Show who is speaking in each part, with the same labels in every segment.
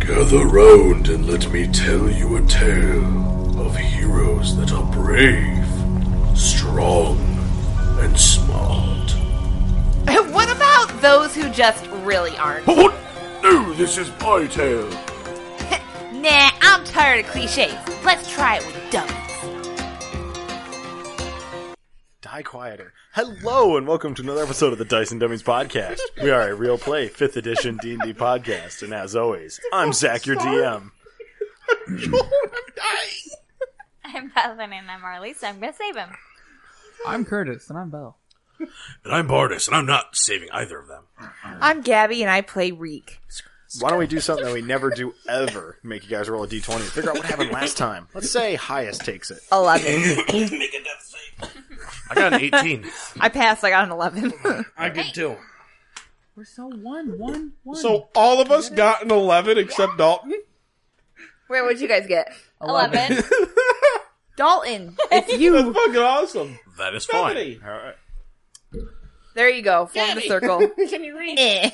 Speaker 1: Gather round and let me tell you a tale of heroes that are brave, strong, and smart.
Speaker 2: what about those who just really aren't?
Speaker 1: What? No, this is my tale.
Speaker 2: Nah, I'm tired of cliches. Let's try it with dummies.
Speaker 3: Die quieter. Hello and welcome to another episode of the Dice and Dummies podcast. We are a real play fifth edition D and D podcast, and as always, I'm Zach, your DM.
Speaker 4: I'm Bethany and I'm Marley, so I'm gonna save him.
Speaker 5: I'm Curtis and I'm Bell.
Speaker 6: And I'm Bardis, and I'm not saving either of them.
Speaker 2: I'm Gabby and I play Reek.
Speaker 3: Why don't we do something that we never do ever? Make you guys roll a D twenty. Figure out what happened last time. Let's say highest takes it.
Speaker 2: 11.
Speaker 6: I got an 18.
Speaker 2: I passed, I got an 11.
Speaker 7: I did too.
Speaker 5: We're so one, one, one.
Speaker 7: So all of us got an eleven except Dalton.
Speaker 2: Where would you guys get?
Speaker 4: Eleven.
Speaker 2: Dalton. It's
Speaker 7: That's
Speaker 2: you.
Speaker 7: fucking awesome.
Speaker 6: That is fine.
Speaker 7: Comedy.
Speaker 3: All right.
Speaker 2: There you go. Form the circle.
Speaker 7: Can you read?
Speaker 2: Eh.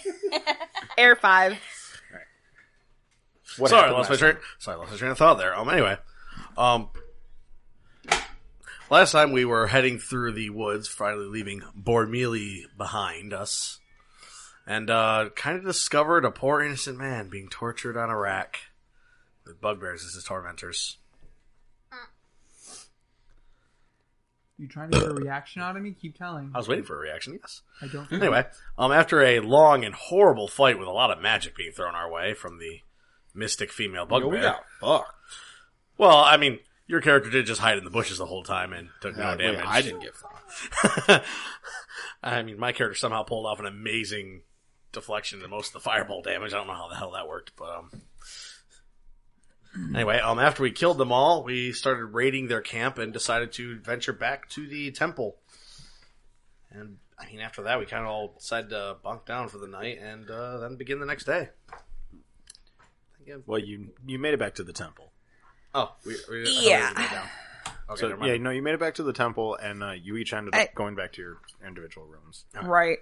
Speaker 2: Air 5.
Speaker 3: What
Speaker 6: Sorry, I
Speaker 3: happened
Speaker 6: lost my
Speaker 3: last
Speaker 6: train. Sorry, I lost my train of thought there. Um, anyway, um, last time we were heading through the woods, finally leaving Bormili behind us, and uh, kind of discovered a poor innocent man being tortured on a rack with bugbears as his tormentors.
Speaker 5: you trying to get a reaction out of me? Keep telling.
Speaker 6: I was waiting for a reaction. Yes.
Speaker 5: I
Speaker 7: Hmm.
Speaker 5: don't.
Speaker 6: Anyway, um, after a long and horrible fight with a lot of magic being thrown our way from the mystic female
Speaker 7: Oh,
Speaker 6: bugbear.
Speaker 7: we got fucked.
Speaker 6: Well, I mean, your character did just hide in the bushes the whole time and took no
Speaker 7: Uh, wait,
Speaker 6: damage.
Speaker 7: I didn't get fucked.
Speaker 6: I mean, my character somehow pulled off an amazing deflection to most of the fireball damage. I don't know how the hell that worked, but um.
Speaker 7: Hmm.
Speaker 6: Anyway, um, after we killed them all, we started raiding their camp and decided to venture back to the temple. And I mean, after that, we kind of all decided to bunk down for the night and uh, then begin the next day.
Speaker 3: Well, you you made it back to the temple.
Speaker 6: Oh, we, we I thought we were
Speaker 2: Yeah.
Speaker 6: going down. Okay,
Speaker 3: So
Speaker 6: never
Speaker 3: yeah,
Speaker 6: mind.
Speaker 3: no, you made it back to the temple, and uh, you each ended
Speaker 2: I-
Speaker 3: up going back to your individual rooms,
Speaker 2: Right.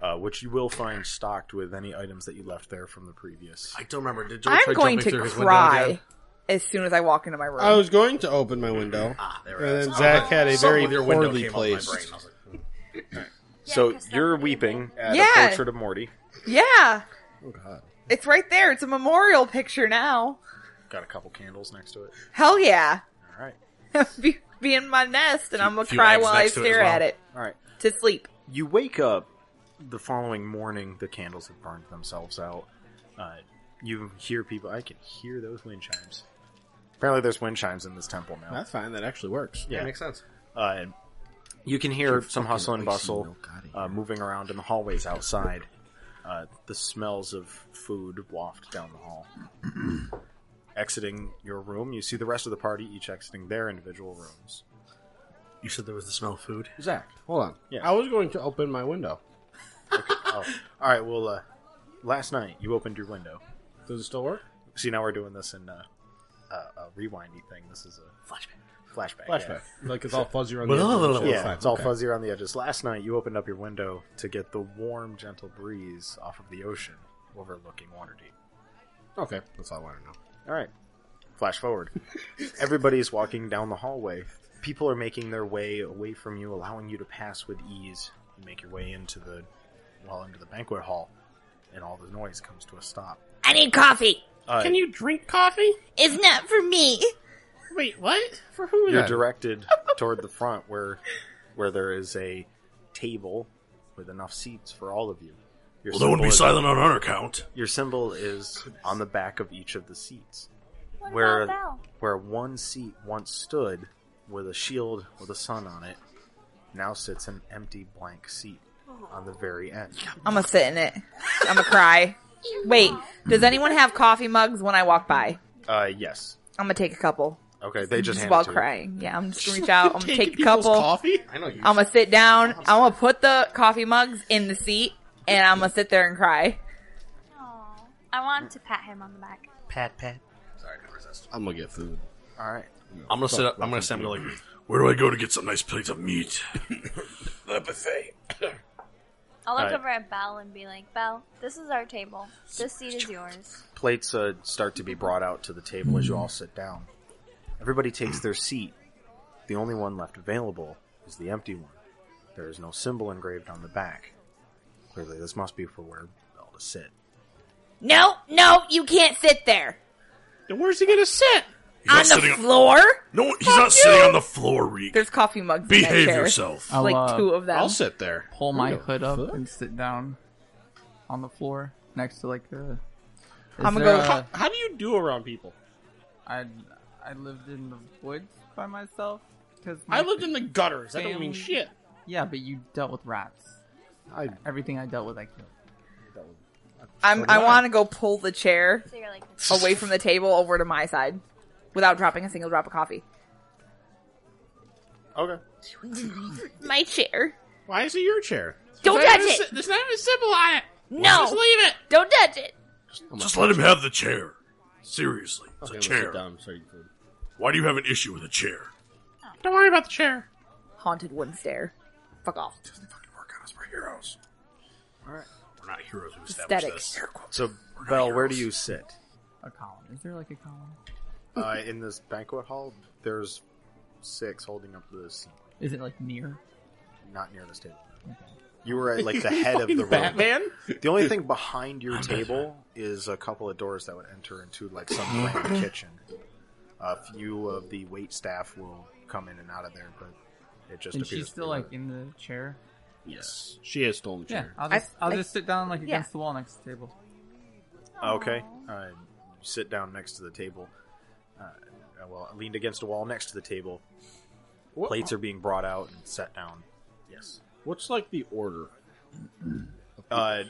Speaker 3: uh, which you will find stocked with any items that you left there from the previous.
Speaker 6: I don't remember. Did Joel
Speaker 2: I'm
Speaker 6: try
Speaker 2: going
Speaker 6: jumping
Speaker 2: to
Speaker 6: through his window again?
Speaker 2: cry as soon as I walk into my room.
Speaker 7: I was going to open my window,
Speaker 6: Ah, there it
Speaker 7: and
Speaker 6: is.
Speaker 7: then Zach had a
Speaker 6: Something
Speaker 7: very
Speaker 6: with your window
Speaker 7: poorly
Speaker 6: came up in my
Speaker 7: placed.
Speaker 6: brain. I was like, hmm.
Speaker 3: so
Speaker 4: 'cause that
Speaker 3: you're
Speaker 4: would be
Speaker 3: weeping at
Speaker 2: Yeah.
Speaker 3: a portrait of Morty.
Speaker 2: yeah.
Speaker 7: Oh god.
Speaker 2: It's right there. It's a memorial picture now.
Speaker 3: Got a couple candles next to it.
Speaker 2: Hell yeah.
Speaker 3: All right.
Speaker 2: Be, be in my nest and I'm going to
Speaker 6: few
Speaker 2: cry
Speaker 6: eggs
Speaker 2: while I
Speaker 6: next to it as
Speaker 2: stare
Speaker 6: well.
Speaker 2: at it
Speaker 3: All right.
Speaker 2: to sleep.
Speaker 3: You wake up the following morning. The candles have burned themselves out. Uh, you hear people. I can hear those wind chimes. Apparently, there's wind chimes in this temple now.
Speaker 7: That's fine. That actually works.
Speaker 6: Yeah,
Speaker 3: Yeah.
Speaker 6: makes sense.
Speaker 3: Uh, and you can hear some hustle and
Speaker 7: icy
Speaker 3: bustle
Speaker 7: milk outta
Speaker 3: uh, moving around in the hallways outside. Uh, the smells of food waft down the hall. Exiting your room, you see the rest of the party each exiting their individual rooms.
Speaker 6: You said there was the smell of food.
Speaker 7: Zach, hold on.
Speaker 3: Yeah.
Speaker 7: I was going to open my window.
Speaker 3: Oh, all right. Well, uh, last night you opened your window.
Speaker 7: Does it still work?
Speaker 3: See, now we're doing this in uh, uh, a rewindy thing. This is a flashback.
Speaker 7: Flashback. Like it's all fuzzy on the
Speaker 6: Blah, blah, blah,
Speaker 7: edges.
Speaker 3: Yeah,
Speaker 6: blah.
Speaker 3: Yeah, it's all
Speaker 7: okay.
Speaker 3: fuzzy around the edges. Last night, you opened up your window to get the warm, gentle breeze off of the ocean overlooking Waterdeep.
Speaker 7: Okay, that's all I want to know.
Speaker 3: All right. Flash forward. Everybody's walking down the hallway. People are making their way away from you, allowing you to pass with ease. You make your way into the, well, into the banquet hall, and all the noise comes to a stop.
Speaker 2: I need coffee.
Speaker 3: Uh,
Speaker 7: you drink coffee?
Speaker 2: It's not for me.
Speaker 7: Wait, what? For who?
Speaker 3: you're
Speaker 7: then?
Speaker 3: directed toward the front where where there is a table with enough seats for all of you. Your
Speaker 6: Well, that wouldn't be
Speaker 3: is,
Speaker 6: silent on our account.
Speaker 3: Your symbol is on the back of each of the seats,
Speaker 4: What
Speaker 3: Where-
Speaker 4: about Belle?
Speaker 3: where one seat once stood with a shield with a sun on it, now sits an empty blank seat on the very end.
Speaker 2: I'm gonna sit in it. I'm gonna cry. Wait, does anyone have coffee mugs when I walk by?
Speaker 3: Uh, yes.
Speaker 2: I'm gonna take a couple.
Speaker 3: Okay, they
Speaker 2: Just
Speaker 3: just hand it
Speaker 2: while
Speaker 3: to you.
Speaker 2: crying. Yeah, I'm just gonna reach out. I'm gonna
Speaker 7: Taking
Speaker 2: take a
Speaker 7: people's
Speaker 2: couple.
Speaker 7: Coffee?
Speaker 6: I know you.
Speaker 2: I'm gonna sit down. I'm gonna put the coffee mugs in the seat and I'm gonna sit there and cry.
Speaker 4: Aw. I want to pat him on the back.
Speaker 6: Sorry, I can resist.
Speaker 7: I'm gonna get food.
Speaker 3: All right.
Speaker 6: I'm gonna sit up. I'm gonna stand. Like,
Speaker 1: Where do I go to get some nice plate of meat? the buffet.
Speaker 4: I'll look
Speaker 3: Alright.
Speaker 4: over at Belle and be like, Belle, this is our table. This seat is yours.
Speaker 3: Plates uh, start to be brought out to the table as you all sit down. Everybody takes their seat. The only one left available is the empty one. There is no symbol engraved on the back. Clearly, this must be for where Bell to sit.
Speaker 8: No, no, you can't sit there.
Speaker 7: And where's he gonna sit?
Speaker 6: He's not
Speaker 8: on the
Speaker 6: sitting on-
Speaker 8: floor?
Speaker 6: No, he's not sitting on the floor, Reek.
Speaker 8: There's coffee mugs in that
Speaker 6: Behave
Speaker 8: chair.
Speaker 6: yourself.
Speaker 5: I'll,
Speaker 8: like
Speaker 5: uh,
Speaker 8: two of them.
Speaker 7: I'll sit there.
Speaker 5: Pull my
Speaker 7: Who the
Speaker 5: hood up
Speaker 7: fuck?
Speaker 5: and sit down on the floor next to like the. Is
Speaker 8: I'ma
Speaker 5: there
Speaker 8: go-
Speaker 5: a-
Speaker 7: How do you do around people?
Speaker 5: I I lived in the woods by myself because
Speaker 7: I lived in the gutters. That don't mean
Speaker 5: Family.
Speaker 7: shit.
Speaker 5: Yeah, but you dealt with rats.
Speaker 3: I
Speaker 5: Everything I dealt with, I killed.
Speaker 8: I'm, I want to go pull the chair
Speaker 4: So you're like,
Speaker 8: away from the table over to my side without dropping a single drop of coffee.
Speaker 3: okay.
Speaker 8: My chair.
Speaker 7: Why is it your chair?
Speaker 8: Don't
Speaker 7: There's not
Speaker 8: touch
Speaker 7: even a
Speaker 8: it.
Speaker 7: si- There's not even a symbol on it. Just
Speaker 8: No,
Speaker 7: leave it.
Speaker 8: don't touch it.
Speaker 6: Just let him have the chair. Seriously, it's a chair.
Speaker 7: Dumb, sorry, food.
Speaker 6: Why do you have an issue with a chair?
Speaker 7: Don't worry about the chair.
Speaker 8: Haunted wooden stair. Fuck off.
Speaker 6: Doesn't fucking work on us. We're heroes. All right, we're not heroes. We established
Speaker 8: Aesthetic.
Speaker 6: this.
Speaker 3: So, Bell, where do you sit?
Speaker 5: A column. Is there like a column?
Speaker 3: Uh, in this banquet hall, there's six holding up this,
Speaker 5: Is it like near?
Speaker 3: not near this table. You were at like the head of
Speaker 7: Fucking
Speaker 3: the room.
Speaker 7: Batman.
Speaker 3: The only thing behind your table is a couple of doors that would enter into like some grand kitchen. A few of the wait staff will come in and out of there, but it just
Speaker 5: And
Speaker 3: appears
Speaker 5: she's
Speaker 3: to
Speaker 5: still
Speaker 3: be
Speaker 5: like in the chair.
Speaker 7: Yes, she has stolen the
Speaker 5: Yeah,
Speaker 7: chair.
Speaker 5: I'll
Speaker 8: I-
Speaker 5: just I, will
Speaker 8: I-
Speaker 5: just sit down like
Speaker 8: yeah.
Speaker 5: against the wall next to the table.
Speaker 3: Okay. Uh, you sit down next to the table. Uh, uh, well, leaned against a wall next to the table. Plates are being brought out and set down. Yes.
Speaker 7: What's like the order?
Speaker 3: Uh,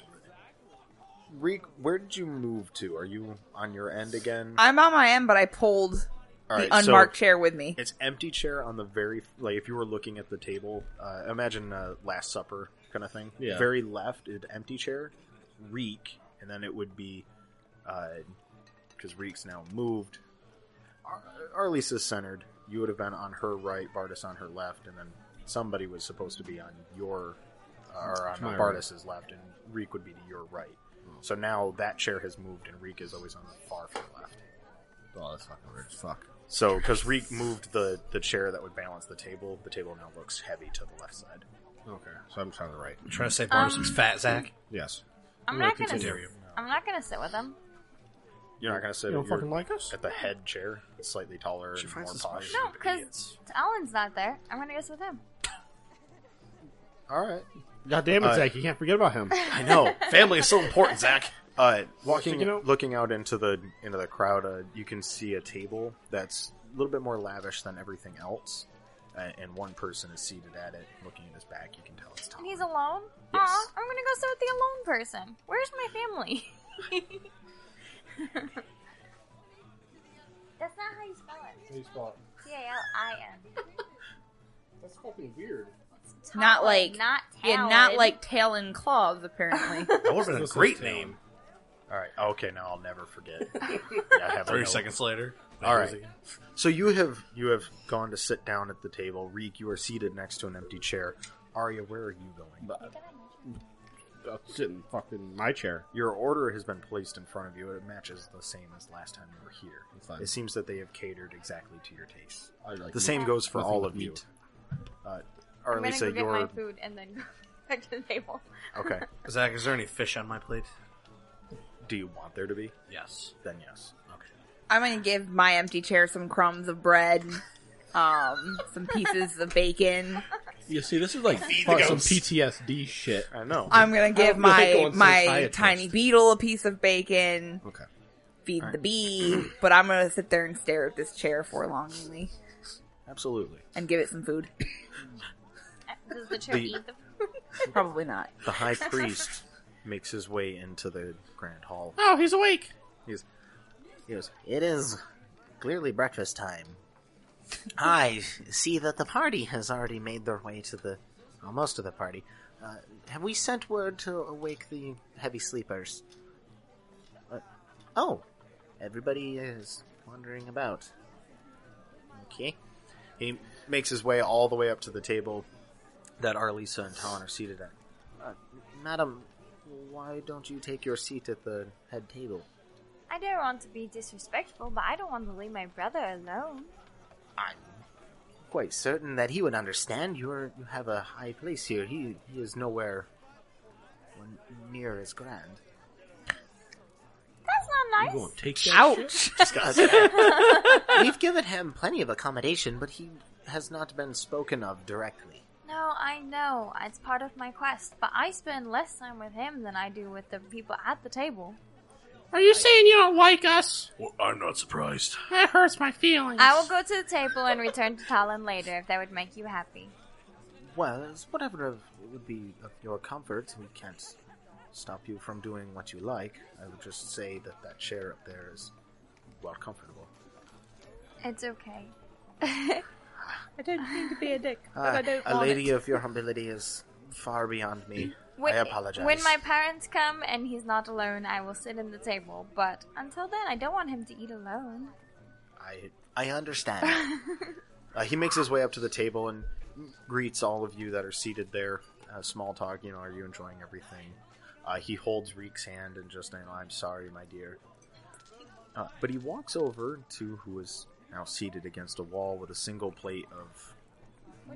Speaker 3: Reek, where did you move to? Are you on your end again?
Speaker 8: I'm on my end, but I pulled
Speaker 3: All
Speaker 8: the
Speaker 3: right, so
Speaker 8: unmarked chair with me.
Speaker 3: It's empty chair on the very like if you were looking at the table. Uh, imagine uh, Last Supper kind of thing.
Speaker 7: Yeah.
Speaker 3: Very left is empty chair, Reek, and then it would be because Reek's now moved. Ar- Arlise is centered. You would have been on her right, Bartis on her left, and then somebody was supposed to be on your uh, or on
Speaker 7: My Oh.
Speaker 3: Bartis's left, and Reek would be to your right. So now that chair has moved, and Reek is always on the far far left.
Speaker 7: Oh, that's fucking weird. as Fuck.
Speaker 3: So, because Reek moved the, the chair that would balance the table, the table now looks heavy to the left side.
Speaker 7: Okay, so I'm trying to write.
Speaker 6: Try to say Barnabas fat, Zach.
Speaker 7: Yes.
Speaker 4: I'm not gonna.
Speaker 6: continue. Dare you.
Speaker 4: I'm not gonna sit with them.
Speaker 3: You're not going to sit
Speaker 7: You don't
Speaker 3: you're
Speaker 7: fucking like us?
Speaker 3: at the head chair. It's slightly taller
Speaker 6: She
Speaker 3: and more
Speaker 6: finds us
Speaker 3: polished.
Speaker 4: No, because
Speaker 6: idiots.
Speaker 4: Alan's not there. I'm gonna go sit with him.
Speaker 3: All right.
Speaker 7: God damn it,
Speaker 3: Uh,
Speaker 7: Zach! You can't forget about him.
Speaker 3: I know.
Speaker 6: Family is so important, Zach.
Speaker 3: Uh, walking,
Speaker 7: Thinking out-
Speaker 3: looking out into the into the crowd, uh, you can see a table that's a little bit more lavish than everything else, uh, and one person is seated at it, looking at his back. You can tell it's Tom.
Speaker 4: And he's alone.
Speaker 3: Yes.
Speaker 4: Aw, I'm gonna go sit with the alone person. Where's my family? That's not how you spell it. C A L I N.
Speaker 7: That's fucking weird.
Speaker 8: Not like-
Speaker 4: not
Speaker 8: Yeah, not
Speaker 4: Talon.
Speaker 8: like tail and claws, apparently.
Speaker 6: That would have been a great name.
Speaker 3: All right. Okay. Now I'll never forget. yeah, I have a
Speaker 6: Thirty
Speaker 3: note.
Speaker 6: seconds later.
Speaker 3: All right. So you have you have gone to sit down at the table. Reek, you are seated next to an empty chair. Arya, where are you going?
Speaker 7: I'll sit in fucking my chair.
Speaker 3: Your order has been placed in front of you. It matches the same as last time you were here.
Speaker 7: It's fine.
Speaker 3: It seems that they have catered exactly to your taste.
Speaker 7: I like
Speaker 3: The same goes for
Speaker 7: Nothing
Speaker 3: all
Speaker 7: but
Speaker 3: of you.
Speaker 7: meat.
Speaker 3: Uh,
Speaker 4: I'm
Speaker 3: or
Speaker 4: gonna
Speaker 3: Lisa,
Speaker 4: go get my
Speaker 3: your
Speaker 4: food and then go back to the table.
Speaker 3: okay.
Speaker 6: Zach, is there any fish on my plate?
Speaker 3: Do you want there to be?
Speaker 6: Yes.
Speaker 3: Then yes.
Speaker 6: Okay.
Speaker 8: I'm gonna give my empty chair some crumbs of bread, um, some pieces of bacon.
Speaker 7: You see, this is like fuck, some PTSD shit.
Speaker 3: I know.
Speaker 8: I'm gonna give
Speaker 7: feel like
Speaker 8: my
Speaker 7: going to the
Speaker 8: my
Speaker 7: dietist.
Speaker 8: tiny beetle a piece of bacon.
Speaker 7: Okay.
Speaker 8: Feed the bee, but I'm gonna sit there and stare at this chair forlongingly
Speaker 3: Absolutely.
Speaker 8: and give it some food.
Speaker 4: Does the chair
Speaker 3: The-
Speaker 4: eat the
Speaker 8: Probably not.
Speaker 3: The high priest makes his way into the grand hall.
Speaker 7: Oh, he's awake.
Speaker 3: He's, he goes, It is clearly breakfast time. I see that the party has already made their way to the. Well, most of the party. Uh, have we sent word to awake the heavy sleepers? Uh, oh, everybody is wandering about. Okay. He makes his way all the way up to the table that Arlisa and Talon are seated at. Uh, madam, why don't you take your seat at the head table?
Speaker 4: I don't want to be disrespectful, but I don't want to leave my brother alone.
Speaker 3: I'm quite certain that he would understand. You're you have a high place here. He he is nowhere n- near as grand.
Speaker 4: That's not
Speaker 6: You
Speaker 4: nice.
Speaker 6: won't take that shit?
Speaker 2: Ouch!
Speaker 3: We've given him plenty of accommodation, but he has not been spoken of directly.
Speaker 4: No, I know. It's part of my quest, but I spend less time with him than I do with the people at the table.
Speaker 8: Are you saying you don't like us?
Speaker 1: Well, I'm not surprised.
Speaker 8: That hurts my feelings.
Speaker 4: I will go to the table and return to Talon later if that would make you happy.
Speaker 3: Well, it's whatever of, would be of your comfort. We can't stop you from doing what you like. I would just say that that chair up there is well comfortable.
Speaker 4: It's okay.
Speaker 2: I didn't mean to be a dick.
Speaker 3: Uh, a lady of your humility is far beyond me.
Speaker 4: When,
Speaker 3: I apologize.
Speaker 4: When my parents come and he's not alone, I will sit in the table. But until then, I don't want him to eat alone.
Speaker 3: I I understand. uh, he makes his way up to the table and greets all of you that are seated there. Uh, small talk, you know, are you enjoying everything? Uh, he holds Reek's hand and just, you know, I'm sorry, my dear. Uh, but he walks over to who is now seated against a wall with a single plate of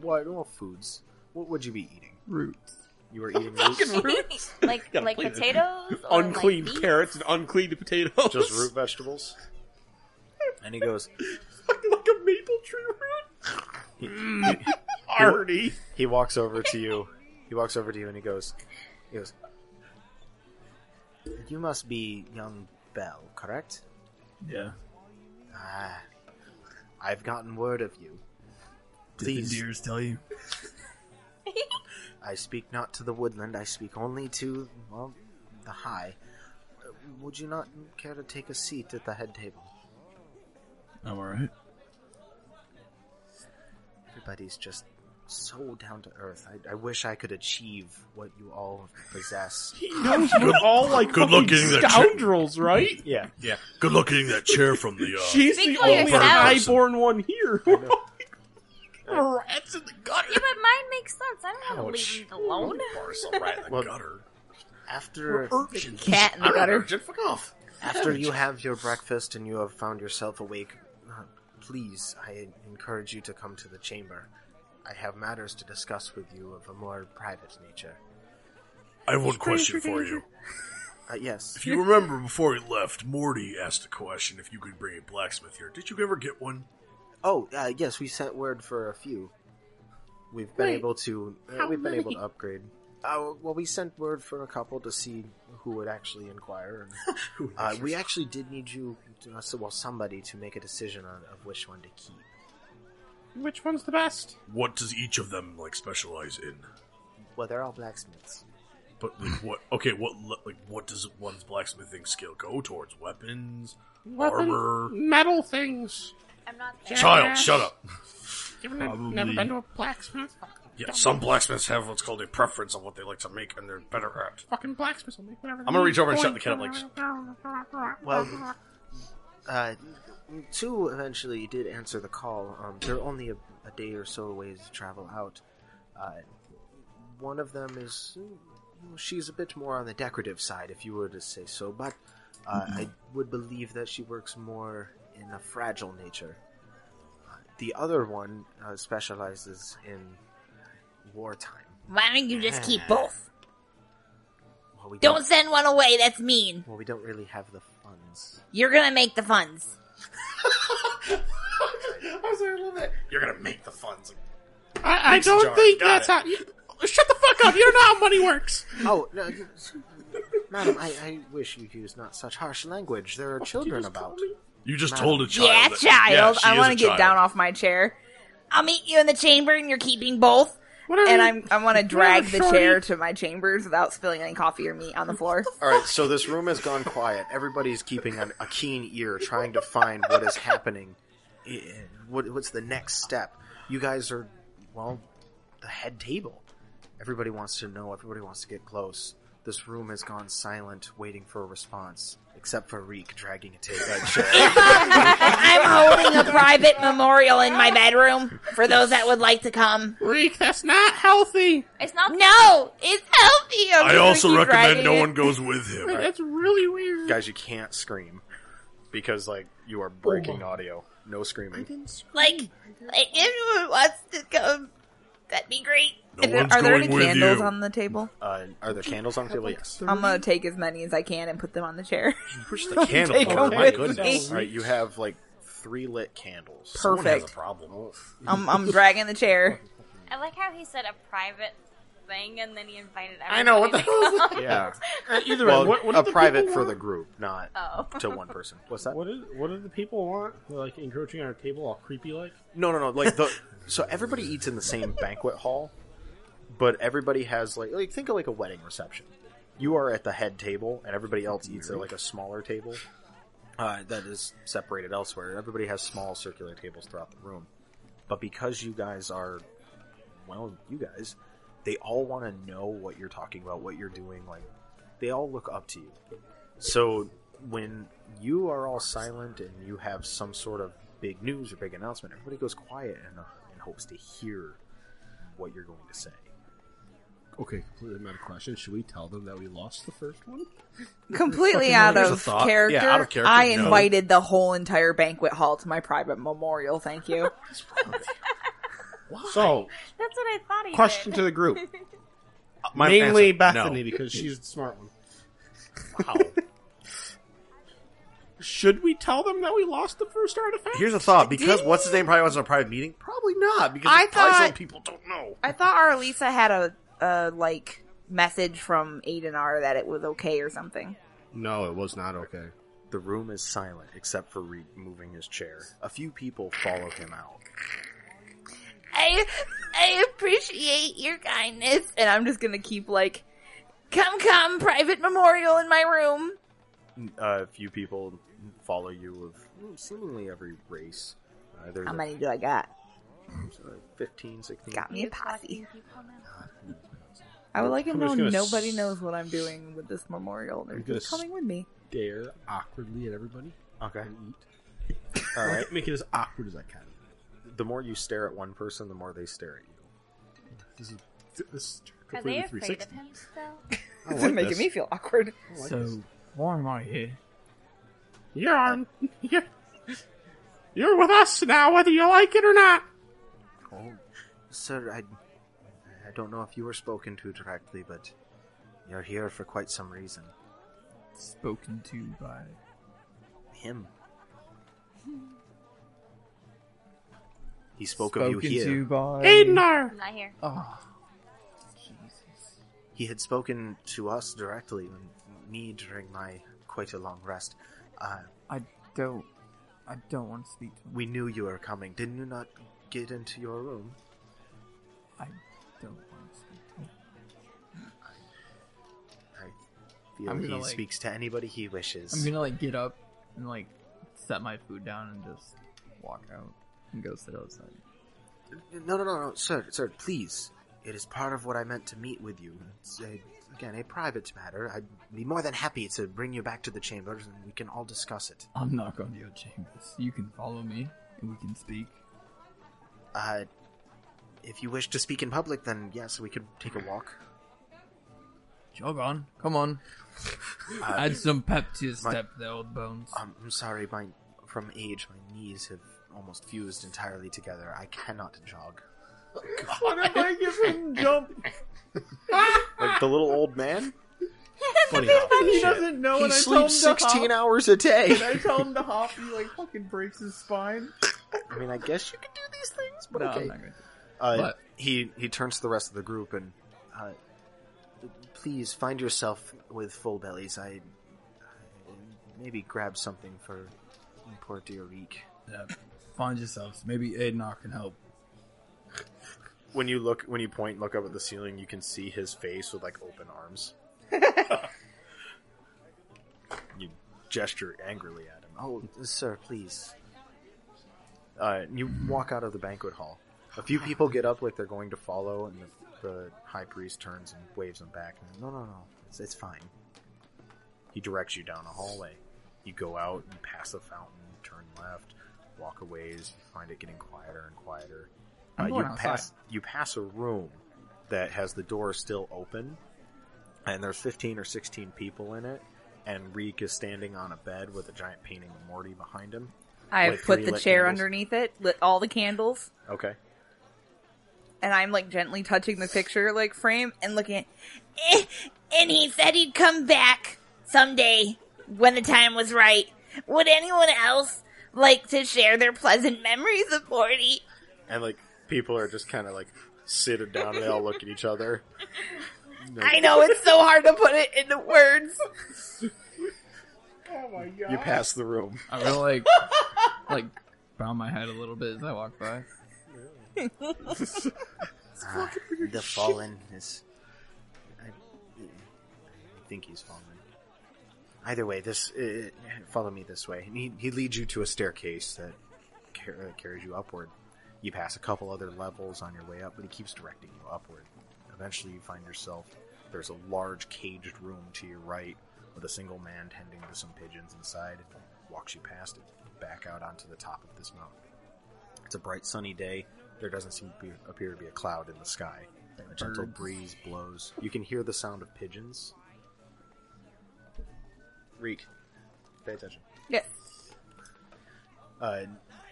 Speaker 3: what? Well, foods. What would you be eating?
Speaker 9: Roots.
Speaker 3: You were eating roots,
Speaker 4: Like
Speaker 6: Gotta
Speaker 4: like
Speaker 6: play this.
Speaker 4: potatoes, or
Speaker 6: unclean
Speaker 4: like beef?
Speaker 6: carrots and unclean potatoes.
Speaker 3: just root vegetables. And he goes,
Speaker 6: like a maple tree root.
Speaker 3: Artie. He walks over to you. He walks over to you and he goes, he goes. You must be young Bell, correct?
Speaker 8: Yeah.
Speaker 3: Ah, I've gotten word of you. Please.
Speaker 8: Did the deers tell you?
Speaker 3: I speak not to the woodland. I speak only to well, the high. Uh, Would you not care to take a seat at the head table?
Speaker 8: I'm alright.
Speaker 3: Everybody's just so down to earth. I, I wish I could achieve what you all possess.
Speaker 6: Those were all like
Speaker 1: Good luck
Speaker 6: fucking
Speaker 1: getting that chick.
Speaker 6: scoundrels, right?
Speaker 3: yeah,
Speaker 10: Yeah.
Speaker 1: Good luck getting that chair from the. Uh,
Speaker 6: She's
Speaker 4: Speak
Speaker 6: the
Speaker 4: for
Speaker 6: only
Speaker 4: yourself.
Speaker 6: highborn one here.
Speaker 10: Rats in the
Speaker 4: Yeah,
Speaker 10: gutter.
Speaker 4: but mine makes sense. I don't want to leave him alone.
Speaker 10: Some rat in the
Speaker 3: Well,
Speaker 10: gutter.
Speaker 3: after
Speaker 10: Urchin.
Speaker 2: Cat in the
Speaker 10: I'm not
Speaker 2: gutter.
Speaker 10: urchin. Fuck off.
Speaker 3: After you have your breakfast and you have found yourself awake, uh, please, I encourage you to come to the chamber. I have matters to discuss with you of a more private nature.
Speaker 1: I have one question for you.
Speaker 3: Uh, yes,
Speaker 1: If you remember, before he left, Morty asked a question if you could bring a blacksmith here. Did you ever get one?
Speaker 3: Oh, uh, yes, we sent word for a few. We've been able to uh, we've been able to upgrade. Uh, well, we sent word for a couple to see who would actually inquire. And, uh, we actually did need you, to, uh, so- well, somebody to make a decision on of which one to keep.
Speaker 8: Which one's the best?
Speaker 1: What does each of them like specialize in?
Speaker 3: Well, they're all blacksmiths.
Speaker 1: But like what? Okay, what le- like what does one's blacksmithing skill go towards? Weapons,
Speaker 8: Weapon,
Speaker 1: armor.
Speaker 8: metal things.
Speaker 4: I'm not there.
Speaker 1: Child, shut up.
Speaker 8: You've ne-
Speaker 10: Probably.
Speaker 8: never been to a blacksmith?
Speaker 1: Yeah, some blacksmiths have what's called a preference on what they like to make, and they're better at.
Speaker 8: Fucking blacksmiths will make whatever.
Speaker 10: I'm gonna reach over and shut the kid up, like,
Speaker 8: like.
Speaker 3: Well, Uh, two eventually did answer the call. Um, they're only a, a day or so away to travel out. Uh, one of them is she's a bit more on the decorative side, if you were to say so. But uh, I would believe that she works more in a fragile nature. The other one uh, specializes in wartime.
Speaker 2: Why don't you just keep both?
Speaker 3: Well, we
Speaker 2: Don't send one away. That's mean.
Speaker 3: Well, we don't really have the funds.
Speaker 2: You're gonna make the funds.
Speaker 10: You're gonna make the funds.
Speaker 8: I, I don't
Speaker 10: jar.
Speaker 8: think
Speaker 10: Got
Speaker 8: that's
Speaker 10: it.
Speaker 8: how. You, shut the fuck up! You don't know how money works.
Speaker 3: Oh, no, you- madam, I, I wish you used not such harsh language. There are children about.
Speaker 1: You just
Speaker 3: Madam.
Speaker 1: told a child.
Speaker 2: Yeah,
Speaker 1: that-
Speaker 2: child.
Speaker 1: she
Speaker 2: I
Speaker 1: is
Speaker 2: want
Speaker 1: a
Speaker 2: to get
Speaker 1: child.
Speaker 2: down off my chair. I'll meet you in the chamber, and you're keeping both.
Speaker 8: Whatever.
Speaker 2: And I'm I want to drag the
Speaker 8: shorty.
Speaker 2: chair to my chambers without spilling any coffee or meat on the floor.
Speaker 3: All right, so this room has gone quiet. Everybody's keeping an, a keen ear, trying to find what is happening. I- What, what's the next step? You guys are, well, the head table. Everybody wants to know. Everybody wants to get close. This room has gone silent, waiting for a response, except for Reek dragging a tape chair.
Speaker 8: I'm holding a private memorial in my bedroom for those that would like to come.
Speaker 11: Reek, that's not healthy.
Speaker 4: It's not.
Speaker 8: No, it's healthy. I'm
Speaker 1: I
Speaker 8: gonna
Speaker 1: also
Speaker 8: keep
Speaker 1: recommend
Speaker 8: riding
Speaker 1: no
Speaker 8: it.
Speaker 1: one goes with him.
Speaker 11: That's really weird.
Speaker 3: Guys, you can't scream because like you are breaking audio. No screaming.
Speaker 8: Like, like if anyone wants to come, that'd be great.
Speaker 1: No
Speaker 8: Is it-
Speaker 1: one's
Speaker 8: are there any
Speaker 1: going with
Speaker 8: candles
Speaker 1: you.
Speaker 8: on the table?
Speaker 3: Uh, are there candles on the table? Yes.
Speaker 8: I'm gonna take as many as I can and put them on the chair.
Speaker 6: Push the candle
Speaker 8: Take
Speaker 6: over.
Speaker 8: them
Speaker 6: My
Speaker 8: with
Speaker 6: goodness.
Speaker 8: me.
Speaker 3: Oh, All right, you have like three lit candles.
Speaker 6: Someone has a
Speaker 8: Perfect.
Speaker 6: problem.
Speaker 8: I'm, I'm dragging the chair.
Speaker 4: I like how he said a private thing and then he invited everyone.
Speaker 6: I know, what the hell is that?
Speaker 3: Yeah.
Speaker 7: Either
Speaker 3: Well,
Speaker 7: way, what, what do
Speaker 3: a
Speaker 7: the
Speaker 3: private
Speaker 7: people
Speaker 3: for
Speaker 7: want?
Speaker 3: the group, not
Speaker 4: Oh.
Speaker 3: to one person. What's that?
Speaker 7: What, is, what do the people want? They're like encroaching on our table, all creepy like.
Speaker 3: No, no, no. Like the so everybody eats in the same banquet hall, but everybody has like like think of like a wedding reception. You are at the head table, and everybody else eats at like a smaller table uh, that is separated elsewhere. Everybody has small circular tables throughout the room, but because you guys are well, you guys, they all want to know what you're talking about, what you're doing. Like they all look up to you. So when you are all silent and you have some sort of big news or big announcement, everybody goes quiet in, in hopes to hear what you're going to say.
Speaker 7: Okay, completely meta question. Should we tell them that we lost the first one?
Speaker 8: Completely out
Speaker 6: Here's a
Speaker 8: of
Speaker 6: thought.
Speaker 8: character.
Speaker 6: Yeah, out of character,
Speaker 8: I
Speaker 6: no.
Speaker 8: invited the whole entire banquet hall to my private memorial. Thank you.
Speaker 7: So,
Speaker 4: That's what I thought he
Speaker 7: question
Speaker 4: did.
Speaker 7: to the group.
Speaker 6: My
Speaker 7: Mainly
Speaker 6: answer,
Speaker 7: Bethany
Speaker 6: No.
Speaker 7: because she's the smart one.
Speaker 11: Should we tell them that we lost the first artifact?
Speaker 6: Here's a thought. Because what's his name probably wants a private meeting? Probably not. Because
Speaker 8: I
Speaker 6: I probably some
Speaker 8: thought-
Speaker 6: people don't know.
Speaker 8: I thought our Lisa had a, a like message from Aiden R that it was okay or something.
Speaker 7: No, it was not okay.
Speaker 3: The room is silent except for Reed moving his chair. A few people follow him out.
Speaker 8: I I appreciate your kindness, and I'm just gonna keep like, come, come, private memorial in my room.
Speaker 3: Uh, a few people follow you of seemingly every race. Uh, there's
Speaker 8: How
Speaker 3: a-
Speaker 8: many do I got?
Speaker 3: uh, 15, 16.
Speaker 8: Got me a
Speaker 4: You're
Speaker 8: posse.
Speaker 4: collecting people now.
Speaker 8: I would like to
Speaker 7: I'm
Speaker 8: know
Speaker 7: just gonna
Speaker 8: nobody
Speaker 7: s-
Speaker 8: knows what I'm doing with this memorial. They're
Speaker 7: I'm gonna
Speaker 8: just coming
Speaker 7: s-
Speaker 8: with me.
Speaker 7: Dare awkwardly at everybody
Speaker 3: Okay.
Speaker 7: and eat.
Speaker 3: All right.
Speaker 7: Make it as awkward as I can.
Speaker 3: The more you stare at one person, the more they stare at you.
Speaker 7: This is, this is
Speaker 4: Are they
Speaker 7: completely
Speaker 4: afraid
Speaker 7: 360.
Speaker 4: of him still?
Speaker 7: I
Speaker 8: This
Speaker 7: like
Speaker 8: is making
Speaker 7: this.
Speaker 8: me feel awkward.
Speaker 7: I like this.
Speaker 5: So, why am I here?
Speaker 11: Your arm. You're, you're with us now, whether you like it or not.
Speaker 3: Oh, sir, I, I don't know if you were spoken to directly, but you're here for quite some reason.
Speaker 5: Spoken to by.
Speaker 3: Him. He spoke of you
Speaker 5: spoken
Speaker 3: here.
Speaker 5: to by.
Speaker 11: Aidenar.
Speaker 4: I'm not here.
Speaker 5: Oh, Jesus.
Speaker 3: He had spoken to us directly, and me during my quite a long rest. Uh,
Speaker 5: I don't. I don't want to speak to him.
Speaker 3: we knew you were coming. Didn't you not get into your room?
Speaker 5: I don't want to speak to him.
Speaker 3: I feel
Speaker 5: I'm
Speaker 3: he
Speaker 5: gonna, like-
Speaker 3: speaks to anybody he wishes.
Speaker 5: I'm gonna like get up and like set my food down and just walk out and go sit outside.
Speaker 3: No, no, no, no, sir, sir, please. It is part of what I meant to meet with you. It's a, again a private matter. I'd be more than happy to bring you back to the chambers and we can all discuss it.
Speaker 5: I'm not going to your chambers. You can follow me and we can speak.
Speaker 3: Uh, if you wish to speak in public, then yes, we could take a walk.
Speaker 5: Jog on, come on. Add some pep to your step, there, old bones.
Speaker 3: Um, Uh, I'm sorry, my from age, my knees have almost fused entirely together. I cannot jog.
Speaker 11: What am I giving jump?
Speaker 3: Like the little old man,
Speaker 7: Funny how
Speaker 5: he doesn't know.
Speaker 3: he sleeps sixteen hours a day.
Speaker 5: I tell him to hop. He like fucking breaks his spine.
Speaker 3: I mean, I guess you could do these things, but
Speaker 5: No,
Speaker 3: okay.
Speaker 5: I'm not gonna.
Speaker 3: Uh,
Speaker 5: But-
Speaker 3: he he turns to the rest of the group and, uh, please find yourself with full bellies. I, I- maybe grab something for poor dear Reek.
Speaker 5: Yeah, find yourselves. Maybe Ednar can help.
Speaker 3: When you look, when you point, and look up at the ceiling, you can see his face with like open arms. you gesture angrily at him. Oh, sir, please. Uh, you walk out of the banquet hall. A few people get up like they're going to follow, and the, the high priest turns and waves them back. No, no, no. It's, it's fine. He directs you down a hallway. You go out, you pass the fountain, turn left, walk a ways. You find it getting quieter and quieter. Uh,
Speaker 5: I'm
Speaker 3: you
Speaker 5: going outside.
Speaker 3: pass you pass a room that has the door still open, and there's 15 or 16 people in it. And Reek is standing on a bed with a giant painting of Morty behind him.
Speaker 8: I
Speaker 3: Like
Speaker 8: put
Speaker 3: three
Speaker 8: the
Speaker 3: lit
Speaker 8: chair
Speaker 3: candles?
Speaker 8: underneath it, lit all the candles,
Speaker 3: Okay.
Speaker 8: and I'm like gently touching the picture like frame and looking at eh, and he said he'd come back someday when the time was right. Would anyone else like to share their pleasant memories of Morty?
Speaker 3: And like people are just kind of like sitting down. and They all look at each other.
Speaker 8: I know it's so hard to put it into words.
Speaker 3: You pass the room.
Speaker 5: I really like like bow my head a little bit as I walk by.
Speaker 3: Ah, the fallen is. I, I think he's fallen. Either way, this uh, follow me this way. And He he leads you to a staircase that car- uh, carries you upward. You pass a couple other levels on your way up, but he keeps directing you upward. Eventually, you find yourself. There's a large caged room to your right with a single man tending to some pigeons inside. Walks you past it, back out onto the top of this mountain. It's a bright sunny day. There doesn't seem to be, appear to be a cloud in the sky. A gentle
Speaker 5: Birds.
Speaker 3: breeze blows. You can hear the sound of pigeons. Reek, pay attention.
Speaker 8: Yeah.
Speaker 3: Uh,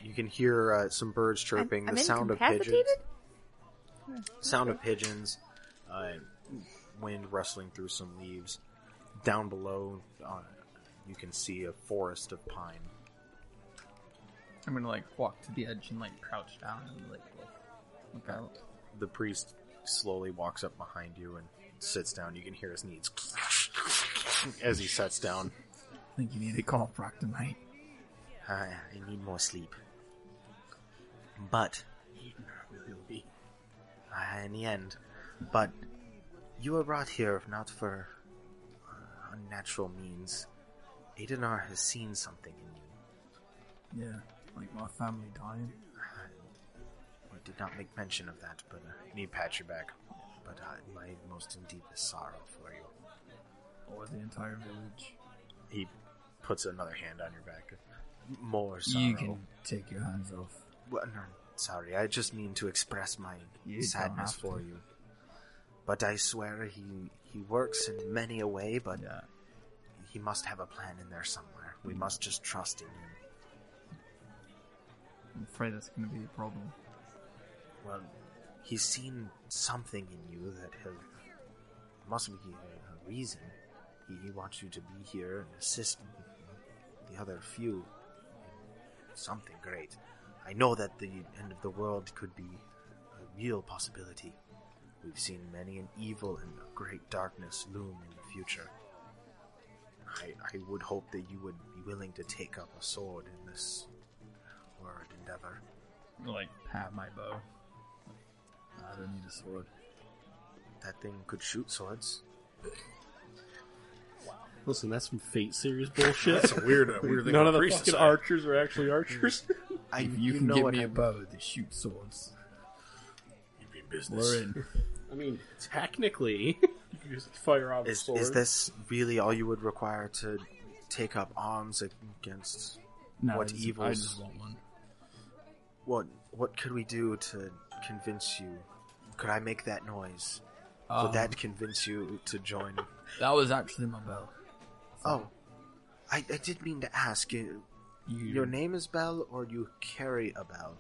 Speaker 3: you can hear uh, some birds chirping. the sound of pigeons. Sound of pigeons. Uh, wind rustling through some leaves. Down below, uh, you can see a forest of pine.
Speaker 5: I'm gonna like walk to the edge and like crouch down and like look, look out.
Speaker 3: The priest slowly walks up behind you and sits down. You can hear his knees as he sets down.
Speaker 5: I think you need to call Proctonite.
Speaker 3: Uh, I need more sleep. But uh, in the end, but you were brought here not for uh, unnatural means. Adenar has seen something in you.
Speaker 5: Yeah, like my family dying.
Speaker 3: I did not make mention of that, but uh, need pat your back. But uh, my most and deepest sorrow for you.
Speaker 5: or the entire village.
Speaker 3: He puts another hand on your back. More
Speaker 5: You can take your hands off.
Speaker 3: Well, no, sorry, I just mean to express my
Speaker 5: You don't
Speaker 3: sadness
Speaker 5: have
Speaker 3: for
Speaker 5: to.
Speaker 3: you. But I swear he he works in many a way, but
Speaker 5: Yeah,
Speaker 3: he must have a plan in there somewhere. We must just trust in him.
Speaker 5: I'm afraid that's going to be a problem.
Speaker 3: Well, he's seen something in you that has must be a, a reason. He, he wants you to be here and assist the other few. in Something great. I know that the end of the world could be a real possibility. We've seen many an evil and a great darkness loom in the future. I, I would hope that you would be willing to take up a sword in this horrid endeavor.
Speaker 5: Like, have my bow. I don't need a sword.
Speaker 3: That thing could shoot swords.
Speaker 7: Listen, that's some Fate series bullshit.
Speaker 1: It's a weird, a weird thing.
Speaker 7: None
Speaker 1: for
Speaker 7: of the
Speaker 1: priests to Mm.
Speaker 7: fucking
Speaker 1: say.
Speaker 7: archers are actually archers.
Speaker 3: I,
Speaker 5: If you, can
Speaker 3: know
Speaker 5: give
Speaker 3: what
Speaker 5: me
Speaker 3: I
Speaker 5: a bow that shoots swords,
Speaker 1: You'd be in business.
Speaker 5: we're in.
Speaker 7: I mean, technically, you can just fire off a
Speaker 3: Is,
Speaker 7: sword.
Speaker 3: is this really all you would require to take up arms against
Speaker 5: No,
Speaker 3: What
Speaker 5: I just- I
Speaker 3: evils?
Speaker 5: just want one.
Speaker 3: what what could we do to convince you could i make that noise
Speaker 5: Um,
Speaker 3: would that convince you to join
Speaker 5: that was actually my bow.
Speaker 3: oh I, I did mean to ask you
Speaker 5: You,
Speaker 3: your name is bell or you carry a bell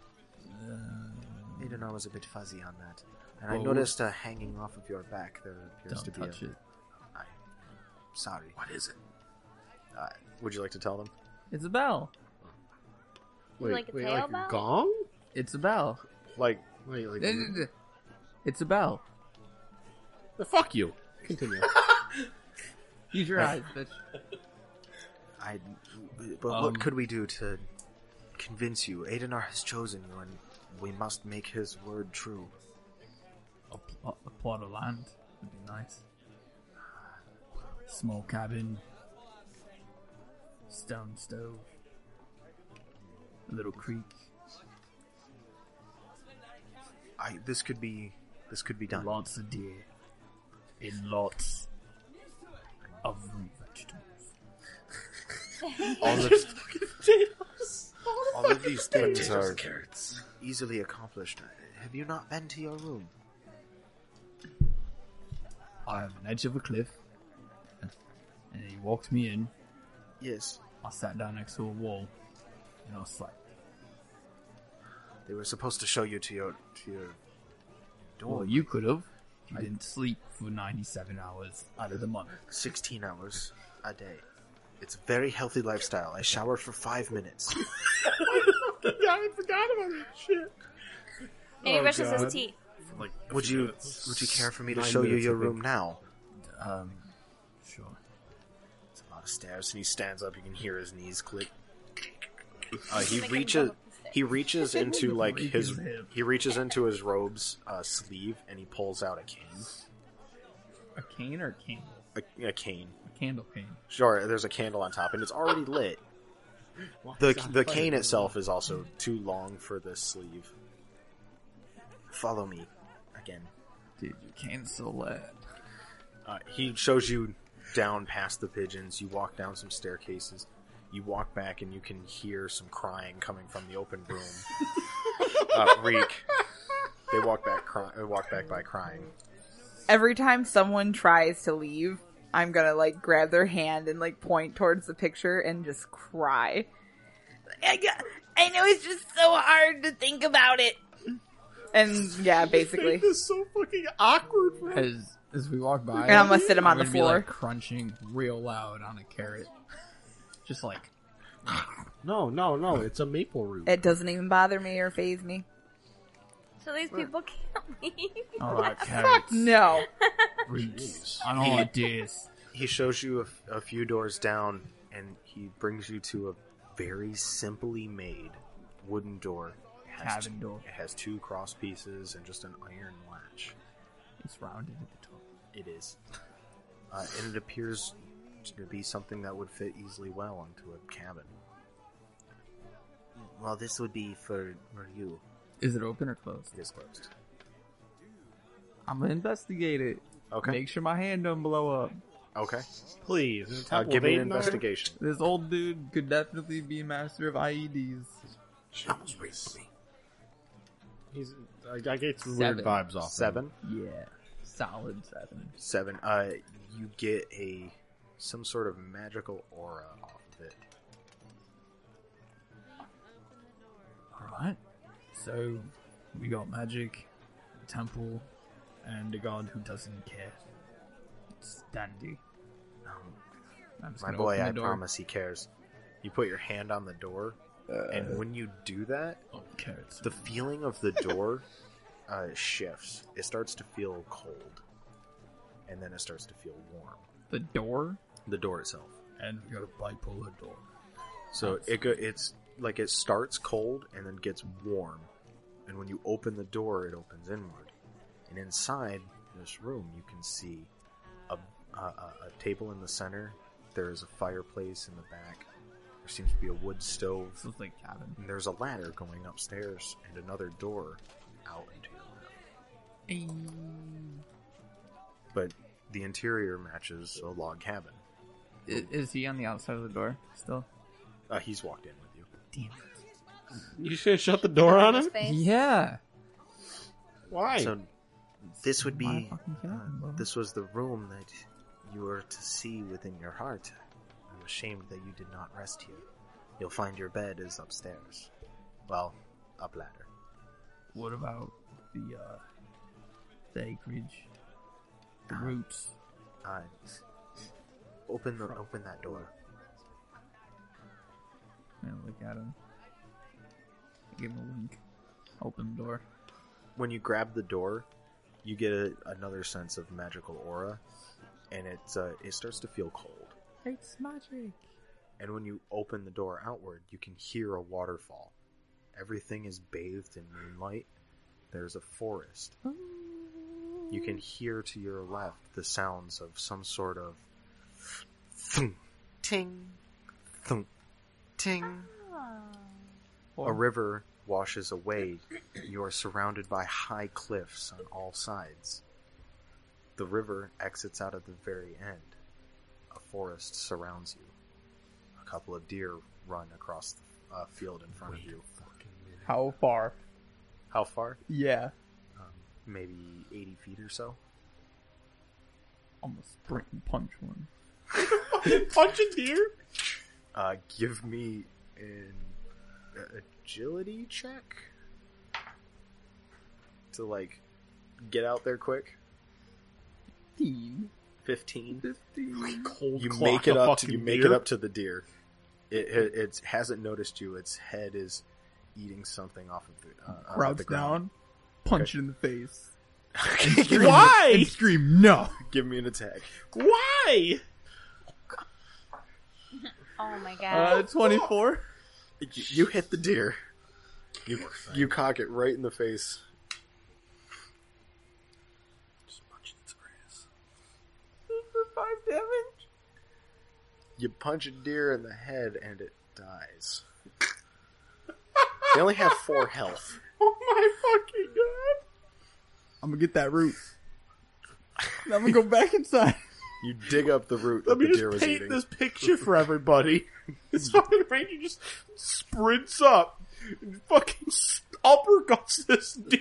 Speaker 5: Uh,
Speaker 3: i was a bit fuzzy on that and i
Speaker 5: Well,
Speaker 3: noticed uh, hanging off of your back there appears to
Speaker 5: don't
Speaker 3: be
Speaker 5: touch
Speaker 3: a,
Speaker 5: it.
Speaker 3: I- sorry
Speaker 1: What is it?
Speaker 3: uh, would you like to tell them
Speaker 5: It's a bell.
Speaker 7: wait,
Speaker 4: Like a
Speaker 7: wait,
Speaker 4: tail
Speaker 7: like
Speaker 4: bow?
Speaker 7: a gong?
Speaker 5: It's a bell.
Speaker 3: like
Speaker 7: Wait, like
Speaker 5: It's a bell.
Speaker 7: the fuck you. Continue.
Speaker 5: Use your eyes, bitch.
Speaker 3: I. But
Speaker 5: Um,
Speaker 3: what could we do to convince you? Adenar has chosen you, and we must make his word true.
Speaker 5: A, pl- a plot of land would be nice. Small cabin, stone stove, a little creek,
Speaker 3: I. This could be. This could be done.
Speaker 5: lots of deer, in lots. of vegetables.
Speaker 1: All of, all of these things
Speaker 3: potatoes
Speaker 1: are
Speaker 3: and easily accomplished. Have you not been to your room?
Speaker 5: I have an edge of a cliff, and he walked me in.
Speaker 3: Yes.
Speaker 5: I sat down next to a wall, and I was like,
Speaker 3: They were supposed to show you to your to your door.
Speaker 5: "Well, you could have. You didn't sleep for 97 hours out of the month."
Speaker 3: sixteen hours a day. It's a very healthy lifestyle. I shower for five minutes.
Speaker 7: I forgot about that shit.
Speaker 4: And he brushes his teeth.
Speaker 1: like a
Speaker 3: Would
Speaker 1: few
Speaker 3: you
Speaker 1: minutes.
Speaker 3: would you care for me to
Speaker 12: Nine
Speaker 3: show you
Speaker 12: minutes,
Speaker 3: your
Speaker 12: I think.
Speaker 3: room now?
Speaker 5: Sure.
Speaker 3: Um, It's a lot of stairs, and he stands up. You can hear his knees click. Uh,
Speaker 4: Just
Speaker 3: he
Speaker 4: make him
Speaker 3: reaches.
Speaker 4: go up the stairs.
Speaker 3: He reaches into like
Speaker 5: Break
Speaker 3: his.
Speaker 5: his hip.
Speaker 3: He reaches into his robe's uh, sleeve, and he pulls out a cane.
Speaker 5: A cane or a candle?
Speaker 3: A, a cane.
Speaker 5: A candle cane.
Speaker 3: Sure, there's a candle on top, and it's already lit. The
Speaker 5: Sounds
Speaker 3: the
Speaker 5: like-
Speaker 3: cane itself is also too long for the sleeve. Follow me, again.
Speaker 5: Dude, you cancel that.
Speaker 3: Uh, he shows you down past the pigeons. You walk down some staircases. You walk back, and you can hear some crying coming from the open room. uh, reek. They walk back, cry- uh, walk back by crying.
Speaker 8: Every time someone tries to leave, I'm gonna like grab their hand and like point towards the picture and just cry. I, got- I know it's just so hard to think about it. And yeah, basically.
Speaker 7: This is so fucking awkward. For
Speaker 5: As as we walk by,
Speaker 8: And I'm gonna sit him on
Speaker 5: I'm
Speaker 8: the
Speaker 5: gonna be, like,
Speaker 8: floor.
Speaker 5: crunching real loud on a carrot, just like
Speaker 12: No, no, no. It's a maple root.
Speaker 8: It doesn't even bother me or phase me.
Speaker 4: So these people can't leave.
Speaker 5: all right, carrots,
Speaker 8: No.
Speaker 5: roots. I don't like this.
Speaker 3: He shows you a, f- a few doors down, and he brings you to a very simply made wooden door. It has,
Speaker 5: Cabin door.
Speaker 3: It has two cross pieces and just an iron latch.
Speaker 5: It's rounded at the top.
Speaker 3: It is, uh, and it appears to be something that would fit easily well onto a cabin. Well, this would be for, for you.
Speaker 5: Is it open or closed?
Speaker 3: It is closed.
Speaker 5: I'm gonna investigate it.
Speaker 3: Okay.
Speaker 5: Make sure my hand don't blow up.
Speaker 3: Okay.
Speaker 7: Please,
Speaker 3: Uh, give me an investigation.
Speaker 5: This old dude could definitely be master of E IEDs.
Speaker 1: Almost raped me.
Speaker 7: He's, I, I get some
Speaker 5: Seven.
Speaker 7: weird vibes off. him.
Speaker 3: Seven.
Speaker 5: Yeah, solid seven.
Speaker 3: Seven. Uh, you get a some sort of magical aura off of it.
Speaker 5: All right. So we got magic, temple, and a god who doesn't care. It's dandy.
Speaker 3: Um,
Speaker 5: I'm just
Speaker 3: My
Speaker 5: gonna
Speaker 3: boy,
Speaker 5: open the
Speaker 3: I
Speaker 5: door.
Speaker 3: promise he cares. You put your hand on the door, and when you do that,
Speaker 5: Oh, carrots.
Speaker 3: the feeling of the door uh, shifts. It starts to feel cold, and then it starts to feel warm.
Speaker 5: the door,
Speaker 3: The door itself.
Speaker 5: and we got a bipolar door.
Speaker 3: So it go, it's like it starts cold and then gets warm, and when you open the door, it opens inward. And inside this room, you can see a a, a, a table in the center. There is a fireplace in the back. There seems to be a wood stove.
Speaker 5: This is like cabin.
Speaker 3: And there's a ladder going upstairs and another door out into your room. But the interior matches a log cabin.
Speaker 5: Is, is he on the outside of the door still?
Speaker 3: Uh, he's walked in with you.
Speaker 5: Damn.
Speaker 7: You should shut the door on
Speaker 4: His
Speaker 7: him.
Speaker 4: face.
Speaker 5: Yeah.
Speaker 7: Why?
Speaker 3: So this would
Speaker 5: Why
Speaker 3: be uh,
Speaker 5: fucking can't I, bro?
Speaker 3: this was the room that you were to see within your heart. I'm ashamed that you did not rest here. You'll find your bed is upstairs. Well, up ladder.
Speaker 5: What about the uh, the acreage, the
Speaker 3: Ah.
Speaker 5: roots?
Speaker 3: Uh, open the open that door.
Speaker 5: Yeah, look at him. Give him a wink. Open door.
Speaker 3: when you grab the door, you get a, another sense of magical aura, and it's uh, it starts to feel cold.
Speaker 5: It's magic.
Speaker 3: And when you open the door outward, you can hear a waterfall. Everything is bathed in moonlight. There's a forest. You can hear to your left the sounds of some sort of thunk, ting, thunk, ting. A river washes away. You are surrounded by high cliffs on all sides. The river exits out at the very end. a forest surrounds you. A couple of deer run across the uh, field in front of you.
Speaker 5: How far?
Speaker 3: How far?
Speaker 5: Yeah.
Speaker 3: Um, maybe 80 feet or so.
Speaker 5: I'm gonna sprint and punch one.
Speaker 7: Punch a deer?
Speaker 3: Uh, give me an a- agility check to like get out there quick.
Speaker 5: Fifteen.
Speaker 3: 15.
Speaker 5: Fifteen.
Speaker 6: Cold
Speaker 3: You
Speaker 6: clock
Speaker 3: make it
Speaker 6: the
Speaker 3: up. To,
Speaker 6: fucking
Speaker 3: you make
Speaker 6: deer.
Speaker 3: it up to the deer. It, it it hasn't noticed you. Its head is eating something off of the. Uh, off of
Speaker 5: Routes
Speaker 3: the ground.
Speaker 5: down. Punch it in the face.
Speaker 3: down.
Speaker 7: Why?
Speaker 5: And scream no.
Speaker 3: give me an attack.
Speaker 7: Why?
Speaker 4: Oh my
Speaker 5: Uh,
Speaker 4: god.
Speaker 5: twenty-four.
Speaker 3: You, you hit the deer. You you cock it right in the face.
Speaker 5: Five damage.
Speaker 3: You punch a deer in the head and it dies. they only have four health.
Speaker 7: Oh my fucking god.
Speaker 5: I'm gonna get that root. And I'm gonna go back inside.
Speaker 3: You dig up the root
Speaker 7: Let
Speaker 3: that
Speaker 7: me
Speaker 3: the deer was
Speaker 7: just paint
Speaker 3: eating.
Speaker 7: this picture for everybody. this fucking ranger just sprints up and fucking uppercuts this deer.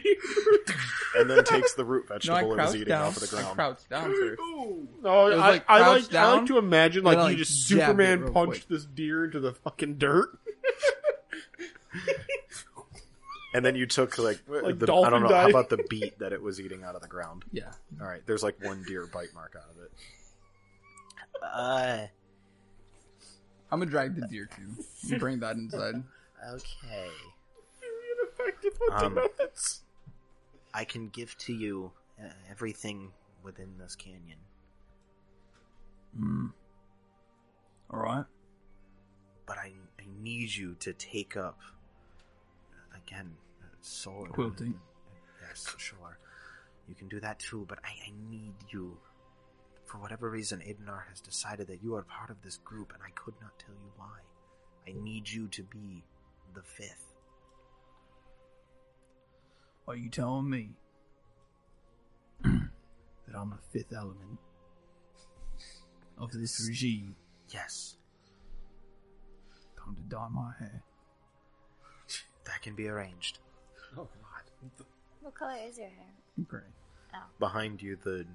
Speaker 3: and then takes the root
Speaker 5: No,
Speaker 3: vegetable it was
Speaker 5: I crouched
Speaker 3: eating
Speaker 5: down.
Speaker 3: off of the
Speaker 5: I
Speaker 3: ground.
Speaker 5: crouched down first.
Speaker 7: No,
Speaker 5: It was,
Speaker 7: Oh, I,
Speaker 5: like,
Speaker 7: I,
Speaker 5: crouched
Speaker 7: like, I
Speaker 5: down,
Speaker 7: like to imagine
Speaker 5: then
Speaker 7: like,
Speaker 5: I,
Speaker 7: you
Speaker 5: like,
Speaker 7: just
Speaker 5: jabbed it
Speaker 7: Superman
Speaker 5: real quick.
Speaker 7: punched this deer into the fucking dirt.
Speaker 3: And then you took like,
Speaker 7: Like
Speaker 3: the, I
Speaker 7: dolphin
Speaker 3: don't know how
Speaker 7: dive.
Speaker 3: about the beet that it was eating out of the ground.
Speaker 5: Yeah.
Speaker 3: All right, there's like one deer bite mark out of it. Uh,
Speaker 5: I'm gonna drag the deer too. and bring that inside.
Speaker 3: okay.
Speaker 7: Ineffective
Speaker 3: Um,
Speaker 7: defense.
Speaker 3: I can give to you uh, everything within this canyon.
Speaker 5: Mm. All right.
Speaker 3: but I, I need you to take up again uh, sword
Speaker 5: Quilting.
Speaker 3: Yes, sure. You can do that too, but I, I need you. For whatever reason, Idnar has decided that you are part of this group, and I could not tell you why. I need you to be the fifth.
Speaker 6: Are you telling me that I'm a fifth element of this regime?
Speaker 3: Yes,
Speaker 6: Time to dye my hair.
Speaker 3: that can be arranged.
Speaker 4: What color is your hair?
Speaker 6: Great.
Speaker 3: Behind you, the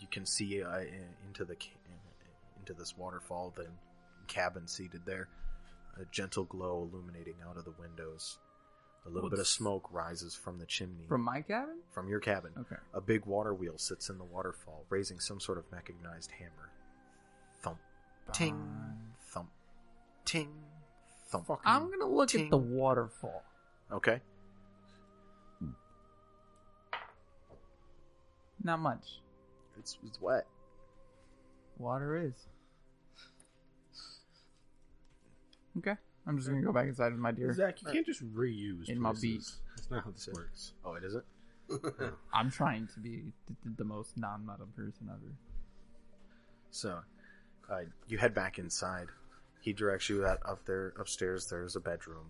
Speaker 3: you can see uh, in- into the ca- into this waterfall, the cabin seated there. A gentle glow illuminating out of the windows. A little bit of smoke rises from the chimney
Speaker 5: From my cabin?
Speaker 3: from your cabin.
Speaker 5: Okay.
Speaker 3: A big water wheel sits in the waterfall, raising some sort of mechanized hammer. Thump, ting, thump, ting, thump.
Speaker 5: I'm gonna look at the
Speaker 3: Ting.
Speaker 5: waterfall.
Speaker 3: Okay.
Speaker 5: Not much.
Speaker 3: It's, it's wet.
Speaker 5: Water is. Okay. I'm just gonna go back inside with my deer.
Speaker 13: Zach, you can't just reuse
Speaker 5: In my
Speaker 13: places. That's not how this works.
Speaker 3: Oh, it isn't?
Speaker 5: I'm trying to be the, the, the most non-metal person ever.
Speaker 3: So, uh, you head back inside. He directs you that up there, upstairs, there's a bedroom,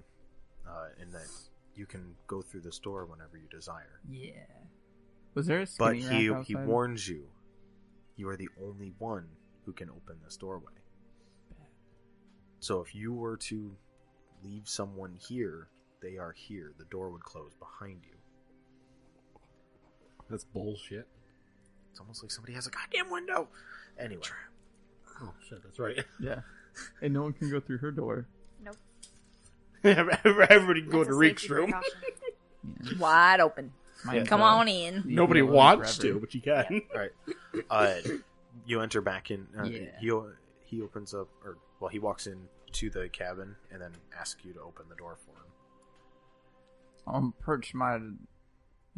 Speaker 3: uh, and that you can go through this door whenever you desire.
Speaker 5: Yeah. Was there a
Speaker 3: But
Speaker 5: skinny
Speaker 3: he,
Speaker 5: rack
Speaker 3: he
Speaker 5: outside?
Speaker 3: warns you you are the only one who can open this doorway. So if you were to leave someone here, they are here. The door would close behind you.
Speaker 13: That's bullshit.
Speaker 3: It's almost like somebody has a goddamn window. Anyway,
Speaker 13: Oh shit, that's right.
Speaker 5: Yeah. And no one can go through her door.
Speaker 4: Nope.
Speaker 7: Everybody go
Speaker 4: That's
Speaker 7: to
Speaker 4: a
Speaker 7: Reek's
Speaker 4: safety
Speaker 7: room.
Speaker 4: precaution.
Speaker 8: Wide open.
Speaker 5: Mine
Speaker 3: Yeah.
Speaker 8: Come
Speaker 5: does.
Speaker 8: on in.
Speaker 5: You
Speaker 7: Nobody
Speaker 5: can go in
Speaker 7: wants
Speaker 5: forever.
Speaker 7: to, but you can.
Speaker 3: all right. Uh, you enter back in. Uh,
Speaker 5: Yeah.
Speaker 3: He o- he opens up, or well, he walks in to the cabin and then asks you to open the door for him.
Speaker 5: I'm perched my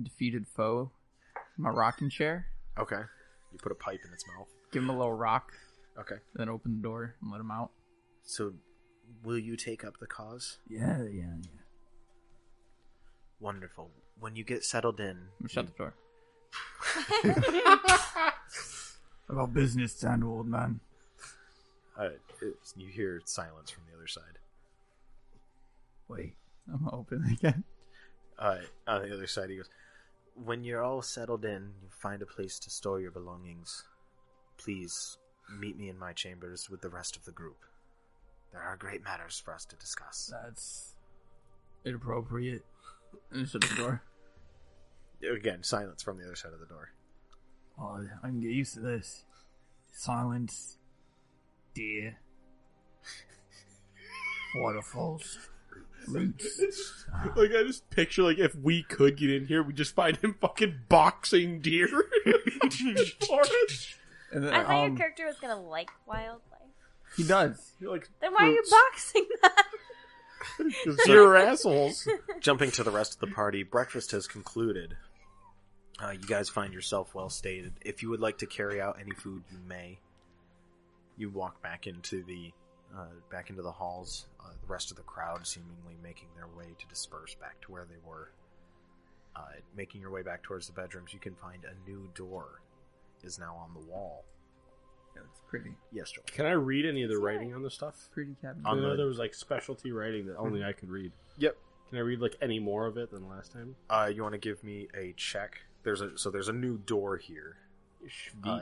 Speaker 5: defeated foe, my rocking chair.
Speaker 3: Okay. You put a pipe in its mouth.
Speaker 5: Give him a little rock,
Speaker 3: Okay.
Speaker 5: then open the door and let him out.
Speaker 3: So, will you take up the cause?
Speaker 5: Yeah, yeah, yeah.
Speaker 3: Wonderful. When you get settled in,
Speaker 5: Mm, Shut the door. I got business to handle, old man.
Speaker 3: uh, it's- you hear silence from the other side.
Speaker 5: Wait, I'm open again.
Speaker 3: Uh, on the other side, he goes, When you're all settled in, you find a place to store your belongings. Please Meet me in my chambers with the rest of the group. There are great matters for us to discuss.
Speaker 5: That's inappropriate. And shut the door.
Speaker 3: Again, silence from the other side of the door.
Speaker 5: Oh, I can get used to this. Silence. Deer. Waterfalls. Roots.
Speaker 7: Like I just picture like if we could get in here, we just find him fucking boxing deer. Forest.
Speaker 5: And then,
Speaker 4: I thought
Speaker 5: um,
Speaker 4: your character was gonna like wildlife.
Speaker 5: he does.
Speaker 7: You're like
Speaker 4: Then why are you
Speaker 7: Roots.
Speaker 4: boxing that?
Speaker 7: deer are assholes.
Speaker 3: Jumping to the rest of the party, breakfast has concluded. Uh, you guys find yourself well stated. If you would like to carry out any food, you may. You walk back into the uh, back into the halls. Uh, the rest of the crowd seemingly making their way to disperse back to where they were. Uh, making your way back towards the bedrooms, you can find a new door is now on the wall.
Speaker 5: Yeah, it's pretty,
Speaker 3: Yes, Joel.
Speaker 7: Can I read any of the writing on Hmm. the stuff?
Speaker 5: pretty cabin.
Speaker 3: On
Speaker 7: I know
Speaker 3: the-
Speaker 7: there was like specialty writing that only I could read.
Speaker 3: Yep.
Speaker 7: Can I read like any more of it than last time?
Speaker 3: Uh, you want to give me a check? There's a so there's a new door here uh,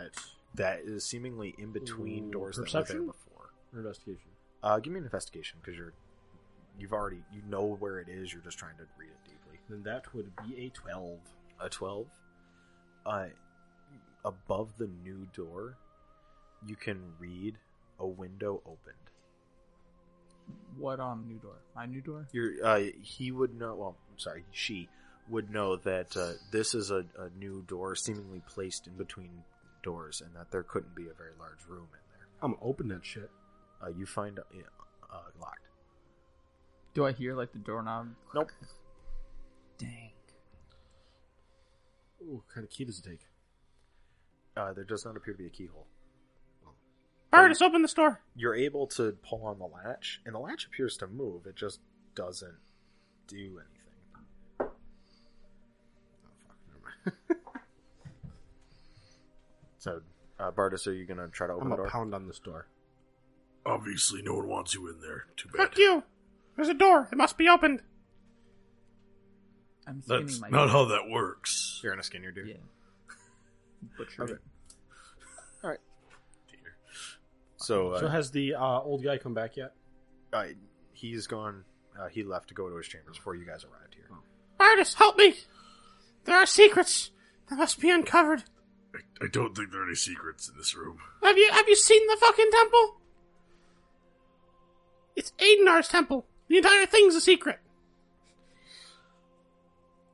Speaker 3: that is seemingly in between
Speaker 7: Ooh,
Speaker 3: doors that
Speaker 7: perception?
Speaker 3: were there before.
Speaker 7: Or investigation.
Speaker 3: Uh, give me an investigation because you're you've already you know where it is. You're just trying to read it deeply.
Speaker 7: Then that would be a twelve.
Speaker 3: A twelve. Uh, above the new door, you can read a window opened.
Speaker 5: What on new door? My new door.
Speaker 3: You're, uh, he would know. Well, I'm sorry, she would know that uh, this is a, a new door, seemingly placed in between doors, and that there couldn't be a very large room in there.
Speaker 7: I'm gonna open that shit.
Speaker 3: Uh, you find uh, uh, locked.
Speaker 5: Do I hear like the doorknob?
Speaker 3: Nope.
Speaker 5: Dang.
Speaker 7: Ooh, what kind of key does it take?
Speaker 3: Uh, there does not appear to be a keyhole.
Speaker 7: Bartis, open the store.
Speaker 3: you're able to pull on the latch, and the latch appears to move. It just doesn't do anything. So, uh, Bartis, are you going to try to open
Speaker 7: I'm
Speaker 3: the
Speaker 7: gonna
Speaker 3: door?
Speaker 7: pound on this door.
Speaker 1: Obviously, no one wants you in there. Too bad.
Speaker 7: you! There's a door. It must be opened.
Speaker 5: I'm skinning
Speaker 1: That's
Speaker 5: my.
Speaker 1: not how that works.
Speaker 3: You're going to skin your dude.
Speaker 5: Yeah. Butcher it.
Speaker 3: So,
Speaker 7: So
Speaker 3: uh,
Speaker 7: has the uh, old guy come back yet?
Speaker 3: uh, he's gone. Uh, he left to go to his chambers before you guys arrived here.
Speaker 7: Oh. Bartis, help me! There are secrets that must be uncovered.
Speaker 1: I don't think there are any secrets in this room.
Speaker 7: Have you have you seen the fucking temple? It's Adenar's temple. The entire thing's a secret.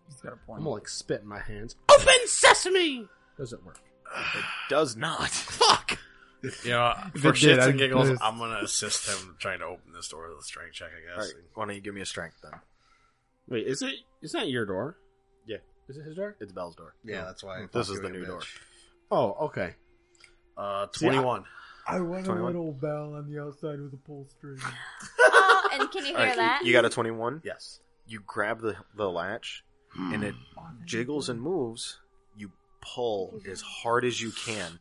Speaker 5: He's got a point.
Speaker 7: I'm gonna like spit in my hands. Open sesame. Doesn't work.
Speaker 3: Does not. Fuck.
Speaker 6: You know,
Speaker 5: it
Speaker 6: for
Speaker 5: did, I'd
Speaker 6: shits
Speaker 5: be
Speaker 6: and giggles,
Speaker 5: pissed.
Speaker 6: I'm gonna assist him trying to open this door with a strength check. I
Speaker 3: All right,
Speaker 6: guess.
Speaker 3: why don't you give me a strength then?
Speaker 7: Wait, is it? It's not your door.
Speaker 3: Yeah.
Speaker 7: Is it his door?
Speaker 3: It's Bell's door.
Speaker 6: Yeah, that's why. I
Speaker 3: This
Speaker 6: fucked
Speaker 3: is the
Speaker 6: you,
Speaker 3: new
Speaker 6: bitch.
Speaker 3: door.
Speaker 7: Oh, okay.
Speaker 6: Uh,
Speaker 7: See, I-
Speaker 6: twenty-one.
Speaker 14: I want
Speaker 3: 21.
Speaker 14: little bell on the outside with a pull string.
Speaker 4: oh, and can you hear
Speaker 3: All right, you-
Speaker 4: that?
Speaker 3: you got a 21?
Speaker 6: yes.
Speaker 3: you grab the, the latch and it jiggles and moves. You pull as hard as you can,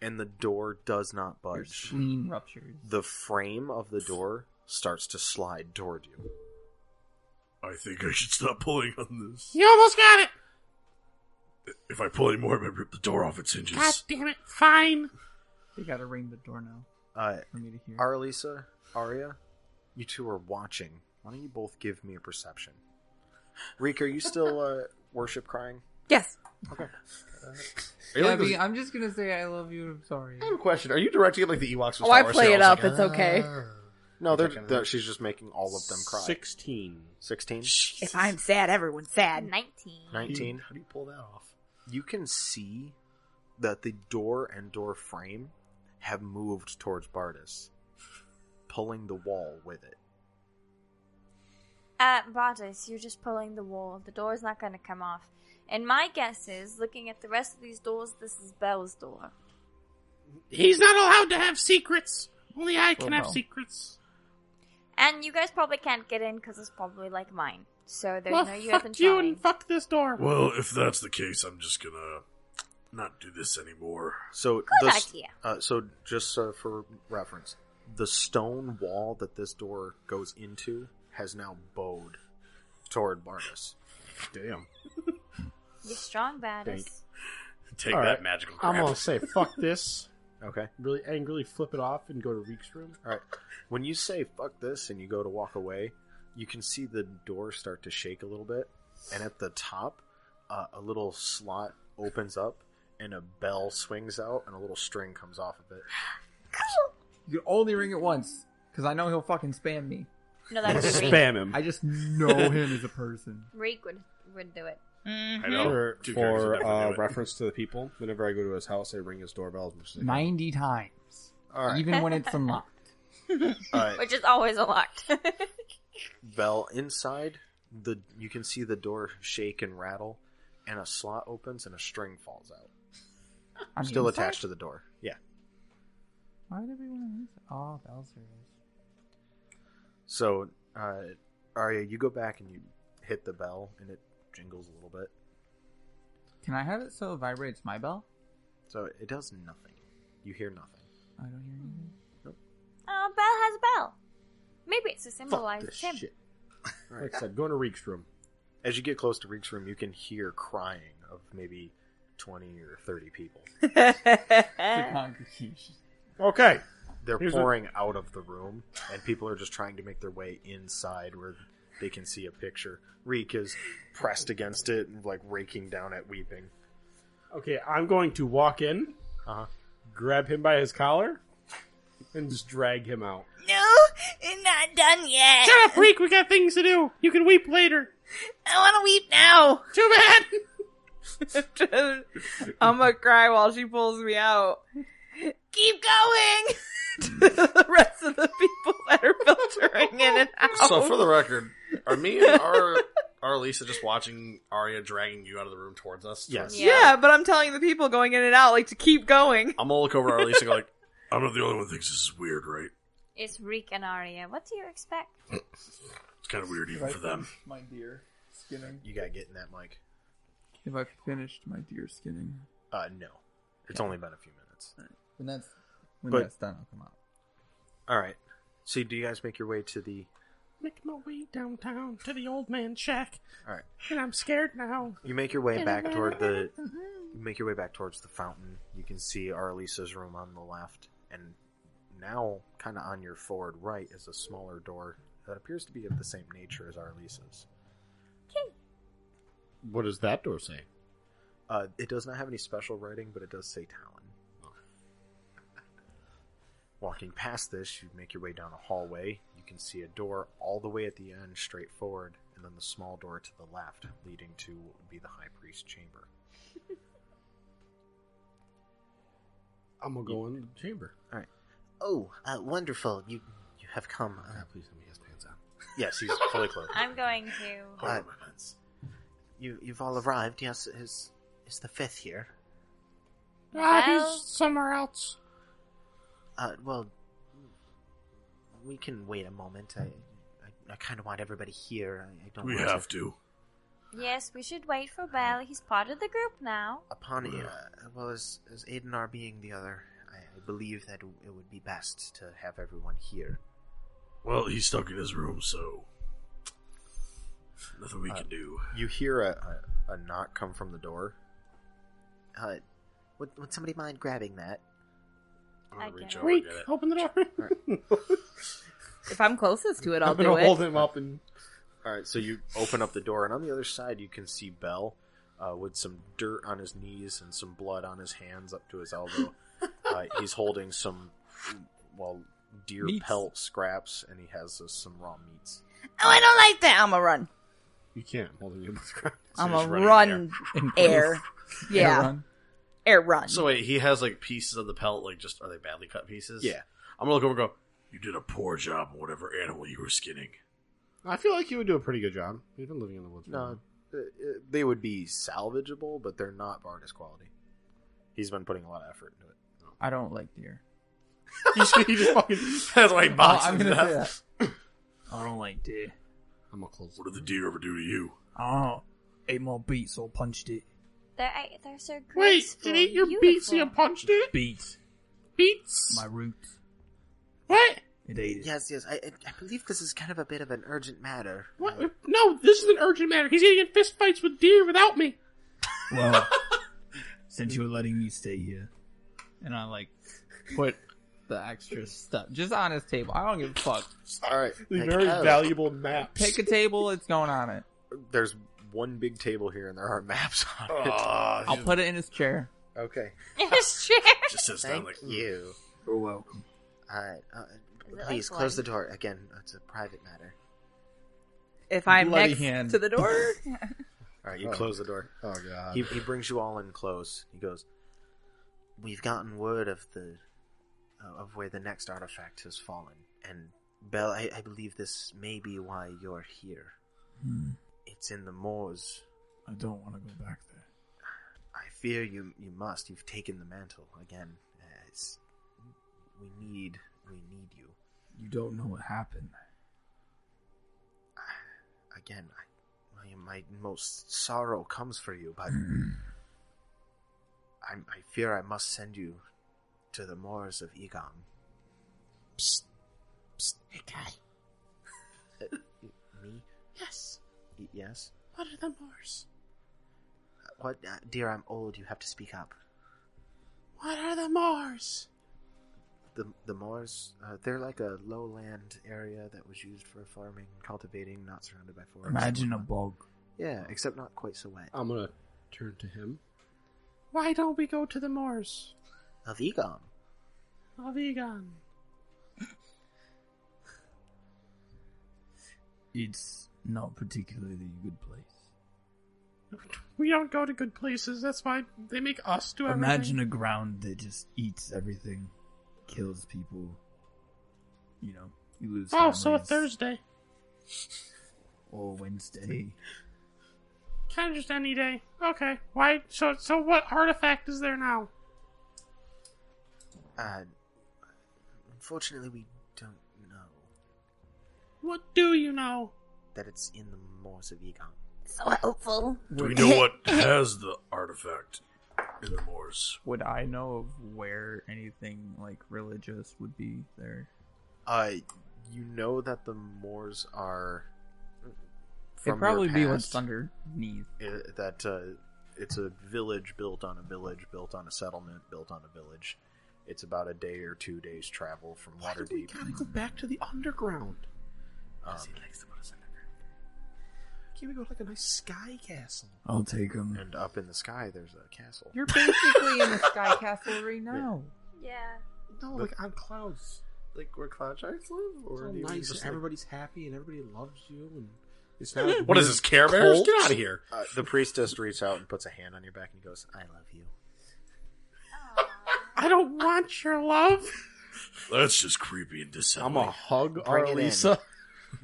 Speaker 3: and the door does not
Speaker 5: Your
Speaker 3: budge.
Speaker 5: spleen ruptures.
Speaker 3: The frame of the door starts to slide toward you.
Speaker 1: I think I should stop pulling on this.
Speaker 7: You almost got it.
Speaker 1: If I pull any more, I might rip the door off its hinges.
Speaker 7: God damn it! Fine.
Speaker 5: They gotta ring the door now
Speaker 3: Uh,
Speaker 5: for me to hear.
Speaker 3: Aralisa, Aria, you two are watching. Why don't you both give me a perception? Reek, are you still uh, worship crying?
Speaker 8: Yes.
Speaker 5: Gabby, I'm just gonna say I love you. I'm sorry.
Speaker 6: I have a question. Are you directing it like the Ewoks? from
Speaker 8: Oh, I
Speaker 6: Star Wars?
Speaker 8: play
Speaker 6: They're
Speaker 8: it
Speaker 6: always
Speaker 8: up. It's okay.
Speaker 3: No, they're, they're, she's just making all of them cry.
Speaker 7: Sixteen.
Speaker 3: 16?
Speaker 8: If I'm sad, everyone's sad.
Speaker 4: Nineteen.
Speaker 3: 19?
Speaker 6: How do you pull that off?
Speaker 3: you can see that the door and door frame have moved towards Bartis, pulling the wall with it.
Speaker 4: Uh, Bartis, you're just pulling the wall. The door's not going to come off. And my guess is, looking at the rest of these doors, this is Belle's door.
Speaker 7: He's not allowed to have secrets. Only I can
Speaker 5: Oh,
Speaker 7: have
Speaker 5: no.
Speaker 7: secrets.
Speaker 4: And you guys probably can't get in because it's probably like mine. So there's
Speaker 7: Well,
Speaker 4: no you
Speaker 7: fuck
Speaker 4: haven't
Speaker 7: you
Speaker 4: trying.
Speaker 7: and fuck this door.
Speaker 1: Well, if that's the case, I'm just gonna not do this anymore.
Speaker 3: So,
Speaker 4: Good
Speaker 3: the s-
Speaker 4: idea.
Speaker 3: Uh, so just uh, for reference, the stone wall that this door goes into has now bowed toward Bartis.
Speaker 7: Damn.
Speaker 4: You're strong, Bartis.
Speaker 6: Take
Speaker 7: All
Speaker 6: that
Speaker 7: right.
Speaker 6: magical crap.
Speaker 7: I'm gonna say fuck this.
Speaker 3: Okay.
Speaker 15: Really angrily flip it off and go to Reek's room.
Speaker 3: All right. When you say "fuck this" and you go to walk away, you can see the door start to shake a little bit, and at the top, uh, a little slot opens up, and a bell swings out, and a little string comes off of it.
Speaker 5: You can only ring it once, because I know he'll fucking spam me.
Speaker 4: No, that would be Reek.
Speaker 15: Spam him.
Speaker 5: I just know him as a person.
Speaker 4: Reek would, would do it.
Speaker 8: Mhm.
Speaker 6: I know.
Speaker 15: For,
Speaker 6: Two characters would
Speaker 15: for
Speaker 6: never
Speaker 15: uh,
Speaker 6: do it.
Speaker 15: reference to the people, whenever I go to his house, I ring his doorbell. and just say,
Speaker 5: Ninety times,
Speaker 3: All right.
Speaker 5: even when it's unlocked.
Speaker 3: All right.
Speaker 4: Which is always Uh, unlocked.
Speaker 3: Bell inside the you can see the door shake and rattle, and a slot opens and a string falls out,
Speaker 5: I'm
Speaker 3: still attached to the door. Yeah.
Speaker 5: Why would everyone use? Oh, Bowser is.
Speaker 3: So, uh, Arya, you go back and you hit the bell, and it jingles a little bit.
Speaker 5: Can I have it so it vibrates my bell?
Speaker 3: So it does nothing. You hear nothing.
Speaker 5: I don't hear anything.
Speaker 4: oh, Bell has a bell. Maybe it's to
Speaker 15: Fuck
Speaker 4: symbolize
Speaker 15: this
Speaker 4: him.
Speaker 15: shit. Like I said, going to Reek's room.
Speaker 3: As you get close to Reek's room, you can hear crying of maybe twenty or thirty people.
Speaker 5: It's a congregation.
Speaker 7: Okay.
Speaker 3: They're
Speaker 7: Here's what-
Speaker 3: pouring out of the room, and people are just trying to make their way inside where they can see a picture. Reek is pressed against it and like raking down at weeping.
Speaker 7: Okay, I'm going to walk in,
Speaker 3: Uh-huh.
Speaker 7: grab him by his collar, and just drag him out.
Speaker 8: No, you're not done yet.
Speaker 7: Shut up, Reek. We got things to do. You can weep later.
Speaker 8: I want to weep now.
Speaker 7: Too bad.
Speaker 8: I'm gonna cry while she pulls me out. Keep going to the rest of the people that are filtering in and out.
Speaker 6: So for the record, are me and our our Lisa just watching Arya dragging you out of the room towards us?
Speaker 3: Yes.
Speaker 8: yeah. but I'm telling the people going in and out like to keep going.
Speaker 6: I'm gonna look over at Arlisa and go like,
Speaker 1: I'm not the only one who thinks this is weird, right?
Speaker 4: It's Reek and Arya. What do you expect?
Speaker 1: It's kind of weird even for them.
Speaker 5: My deer skinning.
Speaker 3: You gotta get in that mic.
Speaker 5: If I finished my deer skinning,
Speaker 3: Uh, no, it's only been a few minutes.
Speaker 5: when that's when
Speaker 3: But-
Speaker 5: that's done, I'll come out.
Speaker 3: All right. So do you guys make your way to the?
Speaker 7: Make my way downtown to the old man's shack,
Speaker 3: All right.
Speaker 7: and I'm scared now.
Speaker 3: You make your way back toward the. You make your way back towards the fountain. You can see Arlisa's room on the left, and now, kind of on your forward right, is a smaller door that appears to be of the same nature as Arlisa's.
Speaker 15: What does that door say?
Speaker 3: Uh, it does not have any special writing, but it does say Talon. Walking past this, you make your way down a hallway. You can see a door all the way at the end, straight forward, and then the small door to the left, leading to what would be the High Priest's chamber.
Speaker 15: I'm gonna go in the chamber.
Speaker 3: Oh, uh, wonderful! You you have come. Uh,
Speaker 15: Ah, please let me his pants on.
Speaker 3: yes, he's fully clothed.
Speaker 4: I'm going to.
Speaker 3: Uh, you you've all arrived. Yes, is is the fifth here?
Speaker 4: Bell,
Speaker 7: Ah, somewhere else.
Speaker 3: Uh, well, we can wait a moment. I I, I kind of want everybody here. I, I don't.
Speaker 1: We
Speaker 3: want
Speaker 1: have to.
Speaker 4: yes, we should wait for Bell. He's part of the group now.
Speaker 16: Upon uh, well as as Adenar being the other, I, I believe that it would be best to have everyone here.
Speaker 1: Well, he's stuck in his room, so nothing we
Speaker 17: Uh,
Speaker 1: can do.
Speaker 3: You hear a, a a knock come from the door.
Speaker 16: Uh, would would somebody mind grabbing that?
Speaker 6: I'm gonna
Speaker 4: I
Speaker 6: reach
Speaker 15: Oh,
Speaker 4: get
Speaker 6: over
Speaker 7: Reek,
Speaker 6: and get it.
Speaker 7: open the door.
Speaker 8: If I'm closest to it, I'll
Speaker 7: I'm
Speaker 8: do
Speaker 7: gonna
Speaker 8: it.
Speaker 7: hold him up and
Speaker 3: All right, so you open up the door, and on the other side, you can see Bell uh, with some dirt on his knees and some blood on his hands up to his elbow. uh, he's holding some, well, deer
Speaker 5: Meats.
Speaker 3: pelt scraps, and he has uh, some raw meats.
Speaker 8: Oh, I don't like that. I'm gonna run.
Speaker 15: You can't. I'm holding him.
Speaker 8: I'm
Speaker 6: just
Speaker 8: gonna
Speaker 6: running
Speaker 8: run air.
Speaker 5: Air
Speaker 8: Yeah,
Speaker 5: run.
Speaker 8: air run.
Speaker 6: So wait, he has like pieces of the pelt, like just are they badly cut pieces?
Speaker 3: Yeah.
Speaker 6: I'm gonna look over and go,
Speaker 1: You did a poor job on whatever animal you were skinning.
Speaker 15: I feel like you would do a pretty good job. You've been living in the woods. for a
Speaker 3: No,
Speaker 15: while.
Speaker 3: uh, uh, they would be salvageable, but they're not Bardis quality. He's been putting a lot of effort into it.
Speaker 5: I don't like deer.
Speaker 7: he just fucking
Speaker 6: That's why he
Speaker 5: Oh,
Speaker 6: boxes
Speaker 5: I'm gonna
Speaker 6: that.
Speaker 5: say that. I don't like deer.
Speaker 15: I'm gonna close.
Speaker 1: What did the deer ever do to you?
Speaker 5: Oh, ate more beets or punched it.
Speaker 4: They're, I- they're so
Speaker 7: wait.
Speaker 4: graceful.
Speaker 7: Did eat your
Speaker 4: beautiful.
Speaker 7: beats? You punched it.
Speaker 5: Beets,
Speaker 7: Beats.
Speaker 5: my roots.
Speaker 7: What?
Speaker 5: It ate it.
Speaker 16: Yes, yes. I I- I believe this is kind of a bit of an urgent matter.
Speaker 7: What? No, this is an urgent matter. He's getting in fist fights with deer without me.
Speaker 5: Well, since you're letting me stay here, and I like put the extra stuff just on his table. I don't give a fuck.
Speaker 18: All right,
Speaker 7: The very valuable maps.
Speaker 5: Pick a table. It's going on it.
Speaker 18: There's one big table here, and there are maps on it.
Speaker 5: I'll put it in his chair.
Speaker 18: Okay.
Speaker 4: In his chair.
Speaker 1: Just says
Speaker 3: Thank
Speaker 1: like-
Speaker 3: you.
Speaker 17: You're welcome.
Speaker 3: All right. Uh,
Speaker 4: it like
Speaker 3: please close the
Speaker 4: one?
Speaker 3: door again. It's a private matter.
Speaker 8: If I'm
Speaker 5: Bloody
Speaker 8: next
Speaker 5: hand.
Speaker 8: to the door,
Speaker 18: All right, you
Speaker 3: Oh.
Speaker 18: close the door.
Speaker 3: Oh, God.
Speaker 18: He, he brings you all in close. He goes,
Speaker 3: We've gotten word of the uh, of where the next artifact has fallen, and Bell, I, I believe this may be why you're here.
Speaker 17: Hmm.
Speaker 3: It's in the moors.
Speaker 17: I don't want to go back there.
Speaker 3: I fear you you must. You've taken the mantle again. Uh, It's, we need we need you
Speaker 17: You don't know what happened.
Speaker 3: again. I, my, my most sorrow comes for you, but I'm, I fear I must send you to the moors of Egon. Psst, psst, hey guy. me? Yes. yes.
Speaker 7: What are the moors?
Speaker 3: What, uh, dear? I'm old. You have to speak up.
Speaker 7: What are the moors?
Speaker 3: the the moors uh, they're like a lowland area that was used for farming and cultivating not surrounded by forest
Speaker 17: Imagine a bog.
Speaker 3: yeah except not quite so wet
Speaker 6: I'm gonna turn to him.
Speaker 7: Why don't we go to the moors?
Speaker 3: of egon
Speaker 7: Of Egon.
Speaker 17: It's not particularly a good place.
Speaker 7: We don't go to good places. That's why they make us do everything.
Speaker 17: Imagine a ground that just eats everything, kills people. You know, you lose.
Speaker 7: Oh, so a
Speaker 17: families.
Speaker 7: Thursday.
Speaker 17: or Wednesday.
Speaker 7: Kind of just any day. Okay. Why? So, so what artifact is there now?
Speaker 3: uh, unfortunately we don't know
Speaker 7: What do you know?
Speaker 3: that it's in the moors of egon
Speaker 8: so hopeful.
Speaker 1: Do we know what has the artifact in the moors?
Speaker 5: Would I know of where anything like religious would be there?
Speaker 18: uh, you know that the Moors are
Speaker 5: It'd
Speaker 18: from
Speaker 5: probably
Speaker 18: your
Speaker 5: be what's
Speaker 18: past,
Speaker 5: underneath.
Speaker 18: i- that uh, it's a village built on a village, built on a settlement, built on a village. It's about a day or two days travel from
Speaker 7: Why do we
Speaker 18: Waterdeep.
Speaker 7: gotta go back to the underground?
Speaker 18: Um,
Speaker 7: Can't we go to like a nice sky castle?
Speaker 17: I'll take them.
Speaker 18: and up in the sky, there's a castle.
Speaker 5: You're basically in the Sky Castle right now.
Speaker 4: Yeah.
Speaker 7: No, like on clouds.
Speaker 6: Like where cloud giants live,
Speaker 7: Or
Speaker 6: or
Speaker 7: do you
Speaker 6: nice.
Speaker 7: just, like-
Speaker 6: everybody's happy and everybody loves you, and it's not. a
Speaker 1: What is
Speaker 6: weird
Speaker 1: this, Care Bears?
Speaker 6: cult.
Speaker 1: Get out of here!
Speaker 18: Uh, the priestess reaches out and puts a hand on your back and he goes,
Speaker 3: i love you
Speaker 7: I don't want your love.
Speaker 1: That's just creepy and
Speaker 6: I'm a
Speaker 1: disheartening.
Speaker 6: hug
Speaker 3: Bring it in.
Speaker 6: Arlisa.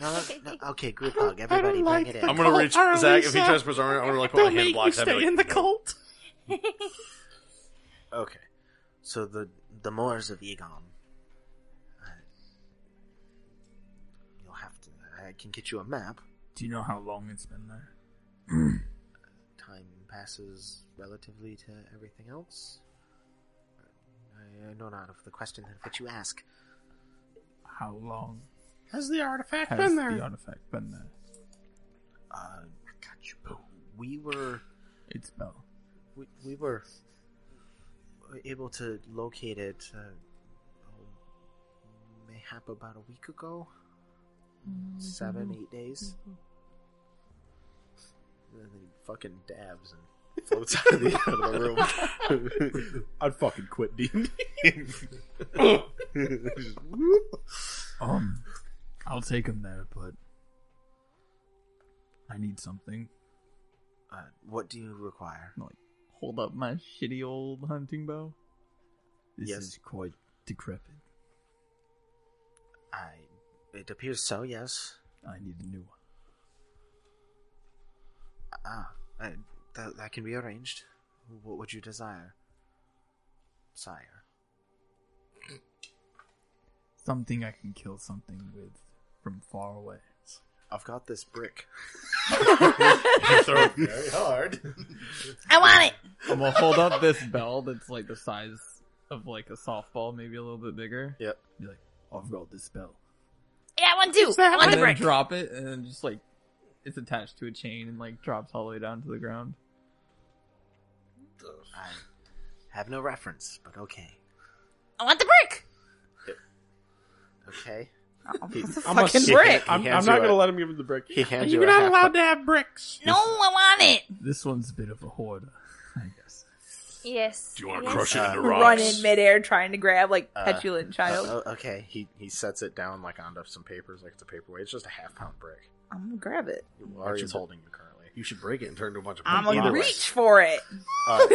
Speaker 3: no, no, okay group
Speaker 7: Oh, I don't-
Speaker 3: hug
Speaker 7: I
Speaker 3: everybody
Speaker 7: don't
Speaker 3: bring
Speaker 7: like
Speaker 3: it
Speaker 7: the
Speaker 3: in
Speaker 1: I'm gonna
Speaker 7: Cult
Speaker 1: reach
Speaker 7: Oh, Arlisa.
Speaker 1: Zach if he tries to put his arm. around- I'm gonna like put my
Speaker 7: don't
Speaker 1: hand
Speaker 7: make me
Speaker 1: blocks. I'd be
Speaker 7: stay
Speaker 1: like,
Speaker 7: in the
Speaker 1: no.
Speaker 7: cult.
Speaker 18: Okay.
Speaker 3: so the the moors of egon uh, you'll have to i can get you a map
Speaker 17: Do you know how long it's been there?
Speaker 3: time passes relatively to everything else. I, I know not of the question of which you ask.
Speaker 17: How long
Speaker 7: Has the artifact
Speaker 17: has
Speaker 7: been there?
Speaker 17: the artifact been there?
Speaker 3: Uh, I got you, but we were
Speaker 17: It's Bell.
Speaker 3: we, we were able to locate it, uh, oh, mayhap about a week ago, seven eight days.
Speaker 18: And then he fucking dabs and floats out of the, out of the room.
Speaker 6: I'd fucking quit, Dean.
Speaker 17: Um, I'll take him there, but I need something.
Speaker 3: Uh, what do you require?
Speaker 5: Like, hold up my shitty old hunting bow.
Speaker 17: This
Speaker 3: Yes.
Speaker 17: is quite decrepit.
Speaker 3: I. It appears so. Yes.
Speaker 17: I need a new one.
Speaker 3: Ah, uh, that, that can be arranged. What would you desire, sire?
Speaker 17: Something I can kill something with from far away.
Speaker 18: I've got this brick.
Speaker 1: You throw it very hard.
Speaker 8: I want it.
Speaker 5: I'm gonna hold up this bell that's like the size of like a softball, maybe a little bit bigger.
Speaker 18: Yep.
Speaker 17: Be like, I've got this spell.
Speaker 8: I got one too. I want
Speaker 5: and
Speaker 8: the
Speaker 5: then
Speaker 8: brick.
Speaker 5: drop it, and then just like it's attached to a chain and like drops all the way down to the ground.
Speaker 3: I have no reference, but okay.
Speaker 2: I want the brick.
Speaker 3: Okay.
Speaker 7: He-
Speaker 2: It's a
Speaker 7: I'm a
Speaker 2: fucking
Speaker 7: sick-
Speaker 2: brick.
Speaker 7: I'm,
Speaker 3: He
Speaker 7: I'm
Speaker 3: hands
Speaker 7: not
Speaker 3: you a-
Speaker 7: going to let him give him the brick.
Speaker 3: he hands
Speaker 7: You're
Speaker 3: you a
Speaker 7: not
Speaker 3: half
Speaker 7: allowed to have bricks.
Speaker 2: No, I want it.
Speaker 5: This one's a bit of a hoarder, I guess.
Speaker 4: Yes.
Speaker 1: Do you wanna
Speaker 4: yes.
Speaker 1: crush it into
Speaker 2: Run in midair trying to grab like
Speaker 8: Uh,
Speaker 2: petulant child.
Speaker 8: uh, oh, okay, he he sets it down like onto some papers, like it's a paperweight. It's just a half pound brick.
Speaker 2: I'm gonna grab it.
Speaker 8: Larry is holding it currently.
Speaker 6: You should break it and turn it into a bunch of
Speaker 2: I'm
Speaker 6: paper.
Speaker 2: gonna
Speaker 6: Either way.
Speaker 2: reach for it.
Speaker 8: Uh,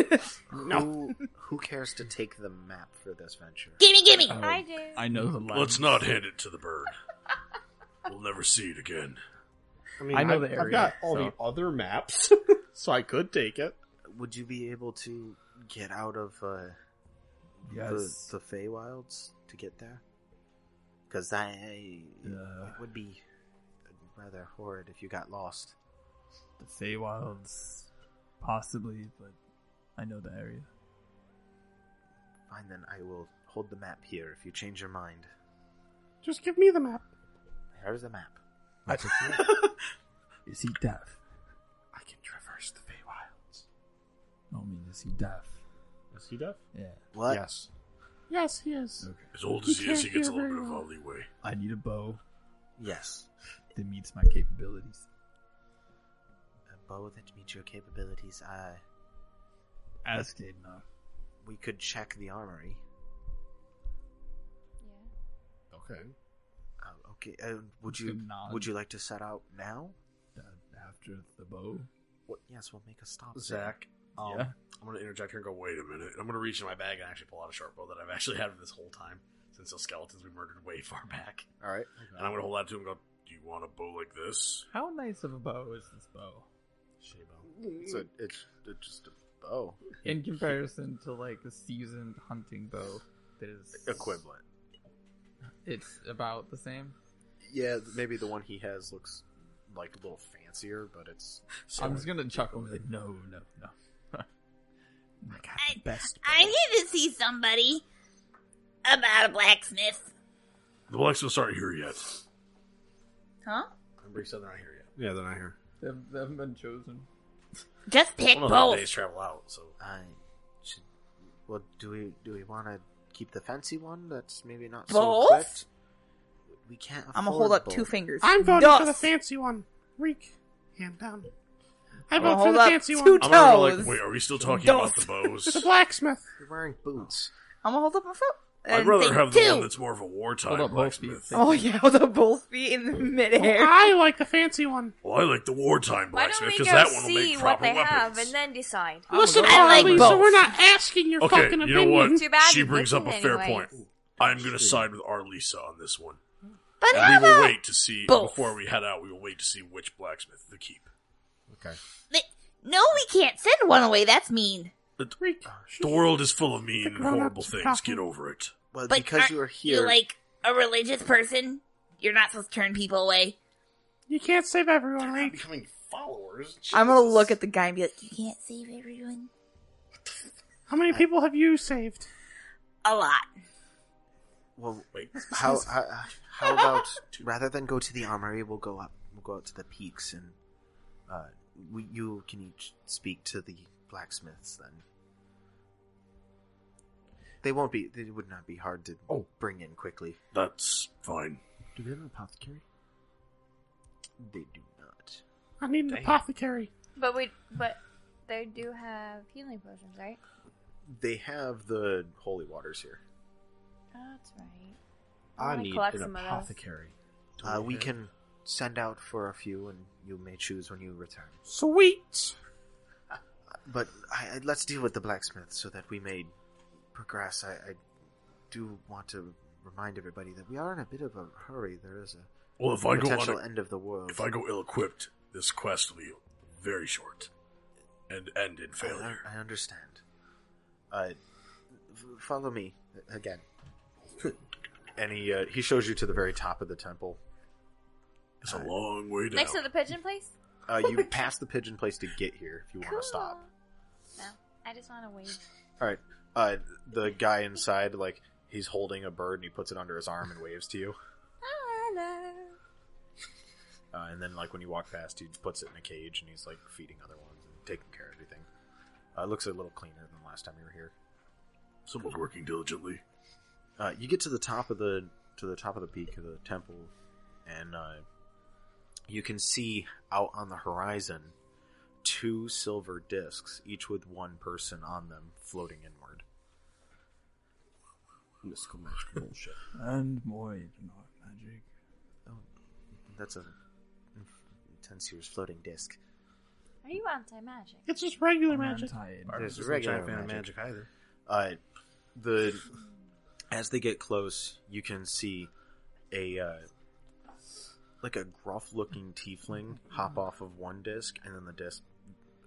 Speaker 3: no. Who, who cares to take the map for this venture?
Speaker 2: Gimme, gimme.
Speaker 5: Oh,
Speaker 4: I do.
Speaker 5: I know the line.
Speaker 1: Let's not hand it to the bird. We'll never see it again.
Speaker 7: I mean,
Speaker 5: I know
Speaker 7: I've,
Speaker 5: the
Speaker 7: I've
Speaker 5: area,
Speaker 7: got all
Speaker 5: so-
Speaker 7: the other maps, so I could take it.
Speaker 3: Would you be able to get out of uh,
Speaker 5: Yes.
Speaker 3: the the Feywilds to get there? Because I
Speaker 5: Yeah.
Speaker 3: it would be rather horrid if you got lost.
Speaker 5: The Feywilds, possibly, but I know the area.
Speaker 3: Fine, then I will hold the map here. If you change your mind,
Speaker 7: Just give me the map.
Speaker 3: here's the map.
Speaker 5: Is he deaf?
Speaker 7: I can traverse the Feywilds.
Speaker 5: I mean, is he deaf?
Speaker 7: Is he deaf?
Speaker 5: Yeah.
Speaker 3: What?
Speaker 7: Yes. Yes, he is.
Speaker 5: Okay.
Speaker 1: As old as he is, he
Speaker 7: can't
Speaker 1: gets a
Speaker 7: hear
Speaker 1: little bit
Speaker 7: very
Speaker 1: of
Speaker 7: well.
Speaker 1: a leeway.
Speaker 5: I need a bow
Speaker 3: Yes,
Speaker 5: that meets my capabilities.
Speaker 3: a bow that meets your capabilities. Uh,
Speaker 5: Ask Aiden.
Speaker 3: we could check the armory.
Speaker 4: Yeah.
Speaker 19: Okay.
Speaker 3: Oh, okay. Uh, would
Speaker 5: Just
Speaker 3: you
Speaker 5: gonna nod.
Speaker 3: would you like to set out now?
Speaker 5: uh, After the bow,
Speaker 3: What? Yes, we'll make a stop.
Speaker 6: Zach, um,
Speaker 5: Yeah.
Speaker 6: I'm going to interject here and go, wait a minute. I'm going to reach in my bag and actually pull out a short bow that I've actually had this whole time since those skeletons we murdered way far back.
Speaker 8: all right.
Speaker 6: And I'm going to hold out to him and go, do you want a bow like this?
Speaker 5: how nice of a bow is this bow?
Speaker 8: It's a, it's, it's just a bow
Speaker 20: Yeah.
Speaker 5: Yeah.
Speaker 20: In
Speaker 5: In
Speaker 20: comparison to like a seasoned hunting bow, that is
Speaker 8: equivalent.
Speaker 20: It's about the same.
Speaker 8: Yeah, maybe the one he has looks like a little fancier, but it's
Speaker 20: I'm just gonna chuckle. and be like,
Speaker 5: No, no, no.
Speaker 2: I, I need to see somebody about a blacksmith.
Speaker 1: The blacksmiths aren't here yet.
Speaker 2: Huh?
Speaker 6: Remember, he said they're not here yet.
Speaker 19: Yeah, then I hear.
Speaker 20: They haven't, they haven't been chosen.
Speaker 2: Just pick
Speaker 6: One of those
Speaker 2: both.
Speaker 6: days travel out, so.
Speaker 3: I should. Well, do we do we want to keep the fancy one? That's maybe not
Speaker 2: Both?
Speaker 3: so equipped. We can't. Afford
Speaker 2: I'm gonna hold up two
Speaker 3: both.
Speaker 2: fingers.
Speaker 7: I'm voting for the
Speaker 2: Dust.
Speaker 7: fancy one. Reek, hand down. I
Speaker 2: I'm
Speaker 7: vote
Speaker 2: gonna
Speaker 7: for
Speaker 2: hold
Speaker 7: the
Speaker 2: up
Speaker 7: fancy
Speaker 2: two
Speaker 7: one.
Speaker 2: toes.
Speaker 1: I'm
Speaker 8: Oh,
Speaker 1: gonna go like, wait, are we still talking about the
Speaker 2: Dust.
Speaker 7: The
Speaker 1: bows?
Speaker 7: blacksmith.
Speaker 3: You're wearing boots.
Speaker 2: I'm gonna hold up my foot.
Speaker 1: I'd
Speaker 2: and
Speaker 1: rather
Speaker 2: say
Speaker 1: have the
Speaker 2: two.
Speaker 1: one that's more of a
Speaker 20: Hold
Speaker 1: wartime
Speaker 20: up both feet.
Speaker 1: blacksmith.
Speaker 2: Oh yeah, hold up both feet in the
Speaker 7: Well,
Speaker 2: midair.
Speaker 7: I like the fancy one.
Speaker 1: Well, I like the wartime
Speaker 4: Why don't
Speaker 1: blacksmith
Speaker 4: we
Speaker 1: because
Speaker 4: go
Speaker 1: that one will
Speaker 4: see
Speaker 1: make
Speaker 4: what
Speaker 1: proper
Speaker 4: they
Speaker 1: weapons.
Speaker 4: have and then decide?
Speaker 7: Listen,
Speaker 2: I like
Speaker 7: Ashley,
Speaker 2: both.
Speaker 7: so we're not asking your
Speaker 1: okay,
Speaker 7: fucking
Speaker 1: you know what?
Speaker 7: opinion.
Speaker 4: Too bad
Speaker 1: she
Speaker 4: you
Speaker 1: brings up a
Speaker 4: listened
Speaker 1: fair
Speaker 4: anyways.
Speaker 1: point. I'm gonna side with our Lisa on this one.
Speaker 2: But how
Speaker 1: And we will
Speaker 2: about
Speaker 1: wait to see
Speaker 2: both?
Speaker 1: before we head out. We will wait to see which blacksmith to keep.
Speaker 19: Okay.
Speaker 2: Th- No, we can't send one away. That's mean.
Speaker 7: Reek,
Speaker 1: The world is full of mean and
Speaker 7: grown-ups
Speaker 1: horrible things.
Speaker 7: talking.
Speaker 1: Get over it.
Speaker 3: Well,
Speaker 2: But
Speaker 3: because
Speaker 2: aren't
Speaker 3: you are here,
Speaker 2: You like a religious person? You're not supposed to turn people away.
Speaker 7: you can't save everyone,
Speaker 6: Not
Speaker 7: Reek.
Speaker 6: becoming followers.
Speaker 2: I'm gonna look at the guy and be like, "You can't save everyone."
Speaker 7: How many people have you saved?
Speaker 2: A lot.
Speaker 3: well,
Speaker 6: Wait.
Speaker 3: how how, how about rather than go to the armory, we'll go up. We'll go out to the peaks, and uh, we, you can each speak to the blacksmiths. Then they won't be. They would not be hard to
Speaker 19: Oh.
Speaker 3: bring in quickly.
Speaker 1: That's fine.
Speaker 19: Do we have an apothecary?
Speaker 3: They do not.
Speaker 7: I need an
Speaker 6: Damn.
Speaker 7: apothecary.
Speaker 4: But we, but they do have healing potions, right?
Speaker 8: they have the holy waters here.
Speaker 4: Oh, that's right. I wanna
Speaker 19: need
Speaker 4: collect
Speaker 19: an
Speaker 4: some of those.
Speaker 19: apothecary. Do
Speaker 3: Uh, we
Speaker 19: have-
Speaker 3: can send out for a few, and you may choose when you return.
Speaker 7: Sweet.
Speaker 3: But I, I, let's deal with the blacksmith so that we may progress. I, I do want to remind everybody that we are in a bit of a hurry. There is a
Speaker 1: Well, if I go on
Speaker 3: potential
Speaker 1: a,
Speaker 3: end of the world.
Speaker 1: if I go ill-equipped, this quest will be very short and end in
Speaker 3: I-
Speaker 1: failure.
Speaker 3: I, I understand. Uh, f- follow me uh, again.
Speaker 8: And he uh, he shows you to the very top of the temple.
Speaker 1: It's a long way down.
Speaker 4: Next to the pigeon place.
Speaker 8: Uh, you pass the pigeon place to get here if you want
Speaker 4: Cool.
Speaker 8: to stop.
Speaker 4: No, I just want to wave.
Speaker 8: All right. Uh, the guy inside, like, he's holding a bird and he puts it under his arm and waves to you.
Speaker 4: Hello.
Speaker 8: Uh, and then, like, when you walk past, he puts it in a cage and he's, like, feeding other ones and taking care of everything. Uh, it looks a little cleaner than last time you were here.
Speaker 1: Someone's working diligently.
Speaker 3: Uh, you get to the top of the to the top of the peak of the temple, and uh, you can see out on the horizon two silver discs, each with one person on them, floating inward.
Speaker 7: Mystical magical bullshit.
Speaker 21: And more Ignore magic.
Speaker 3: Oh, That's a intense years floating disc.
Speaker 4: Are you anti magic?
Speaker 6: It's just regular
Speaker 4: I'm
Speaker 6: magic.
Speaker 3: There's
Speaker 1: Barbara's
Speaker 3: regular
Speaker 1: not a fan of
Speaker 3: magic.
Speaker 1: magic either.
Speaker 3: Uh, the as they get close, you can see a uh, like a gruff-looking tiefling hop off of one disc, and then the disc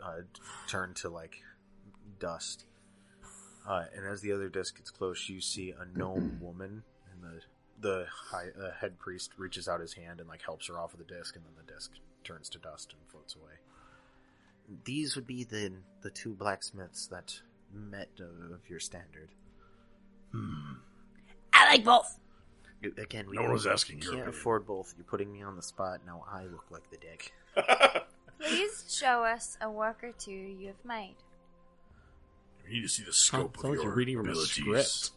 Speaker 3: uh, turn to like dust. Uh, and as the other disc gets close, you see a gnome woman, and the the high, uh, head priest reaches out his hand and like helps her off of the disc, and then the disc turns to dust and floats away.
Speaker 22: These would be the the two blacksmiths that met uh, of your standard.
Speaker 23: I like both.
Speaker 22: Again, we
Speaker 1: Hmm. No one was asking
Speaker 22: we
Speaker 1: your
Speaker 22: can't
Speaker 1: opinion.
Speaker 22: afford both. You're putting me on the spot now. I look like the dick.
Speaker 4: Please show us a work or two you have made.
Speaker 24: You need to see the scope
Speaker 7: Sounds
Speaker 24: of
Speaker 7: like
Speaker 24: your
Speaker 7: you're reading from a
Speaker 24: abilities.
Speaker 7: script.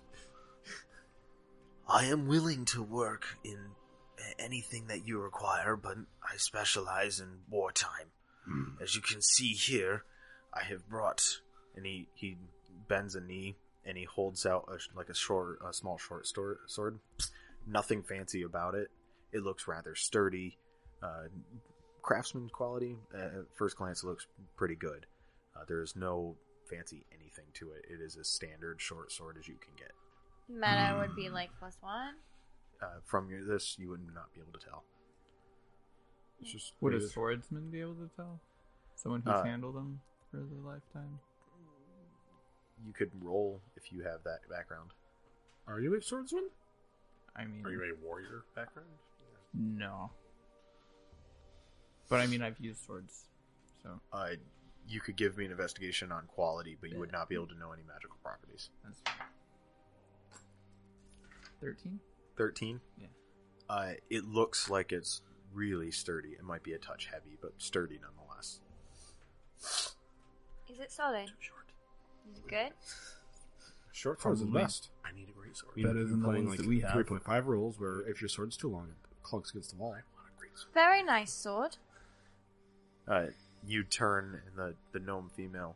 Speaker 22: I am willing to work in a- anything that you require, but I specialize in wartime.
Speaker 3: As you can see here, I have brought, and he he bends a knee and he holds out a, sh- like a short, a small short stor- sword. Nothing fancy about it. It looks rather sturdy, uh, craftsman quality. Uh, at first glance, it looks pretty good. Uh, there is no fancy anything to it. It is a standard short sword as you can get.
Speaker 1: Mm.
Speaker 4: Meta would be like plus one.
Speaker 3: Uh, from your, this, you would not be able to tell.
Speaker 7: It's just
Speaker 5: Would a
Speaker 7: it is-
Speaker 5: swordsman be able to tell? Someone who's
Speaker 3: Uh,
Speaker 5: handled them for their lifetime?
Speaker 3: You could roll if you have that background.
Speaker 7: Are you a swordsman?
Speaker 5: I mean,
Speaker 24: Are you a warrior background?
Speaker 5: no. But I mean, I've used swords, so
Speaker 3: uh, you could give me an investigation on quality, but you would not be able to know any magical properties.
Speaker 5: that's thirteen.
Speaker 3: 13?
Speaker 5: Yeah.
Speaker 3: Uh, it looks like it's really sturdy. It might be a touch heavy, but sturdy nonetheless.
Speaker 4: Is it solid? Is it good?
Speaker 7: Short swords are the
Speaker 21: Probably.
Speaker 7: best.
Speaker 1: I need a great sword.
Speaker 7: You-
Speaker 21: Better
Speaker 7: you
Speaker 21: than the
Speaker 7: play in,
Speaker 21: ones that we have.
Speaker 7: 3.5 rules where if your sword's too long, it clunks against the wall.
Speaker 4: Very nice sword.
Speaker 3: Uh, you turn, and the, the gnome female.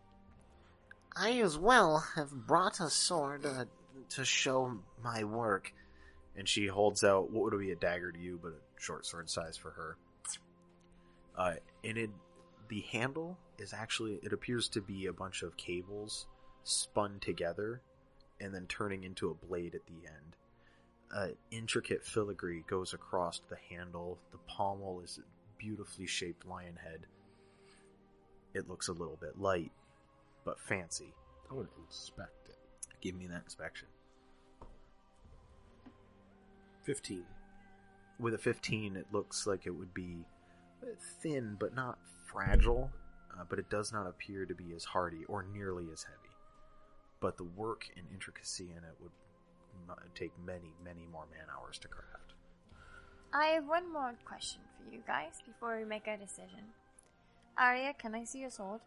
Speaker 22: I as well have brought a sword uh, to show my work.
Speaker 3: and she holds out what would be a dagger to you, but a short sword size for her. Uh, and it, the handle is actually it appears to be a bunch of cables spun together and then turning into a blade at the end. Uh, intricate filigree goes across the handle. The pommel is a beautifully shaped lion head. It looks a little bit light, but fancy.
Speaker 7: I want to inspect it.
Speaker 3: Give me that inspection.
Speaker 7: 15.
Speaker 3: with a 15 it looks like it would be thin but not fragile uh, but it does not appear to be as hardy or nearly as heavy but the work and intricacy in it would mu- take many many more man hours to craft
Speaker 4: I have one more question for you guys before we make our decision. Arya, can I see your sword?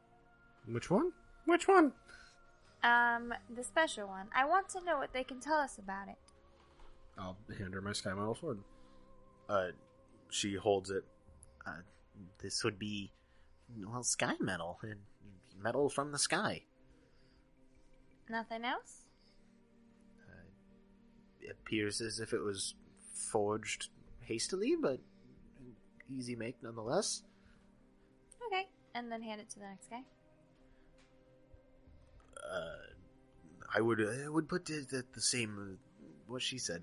Speaker 7: Which one?
Speaker 6: Which one?
Speaker 4: Um, the special one. I want to know what they can tell us about it.
Speaker 7: I'll hand her my Sky Model sword.
Speaker 3: uh, she holds it
Speaker 22: Uh, this would be, well, sky metal. and Metal from the sky.
Speaker 4: Nothing else?
Speaker 22: It appears as if it was forged hastily, but easy make nonetheless.
Speaker 4: Okay. And then hand it to the next guy.
Speaker 22: Uh, I would I would put it at the same uh, what she said.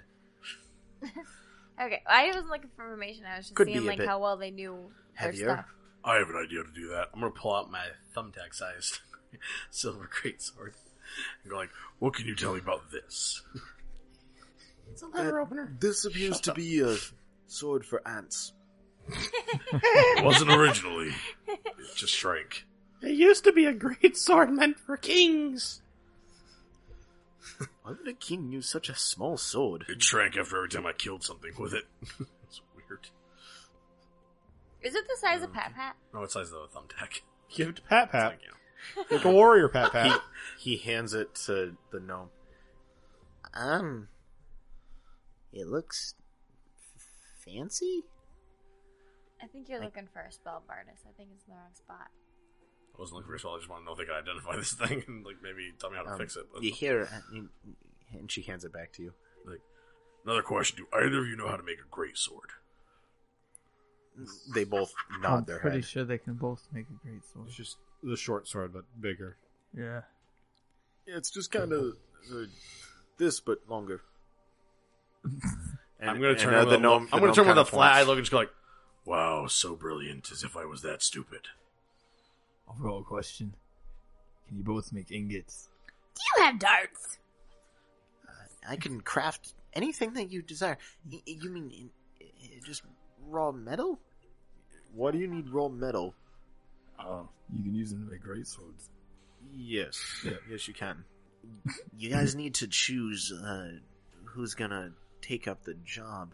Speaker 4: Okay. I wasn't looking for information. I was just
Speaker 22: Could be
Speaker 4: seeing
Speaker 22: a
Speaker 4: like
Speaker 22: bit
Speaker 4: how well they knew
Speaker 22: heavier.
Speaker 4: their stuff.
Speaker 1: I have an idea to do that. I'm gonna pull out my thumbtack sized silver greatsword and go like, "What can you tell me about this?"
Speaker 4: It's a
Speaker 22: letter opener. Uh, This appears to be a sword for ants.
Speaker 1: It wasn't originally. It just shrank.
Speaker 6: It used to be a great sword meant for kings.
Speaker 22: Why would a king use such a small sword?
Speaker 1: It shrank after every time I killed something with it. it's weird.
Speaker 4: Is it the size of Pat Pat?
Speaker 1: No, what size Oh, though? A thumbtack.
Speaker 6: Give it to Pat Pat.
Speaker 1: Thank
Speaker 6: Like a
Speaker 3: Uh,
Speaker 6: warrior Pat Pat.
Speaker 3: he hands it to the gnome
Speaker 22: Um,
Speaker 3: It looks f- fancy.
Speaker 4: I think you're
Speaker 3: I-
Speaker 4: looking for a spell artist. I think it's in the wrong spot.
Speaker 1: I wasn't looking for a spell. I just want to know if they could identify this thing and like maybe tell me how to
Speaker 3: Um,
Speaker 1: fix it. But
Speaker 3: You hear, I mean, and she hands it back to you.
Speaker 1: like another question: Do either of you know how to make a great sword?
Speaker 3: They both
Speaker 6: I'm
Speaker 3: nod their
Speaker 6: pretty
Speaker 3: head.
Speaker 6: sure they can both make a great sword.
Speaker 25: It's just the short sword, but bigger.
Speaker 6: Yeah.
Speaker 7: It's just kind of uh, this, but longer.
Speaker 1: I'm gonna
Speaker 7: and,
Speaker 1: turn.
Speaker 7: uh,
Speaker 1: with
Speaker 7: the
Speaker 1: a-
Speaker 7: gnome-
Speaker 1: I'm
Speaker 7: the
Speaker 1: gonna turn with
Speaker 7: kinda
Speaker 1: a flat eye
Speaker 7: points.
Speaker 1: look and just go like, "Wow, so brilliant! As if I was that stupid."
Speaker 5: I've got a question. Can you both make ingots?
Speaker 8: Do you have darts?
Speaker 3: Uh, I can craft anything that you desire. Y- y- You mean in- i- just raw metal?
Speaker 7: Why do you need raw metal?
Speaker 5: Oh, you can use them to make great swords.
Speaker 7: Yes, yes, you can.
Speaker 3: You guys need to choose uh, who's gonna take up the job.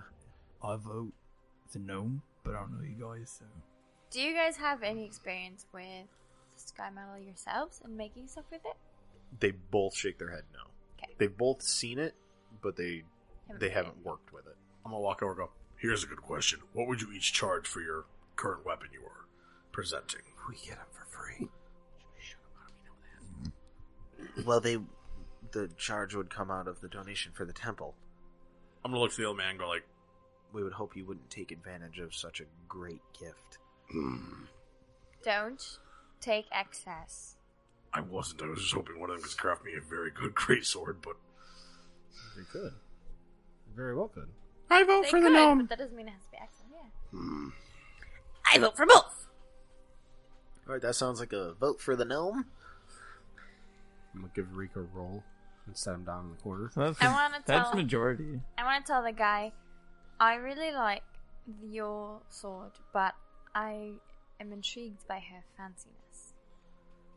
Speaker 5: I vote for gnome, but I don't know you guys, so
Speaker 4: Do you guys have any experience with sky metal yourselves and making stuff with it?
Speaker 7: They both shake their head no.
Speaker 4: Okay.
Speaker 7: They've both seen it, but they
Speaker 4: Haven't
Speaker 7: they
Speaker 4: done
Speaker 7: haven't worked with it.
Speaker 1: I'm gonna walk over. and Go. Here's a good question: What would you each charge for your current weapon you are presenting?
Speaker 25: We get them for free.
Speaker 3: Well, they the charge would come out of the donation for the temple.
Speaker 1: I'm gonna look to the old man and go like,
Speaker 3: We would hope you wouldn't take advantage of such a great gift.
Speaker 4: Don't take excess.
Speaker 1: "I wasn't. I was just hoping one of them could craft me a very good great sword, but
Speaker 25: They could. Very well could.
Speaker 4: I vote
Speaker 8: for the gnome.
Speaker 4: But that doesn't mean it has to be excess. Yeah.
Speaker 8: I vote for both.
Speaker 3: All right, that sounds like a vote for the gnome.
Speaker 25: I'm gonna give Rico a roll and set him down in the corner.
Speaker 6: So that's,
Speaker 4: I wanna
Speaker 6: that's
Speaker 4: tell-
Speaker 6: majority.
Speaker 4: I want to tell the guy, I really like your sword, but I am intrigued by her fanciness.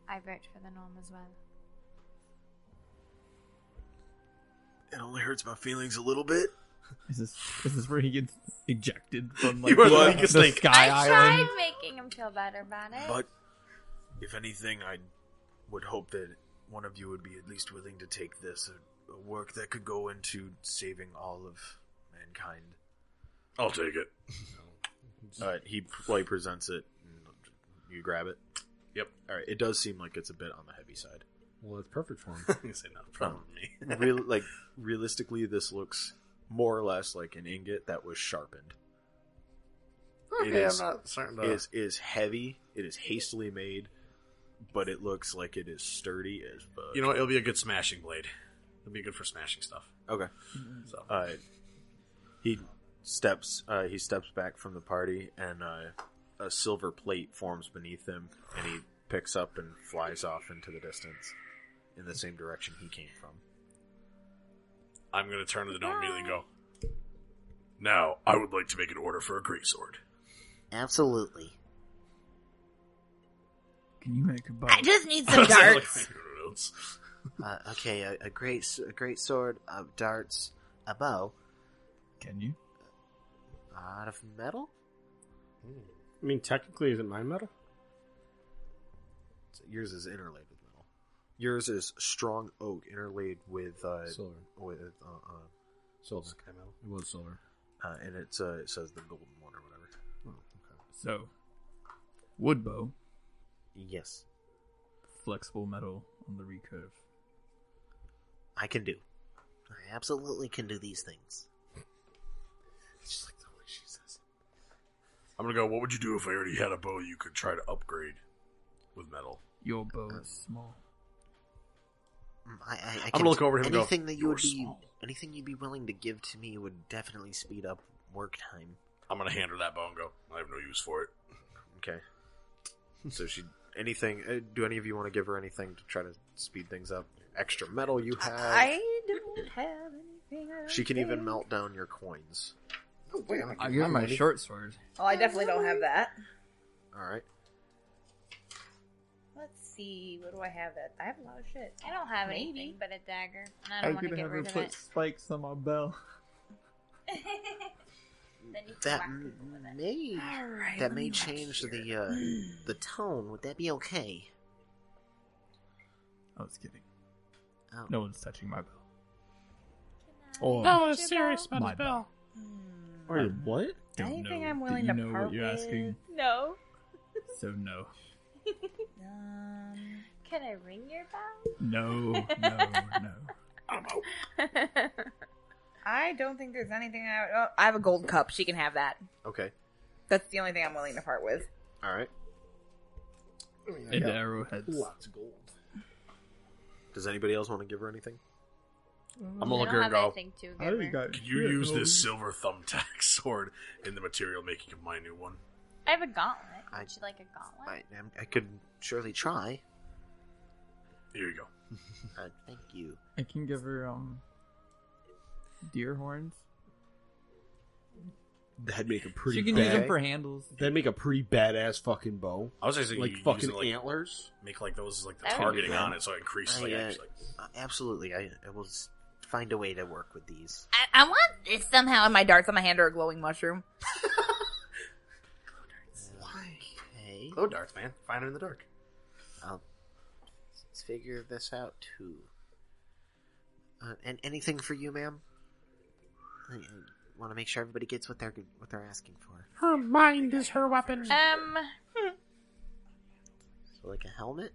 Speaker 4: I vote for the norm as well.
Speaker 3: It only hurts my feelings a little bit.
Speaker 6: Is this is this where he gets ejected from like
Speaker 1: You are the
Speaker 6: the,
Speaker 1: weakest
Speaker 6: the
Speaker 1: link.
Speaker 6: Sky
Speaker 4: I
Speaker 6: Island?
Speaker 4: tried making him feel better about it.
Speaker 26: But if anything, I would hope that one of you would be at least willing to take this a, a work that could go into saving all of mankind.
Speaker 1: I'll take it."
Speaker 7: All right, he like presents it. And you grab it.
Speaker 1: Yep.
Speaker 7: All right, it does seem like it's a bit on the heavy side.
Speaker 25: Well, it's perfect for him.
Speaker 1: I'm gonna say not a problem with me.
Speaker 7: Real like realistically, this looks more or less like an ingot that was sharpened.
Speaker 1: Okay, I'm not certain.
Speaker 3: uh,
Speaker 1: To...
Speaker 7: is is heavy. It is hastily made, but it looks like it is sturdy as fuck.
Speaker 1: You know, what? it'll be a good smashing blade. It'll be good for smashing stuff.
Speaker 7: Okay.
Speaker 1: So
Speaker 7: Uh, he steps. Uh, he steps back from the party, and uh, a silver plate forms beneath him, and he picks up and flies off into the distance, in the same direction he came from.
Speaker 1: I'm gonna turn to the gnome immediately and go. Now, I would like to make an order for a great sword.
Speaker 3: Absolutely.
Speaker 5: Can you make a bow?
Speaker 1: Oh.
Speaker 8: I just need some darts.
Speaker 3: uh, okay, a, a great s- a great sword, uh, darts, a bow
Speaker 5: Can you?
Speaker 3: out of metal.
Speaker 25: I mean, technically, isn't mine metal?
Speaker 7: Yours is interlaid with metal. Yours is strong oak interlaid with uh,
Speaker 25: Silver.
Speaker 7: with uh, uh,
Speaker 25: Silver. It was silver.
Speaker 7: Uh, and it's uh, it says the golden one or whatever.
Speaker 25: Oh, okay.
Speaker 5: So wood bow,
Speaker 3: Yes,
Speaker 5: flexible metal on the recurve.
Speaker 3: I can do. I absolutely can do these things.
Speaker 25: It's like the way she says it.
Speaker 1: I'm gonna go. What would you do if I already had a bow you could try to upgrade with metal?
Speaker 5: Your bow is small.
Speaker 3: Mm, I, I, I can
Speaker 1: gonna look over at him and go,
Speaker 3: anything that you would
Speaker 1: "You're
Speaker 3: be
Speaker 1: small."
Speaker 3: anything you'd be willing to give to me would definitely speed up work time.
Speaker 1: I'm gonna hand her that bow and go. I have no use for it.
Speaker 7: Okay. So she anything? Uh, do any of you want to give her anything to try to speed things up? Extra metal you have.
Speaker 1: Oh.
Speaker 8: I don't have anything. I
Speaker 7: she
Speaker 8: don't
Speaker 7: can even
Speaker 8: think.
Speaker 7: melt down your coins.
Speaker 5: I got my short sword.
Speaker 8: Oh, I definitely don't have that.
Speaker 7: All right.
Speaker 8: Let's see. What do I have? That I have a lot of shit.
Speaker 4: I don't have
Speaker 8: Maybe.
Speaker 4: anything but a dagger, and I don't want to
Speaker 6: could
Speaker 4: get
Speaker 6: have her
Speaker 4: rid of
Speaker 6: put
Speaker 4: it.
Speaker 6: spikes on my bell.
Speaker 4: Then you can
Speaker 3: That
Speaker 4: whack
Speaker 3: m-
Speaker 4: people with it.
Speaker 3: may
Speaker 8: All right.
Speaker 3: that
Speaker 8: let
Speaker 3: may
Speaker 8: me look
Speaker 3: change
Speaker 8: here.
Speaker 3: the uh, the tone. Would that be okay?
Speaker 5: I was kidding.
Speaker 3: Oh.
Speaker 8: Oh.
Speaker 5: No one's touching my bow.
Speaker 4: Can
Speaker 27: Or
Speaker 2: No, Oh, it's serious about
Speaker 27: My
Speaker 2: his bell.
Speaker 27: Or what?
Speaker 28: Don't
Speaker 8: Anything
Speaker 28: know.
Speaker 8: I'm
Speaker 28: Do
Speaker 8: willing
Speaker 28: you
Speaker 8: to
Speaker 28: know
Speaker 8: part
Speaker 28: what you're
Speaker 8: with?
Speaker 28: asking?
Speaker 4: No.
Speaker 28: So no,
Speaker 8: Um,
Speaker 4: Can I ring your bell?
Speaker 28: no, no, no.
Speaker 8: I don't think there's anything I. Oh, I have a gold cup. She can have that.
Speaker 7: Okay.
Speaker 8: That's the only thing I'm willing to part with.
Speaker 7: All right.
Speaker 28: And arrowheads.
Speaker 27: Lots of gold.
Speaker 7: Does anybody else want to give her anything?
Speaker 6: I'm gonna look her and go. Can you
Speaker 27: shit,
Speaker 6: use
Speaker 27: Obi?"
Speaker 6: this silver thumbtack sword in the material making of my new one?
Speaker 4: I have a gauntlet.
Speaker 3: I-
Speaker 4: Would you like a gauntlet?
Speaker 3: I, I'm- I could surely try.
Speaker 6: Here you go.
Speaker 3: uh, thank you.
Speaker 5: I can give her um deer horns.
Speaker 27: That'd make a pretty.
Speaker 5: She can use 'em
Speaker 27: bad-
Speaker 5: for handles.
Speaker 27: That'd make a pretty badass fucking bow.
Speaker 6: I was actually
Speaker 27: like
Speaker 6: using,
Speaker 27: fucking
Speaker 6: like,
Speaker 27: antlers.
Speaker 6: Make like those like the
Speaker 4: That would be
Speaker 6: targeting
Speaker 4: fun.
Speaker 6: on it, so it increases like,
Speaker 3: I, uh,
Speaker 6: actually, like
Speaker 3: uh, absolutely, I, I will s- find a way to work with these.
Speaker 8: I, I want this somehow. And my darts on my hand are a glowing mushroom.
Speaker 3: Okay.
Speaker 6: glow oh, darts, man. Find them in the dark.
Speaker 3: I'll let's figure this out too. Uh, and anything for you, ma'am? I, want to make sure everybody gets what they're what they're asking for.
Speaker 2: Her mind is her weapon.
Speaker 4: Um,
Speaker 3: So, like a helmet.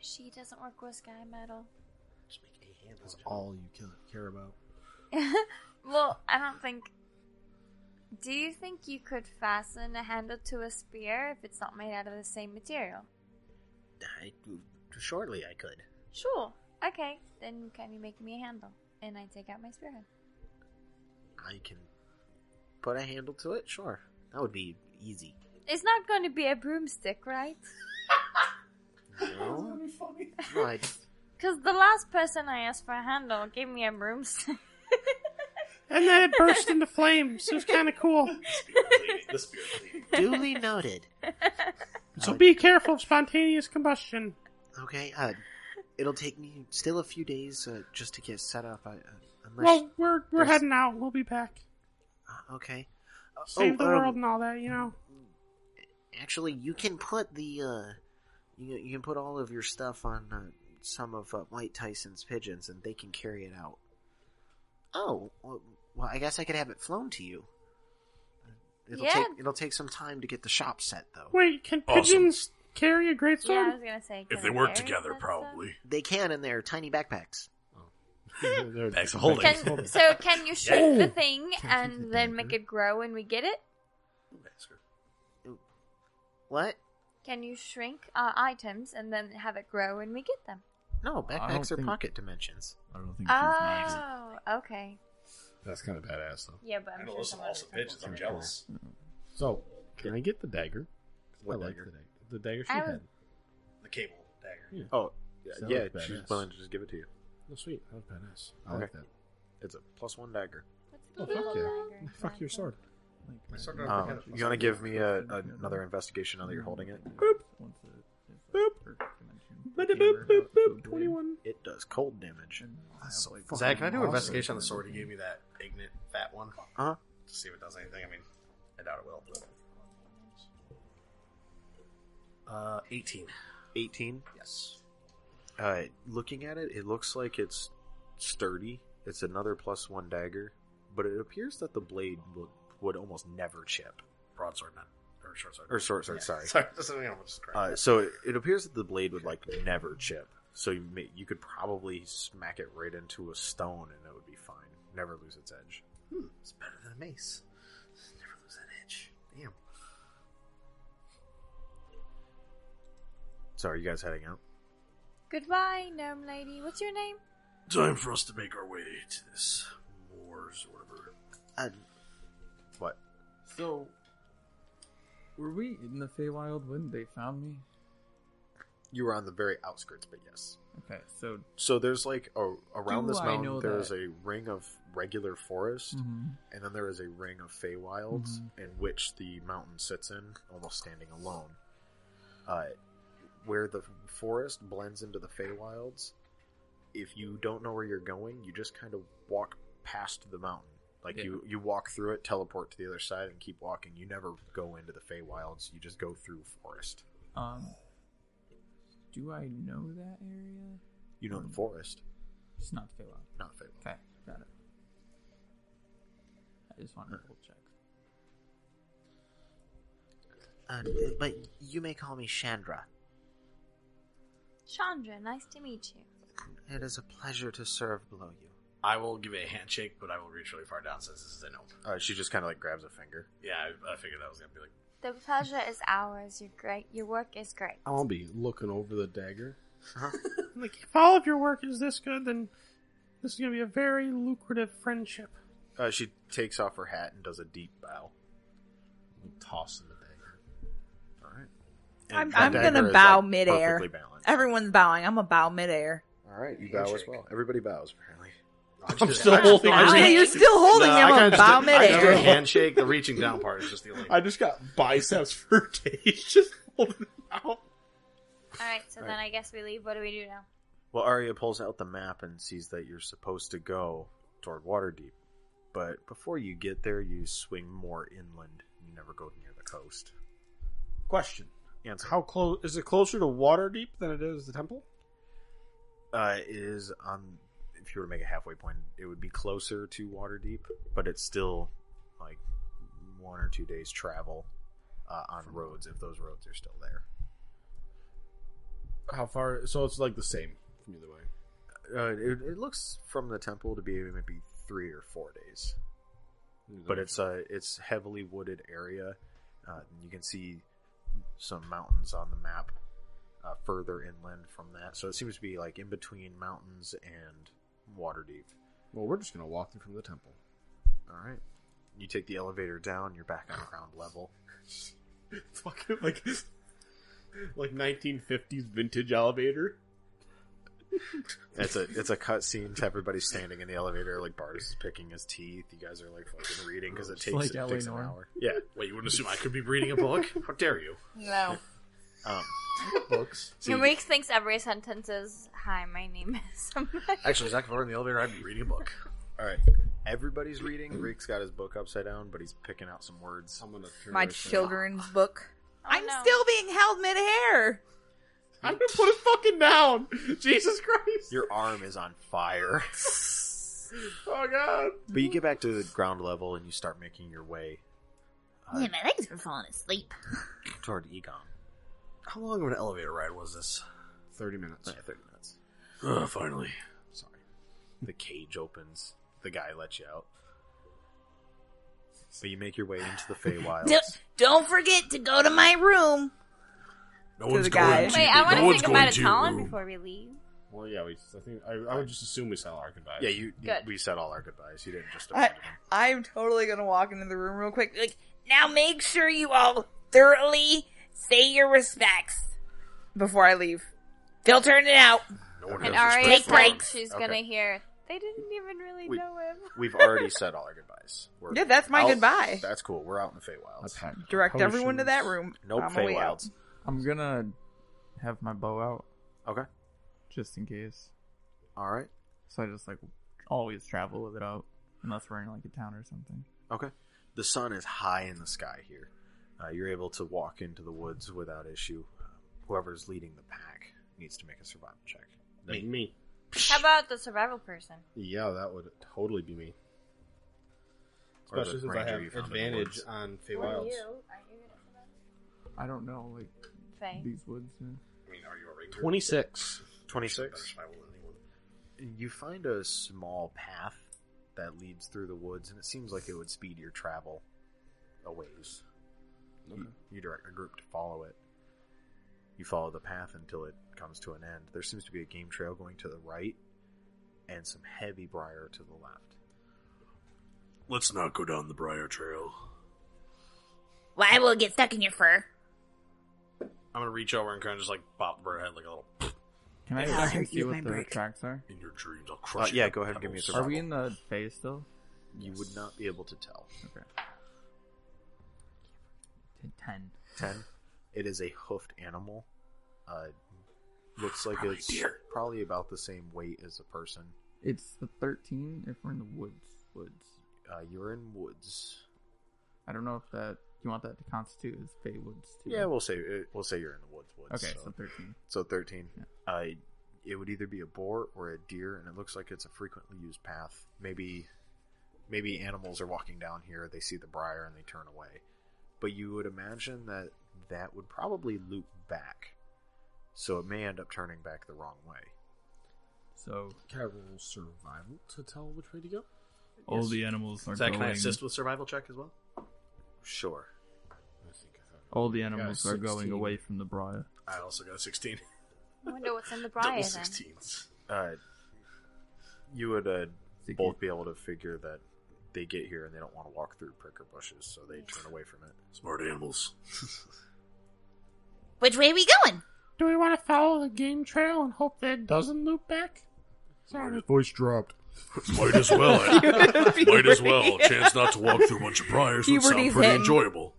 Speaker 4: she doesn't work with sky metal.
Speaker 27: That's all you ca- care about.
Speaker 4: Well, I don't think. Do you think you could fasten a handle to a spear if it's not made out of the same material?
Speaker 3: I, shortly, I could.
Speaker 4: Sure. Okay, then can you make me a handle? And I take out my spearhead.
Speaker 3: I can put a handle to it. Sure, that would be easy.
Speaker 4: It's not going to be a broomstick, right?
Speaker 3: No, No, I just-
Speaker 4: Because the last person I asked for a handle gave me a broomstick.
Speaker 2: And then it burst into flames. It was kind of cool.
Speaker 6: The spirit lady.
Speaker 3: duly noted.
Speaker 2: So be careful of spontaneous combustion.
Speaker 3: Okay, uh, it'll take me still a few days uh, just to get set up. I, uh, unless
Speaker 2: Well, we're we're
Speaker 3: there's-
Speaker 2: heading out. We'll be back.
Speaker 3: okay.
Speaker 7: Oh,
Speaker 3: Uh,
Speaker 2: Save the
Speaker 3: um,
Speaker 2: world and all that, you know.
Speaker 3: Actually, you can put the uh, you, you can put all of your stuff on uh, some of uh, White Tyson's pigeons, and they can carry it out. Oh, well, well, I guess I could have it flown to you. It'll
Speaker 2: Yeah.
Speaker 3: take it'll take some time to get the shop set, though.
Speaker 2: Wait, can
Speaker 3: Awesome.
Speaker 2: pigeons carry a great
Speaker 4: Yeah, I
Speaker 2: sword?
Speaker 4: was gonna say.
Speaker 6: If they work together, probably.
Speaker 3: They can in their tiny backpacks.
Speaker 6: Bags of holding.
Speaker 4: Can, so can you shrink
Speaker 3: Yeah.
Speaker 4: the thing and then make it grow when we get it?
Speaker 3: What?
Speaker 4: Can you shrink our items and then have it grow when we get them?
Speaker 3: No,
Speaker 27: I don't
Speaker 3: backpacks are
Speaker 27: think-
Speaker 3: pocket dimensions.
Speaker 27: I don't think.
Speaker 8: Ah.
Speaker 4: Oh, okay.
Speaker 27: That's kind of badass though.
Speaker 4: Yeah, but
Speaker 6: I
Speaker 4: I'm
Speaker 6: know
Speaker 4: sure
Speaker 6: those are
Speaker 4: someone
Speaker 6: awesome pigeons. I'm jealous.
Speaker 27: So, can I get the dagger?
Speaker 7: What
Speaker 27: I like
Speaker 7: dagger?
Speaker 27: the dagger. The dagger she
Speaker 4: I
Speaker 27: had.
Speaker 6: The cable dagger.
Speaker 7: Oh, yeah,
Speaker 27: That
Speaker 7: yeah
Speaker 27: looks
Speaker 7: she's
Speaker 27: badass.
Speaker 7: willing to just give it to you.
Speaker 27: Oh, sweet. That was badass. I like that.
Speaker 7: It's a plus one dagger.
Speaker 27: Oh, fuck yeah. Fuck your sword.
Speaker 7: Um, you want to give me a, a- another investigation now that you're holding it?
Speaker 2: Twenty-one.
Speaker 7: It does cold damage.
Speaker 6: That's so Zach, can I do an investigation on the sword you gave me? That ignite fat one. Uh-huh.
Speaker 3: Huh?
Speaker 6: To see if it does anything. I mean, I doubt it will. But... Uh, eighteen.
Speaker 7: 18?
Speaker 6: Yes.
Speaker 7: Uh, looking at it, it looks like it's sturdy. It's another plus one dagger, but it appears that the blade would, would almost never chip.
Speaker 6: Broadsword, not or short sword.
Speaker 7: Or short sword,
Speaker 6: Yeah.
Speaker 7: sorry.
Speaker 6: Sorry, just something I'm just
Speaker 7: Uh, so it, it appears that the blade would like never chip. So you may, you could probably smack it right into a stone and it would be fine. Never lose its edge.
Speaker 6: hmm, it's better than a mace. Never lose that edge. Damn.
Speaker 7: So are you guys heading out?
Speaker 4: Goodbye, gnome lady. What's your name?
Speaker 6: Time for us to make our way to this moors or whatever.
Speaker 3: Uh,
Speaker 7: What?
Speaker 5: So, were we in the Feywild when they found me?
Speaker 7: You were on the very outskirts, but yes.
Speaker 5: Okay, so
Speaker 7: So there's like a, around
Speaker 5: Do
Speaker 7: this
Speaker 5: I
Speaker 7: mountain
Speaker 5: know
Speaker 7: there
Speaker 5: that?
Speaker 7: is a ring of regular forest,
Speaker 5: Mhm.
Speaker 7: and then there is a ring of Feywilds
Speaker 5: Mhm.
Speaker 7: in which the mountain sits in, almost standing alone. Uh, where the forest blends into the Feywilds. If you don't know where you're going, you just kind of walk past the mountain. Like
Speaker 5: Yeah.
Speaker 7: you, you walk through it, teleport to the other side, and keep walking. You never go into the Feywilds. You just go through forest.
Speaker 5: um, do I know that area?
Speaker 7: You know the forest.
Speaker 5: It's not Feywild.
Speaker 7: Not Feywild.
Speaker 5: Okay, got it. I just wanted to double check.
Speaker 3: Uh, but you may call me Chandra.
Speaker 4: Chandra, nice to meet you.
Speaker 3: It is a pleasure to serve below you.
Speaker 6: I will give it a handshake, but I will reach really far down since this is an open.
Speaker 7: Uh, she just kind of like grabs a finger.
Speaker 6: Yeah, I, I figured that was gonna be like.
Speaker 4: The pleasure is ours. You're great. Your work is great.
Speaker 27: I'll be looking over the dagger.
Speaker 2: Like, if all of your work is this good, then this is going to be a very lucrative friendship.
Speaker 7: Uh, she takes off her hat and does a deep bow. Toss in the dagger. All right. And
Speaker 8: I'm,
Speaker 7: that
Speaker 8: I'm
Speaker 7: dagger
Speaker 8: gonna
Speaker 7: is,
Speaker 8: bow
Speaker 7: like,
Speaker 8: midair.
Speaker 7: perfectly balanced.
Speaker 8: Everyone's bowing. I'm gonna bow midair.
Speaker 7: All right, you bow as well. Everybody bows apparently.
Speaker 6: I'm still holding
Speaker 8: it. Yeah, Ah, you're still holding him.
Speaker 6: I
Speaker 8: I'm
Speaker 6: kinda just
Speaker 8: about
Speaker 6: did- I just did
Speaker 8: midair.
Speaker 6: a handshake. The reaching down part is just the only.
Speaker 27: I just got biceps for days. Just holding it out.
Speaker 4: All right, so
Speaker 7: Right.
Speaker 4: then I guess we leave. What do we do now?
Speaker 7: Well, Arya pulls out the map and sees that you're supposed to go toward Waterdeep, but before you get there, you swing more inland. You never go near the coast.
Speaker 27: Question:
Speaker 7: Answer.
Speaker 27: How close is it closer to Waterdeep than it is the temple?
Speaker 7: Uh, it is on. If you were to make a halfway point, it would be closer to Waterdeep, but it's still like one or two days travel uh, on roads if those roads are still there.
Speaker 27: How far? So it's like the same from either way.
Speaker 7: Uh, it, it looks from the temple to be maybe three or four days, but it's a it's heavily wooded area. Uh, you can see some mountains on the map uh, further inland from that, so it seems to be like in between mountains and Waterdeep.
Speaker 27: Well, we're just gonna walk through from the temple.
Speaker 7: All right, you take the elevator down. You're back on ground level.
Speaker 27: Fucking like, like 1950s vintage elevator.
Speaker 7: It's a it's a cutscene to everybody standing in the elevator. Like Bardis is picking his teeth. You guys are like fucking reading because it
Speaker 28: It's
Speaker 7: takes,
Speaker 28: like
Speaker 7: it
Speaker 28: LA
Speaker 7: takes an
Speaker 28: Noire.
Speaker 7: hour. Yeah.
Speaker 6: Wait, you wouldn't assume I could be reading a book? How dare you?
Speaker 8: No.
Speaker 7: Um, books.
Speaker 4: Your Maurice thinks every sentence is "Hi, my name is." I'm like,
Speaker 6: Actually, Zach, if I were in the elevator, I'd be reading a book.
Speaker 7: All right. Everybody's reading. Reek's got his book upside down, but he's picking out some words. I'm gonna
Speaker 8: My children's book. I'm still being held midair.
Speaker 27: I'm gonna put it fucking down. Jesus Christ!
Speaker 7: Your arm is on fire.
Speaker 27: Oh God!
Speaker 7: but you get back to the ground level and you start making your way
Speaker 8: Yeah, my legs were falling asleep.
Speaker 7: toward Egon.
Speaker 6: How long of an elevator ride was this?
Speaker 27: Thirty minutes.
Speaker 7: Thirty minutes.
Speaker 6: Ugh, Ah, finally.
Speaker 7: Sorry. The cage opens. The guy lets you out. But you make your way into the Feywild.
Speaker 8: Do, don't forget to go to my room.
Speaker 6: No
Speaker 8: To one's the guy. going
Speaker 4: Wait, I want to think about a talent before we leave.
Speaker 27: Well, yeah, we. I think I, I would just assume we said our goodbyes.
Speaker 7: Yeah, you, you
Speaker 4: Good.
Speaker 7: we said all our goodbyes. You didn't just
Speaker 8: I, I'm totally gonna walk into the room real quick. Like, now make sure you all thoroughly say your respects before I leave. They'll turn it out.
Speaker 6: No one
Speaker 4: And
Speaker 6: knows
Speaker 4: Arya
Speaker 6: respect
Speaker 8: Take
Speaker 6: for
Speaker 4: said
Speaker 6: him.
Speaker 4: she's
Speaker 7: Okay.
Speaker 4: gonna hear. They didn't even really
Speaker 7: We-
Speaker 4: know him.
Speaker 7: We've already said all our goodbyes. We're
Speaker 8: Yeah, that's my
Speaker 7: out-
Speaker 8: goodbye.
Speaker 7: That's cool. We're out in the Feywilds.
Speaker 8: Direct everyone to that room.
Speaker 7: Nope,
Speaker 8: on my way out.
Speaker 7: Feywilds.
Speaker 5: I'm gonna have my bow out
Speaker 7: Okay.
Speaker 5: just in case.
Speaker 7: All right.
Speaker 5: So I just like always travel with it out unless we're in like a town or something.
Speaker 7: Okay. The sun is high in the sky here. Uh, you're able to walk into the woods without issue. Um, whoever's leading the pack needs to make a survival check.
Speaker 27: me. me.
Speaker 4: How about the survival person?
Speaker 27: Yeah, Oh, that would totally be me.
Speaker 7: Or the
Speaker 27: Especially since I
Speaker 7: ranger
Speaker 27: have
Speaker 7: you found in the
Speaker 27: advantage
Speaker 7: woods.
Speaker 27: on Fey
Speaker 4: What are
Speaker 27: Wilds.
Speaker 4: you? Are you gonna survive?
Speaker 5: I don't know, like
Speaker 4: Faye.
Speaker 5: these woods. yeah.
Speaker 6: I mean, are you a ranger?
Speaker 27: Twenty six.
Speaker 7: 26. You find a small path that leads through the woods, and it seems like it would speed your travel a ways. You, you direct a group to follow it. You follow the path until it comes to an end. There seems to be a game trail going to the right and some heavy briar to the left.
Speaker 6: Let's not go down the briar trail.
Speaker 8: Well, I will get stuck in your fur.
Speaker 6: I'm gonna reach over and kind of just like bop the bird head like a little
Speaker 5: Can I
Speaker 8: I'll
Speaker 5: I
Speaker 8: hurt
Speaker 5: can see
Speaker 8: you with
Speaker 5: what
Speaker 8: my
Speaker 5: the
Speaker 8: brick.
Speaker 5: tracks are?
Speaker 6: in your dreams. I'll crush
Speaker 7: Uh,
Speaker 6: you
Speaker 7: yeah,
Speaker 6: with
Speaker 7: go ahead and give me a
Speaker 6: pebbles.
Speaker 7: survival.
Speaker 5: Are we in the bay still?
Speaker 7: You would not be able to tell.
Speaker 5: Okay. Ten- Ten.
Speaker 7: 10. It is a hoofed animal. Uh, looks like
Speaker 6: Probably
Speaker 7: it's
Speaker 6: deer.
Speaker 7: probably about the same weight as a person.
Speaker 5: It's the thirteen. If we're in the woods, woods.
Speaker 7: Uh, you're in woods.
Speaker 5: I don't know if that you want that to constitute as bay woods too.
Speaker 7: uh,
Speaker 28: uh,
Speaker 7: Yeah, we'll say we'll say you're in the woods. Woods.
Speaker 5: Okay,
Speaker 7: so,
Speaker 5: so thirteen.
Speaker 7: so thirteen. Uh, it would either be a boar or a deer, and it looks like it's a frequently used path. Maybe, maybe animals are walking down here. They see the briar and they turn away. But you would imagine that that would probably loop back, so it may end up turning back the wrong way.
Speaker 28: So
Speaker 27: can I roll survival to tell which way to go?
Speaker 28: All the animals are
Speaker 6: Is that, Can I
Speaker 28: going-
Speaker 6: assist with survival check as well?
Speaker 7: Sure.
Speaker 28: All the
Speaker 6: I got a
Speaker 28: animals are going
Speaker 6: 16.
Speaker 28: away from the briar.
Speaker 6: I also got a 16.
Speaker 4: I wonder what's in the briar then.
Speaker 7: Uh, you would uh, both be able to figure that they get here and they don't want to walk through pricker bushes, so they turn away from it.
Speaker 6: Smart animals.
Speaker 8: Which way are we going?
Speaker 2: Do we want to follow the game trail and hope that it doesn't loop back? Sorry.
Speaker 27: Voice dropped.
Speaker 1: Might as well. eh? Might as well. Chance not to walk through a bunch of briars would sound
Speaker 2: Puberty's
Speaker 1: pretty
Speaker 2: hitting.
Speaker 1: enjoyable.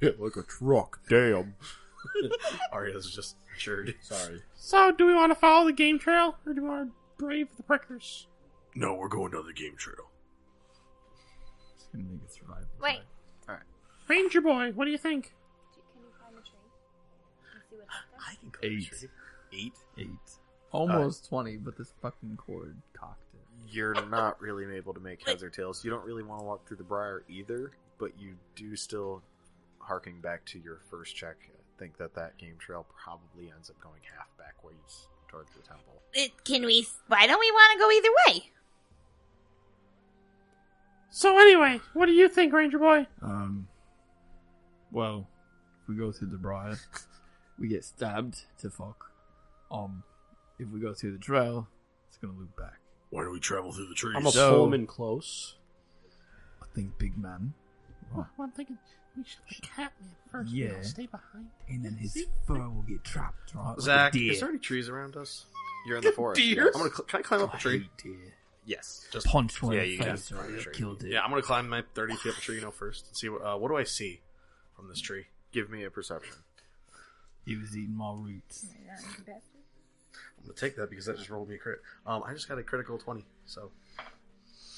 Speaker 27: Hit like a truck. Damn.
Speaker 6: Arya's just churred.
Speaker 27: Sorry.
Speaker 2: So, do we want to follow the game trail, or do we want to brave the prickers?
Speaker 1: No, we're going down the game trail.
Speaker 28: It's gonna make it survival.
Speaker 2: Wait.
Speaker 7: Alright.
Speaker 2: Ranger boy, what do you think?
Speaker 28: Eight.
Speaker 7: Eight?
Speaker 28: Eight. Almost 20, but this fucking cord cocked it.
Speaker 7: You're not really able to make heads or tails. You don't really want to walk through the briar either, but you do still, harking back to your first check, think that that game trail probably ends up going half backwards towards the temple.
Speaker 8: It, can we? Why don't we want to go either way?
Speaker 2: So, anyway, what do you think, Ranger boy?
Speaker 28: Um, well, if we go through the briar, we get stabbed to fuck. Um, if we go through the trail, it's gonna loop back.
Speaker 1: Why do we travel through the trees?
Speaker 27: I'm a
Speaker 28: So-
Speaker 27: Pullman close.
Speaker 28: I think big man.
Speaker 2: Well, I'm thinking we should the cat man first. We
Speaker 28: Yeah.
Speaker 2: don't stay behind.
Speaker 28: And then his fur will get trapped, right? like a
Speaker 6: Zach,
Speaker 28: deer.
Speaker 6: is there any trees around us?
Speaker 7: You're in the forest.
Speaker 6: Deer?
Speaker 7: yes.
Speaker 6: I'm gonna cl- can I climb up a tree? Yes. Just
Speaker 28: Punch one
Speaker 6: Yeah,
Speaker 28: in the
Speaker 6: you can.
Speaker 28: face, right? Killed it.
Speaker 6: Yeah, I'm gonna climb my 30 feet up a tree, you know, first. And see what uh, what do I see from this tree?
Speaker 7: Give me a perception.
Speaker 28: He was eating my roots.
Speaker 6: I'm gonna take that because that just rolled me a crit. Um, I just got a critical 20. So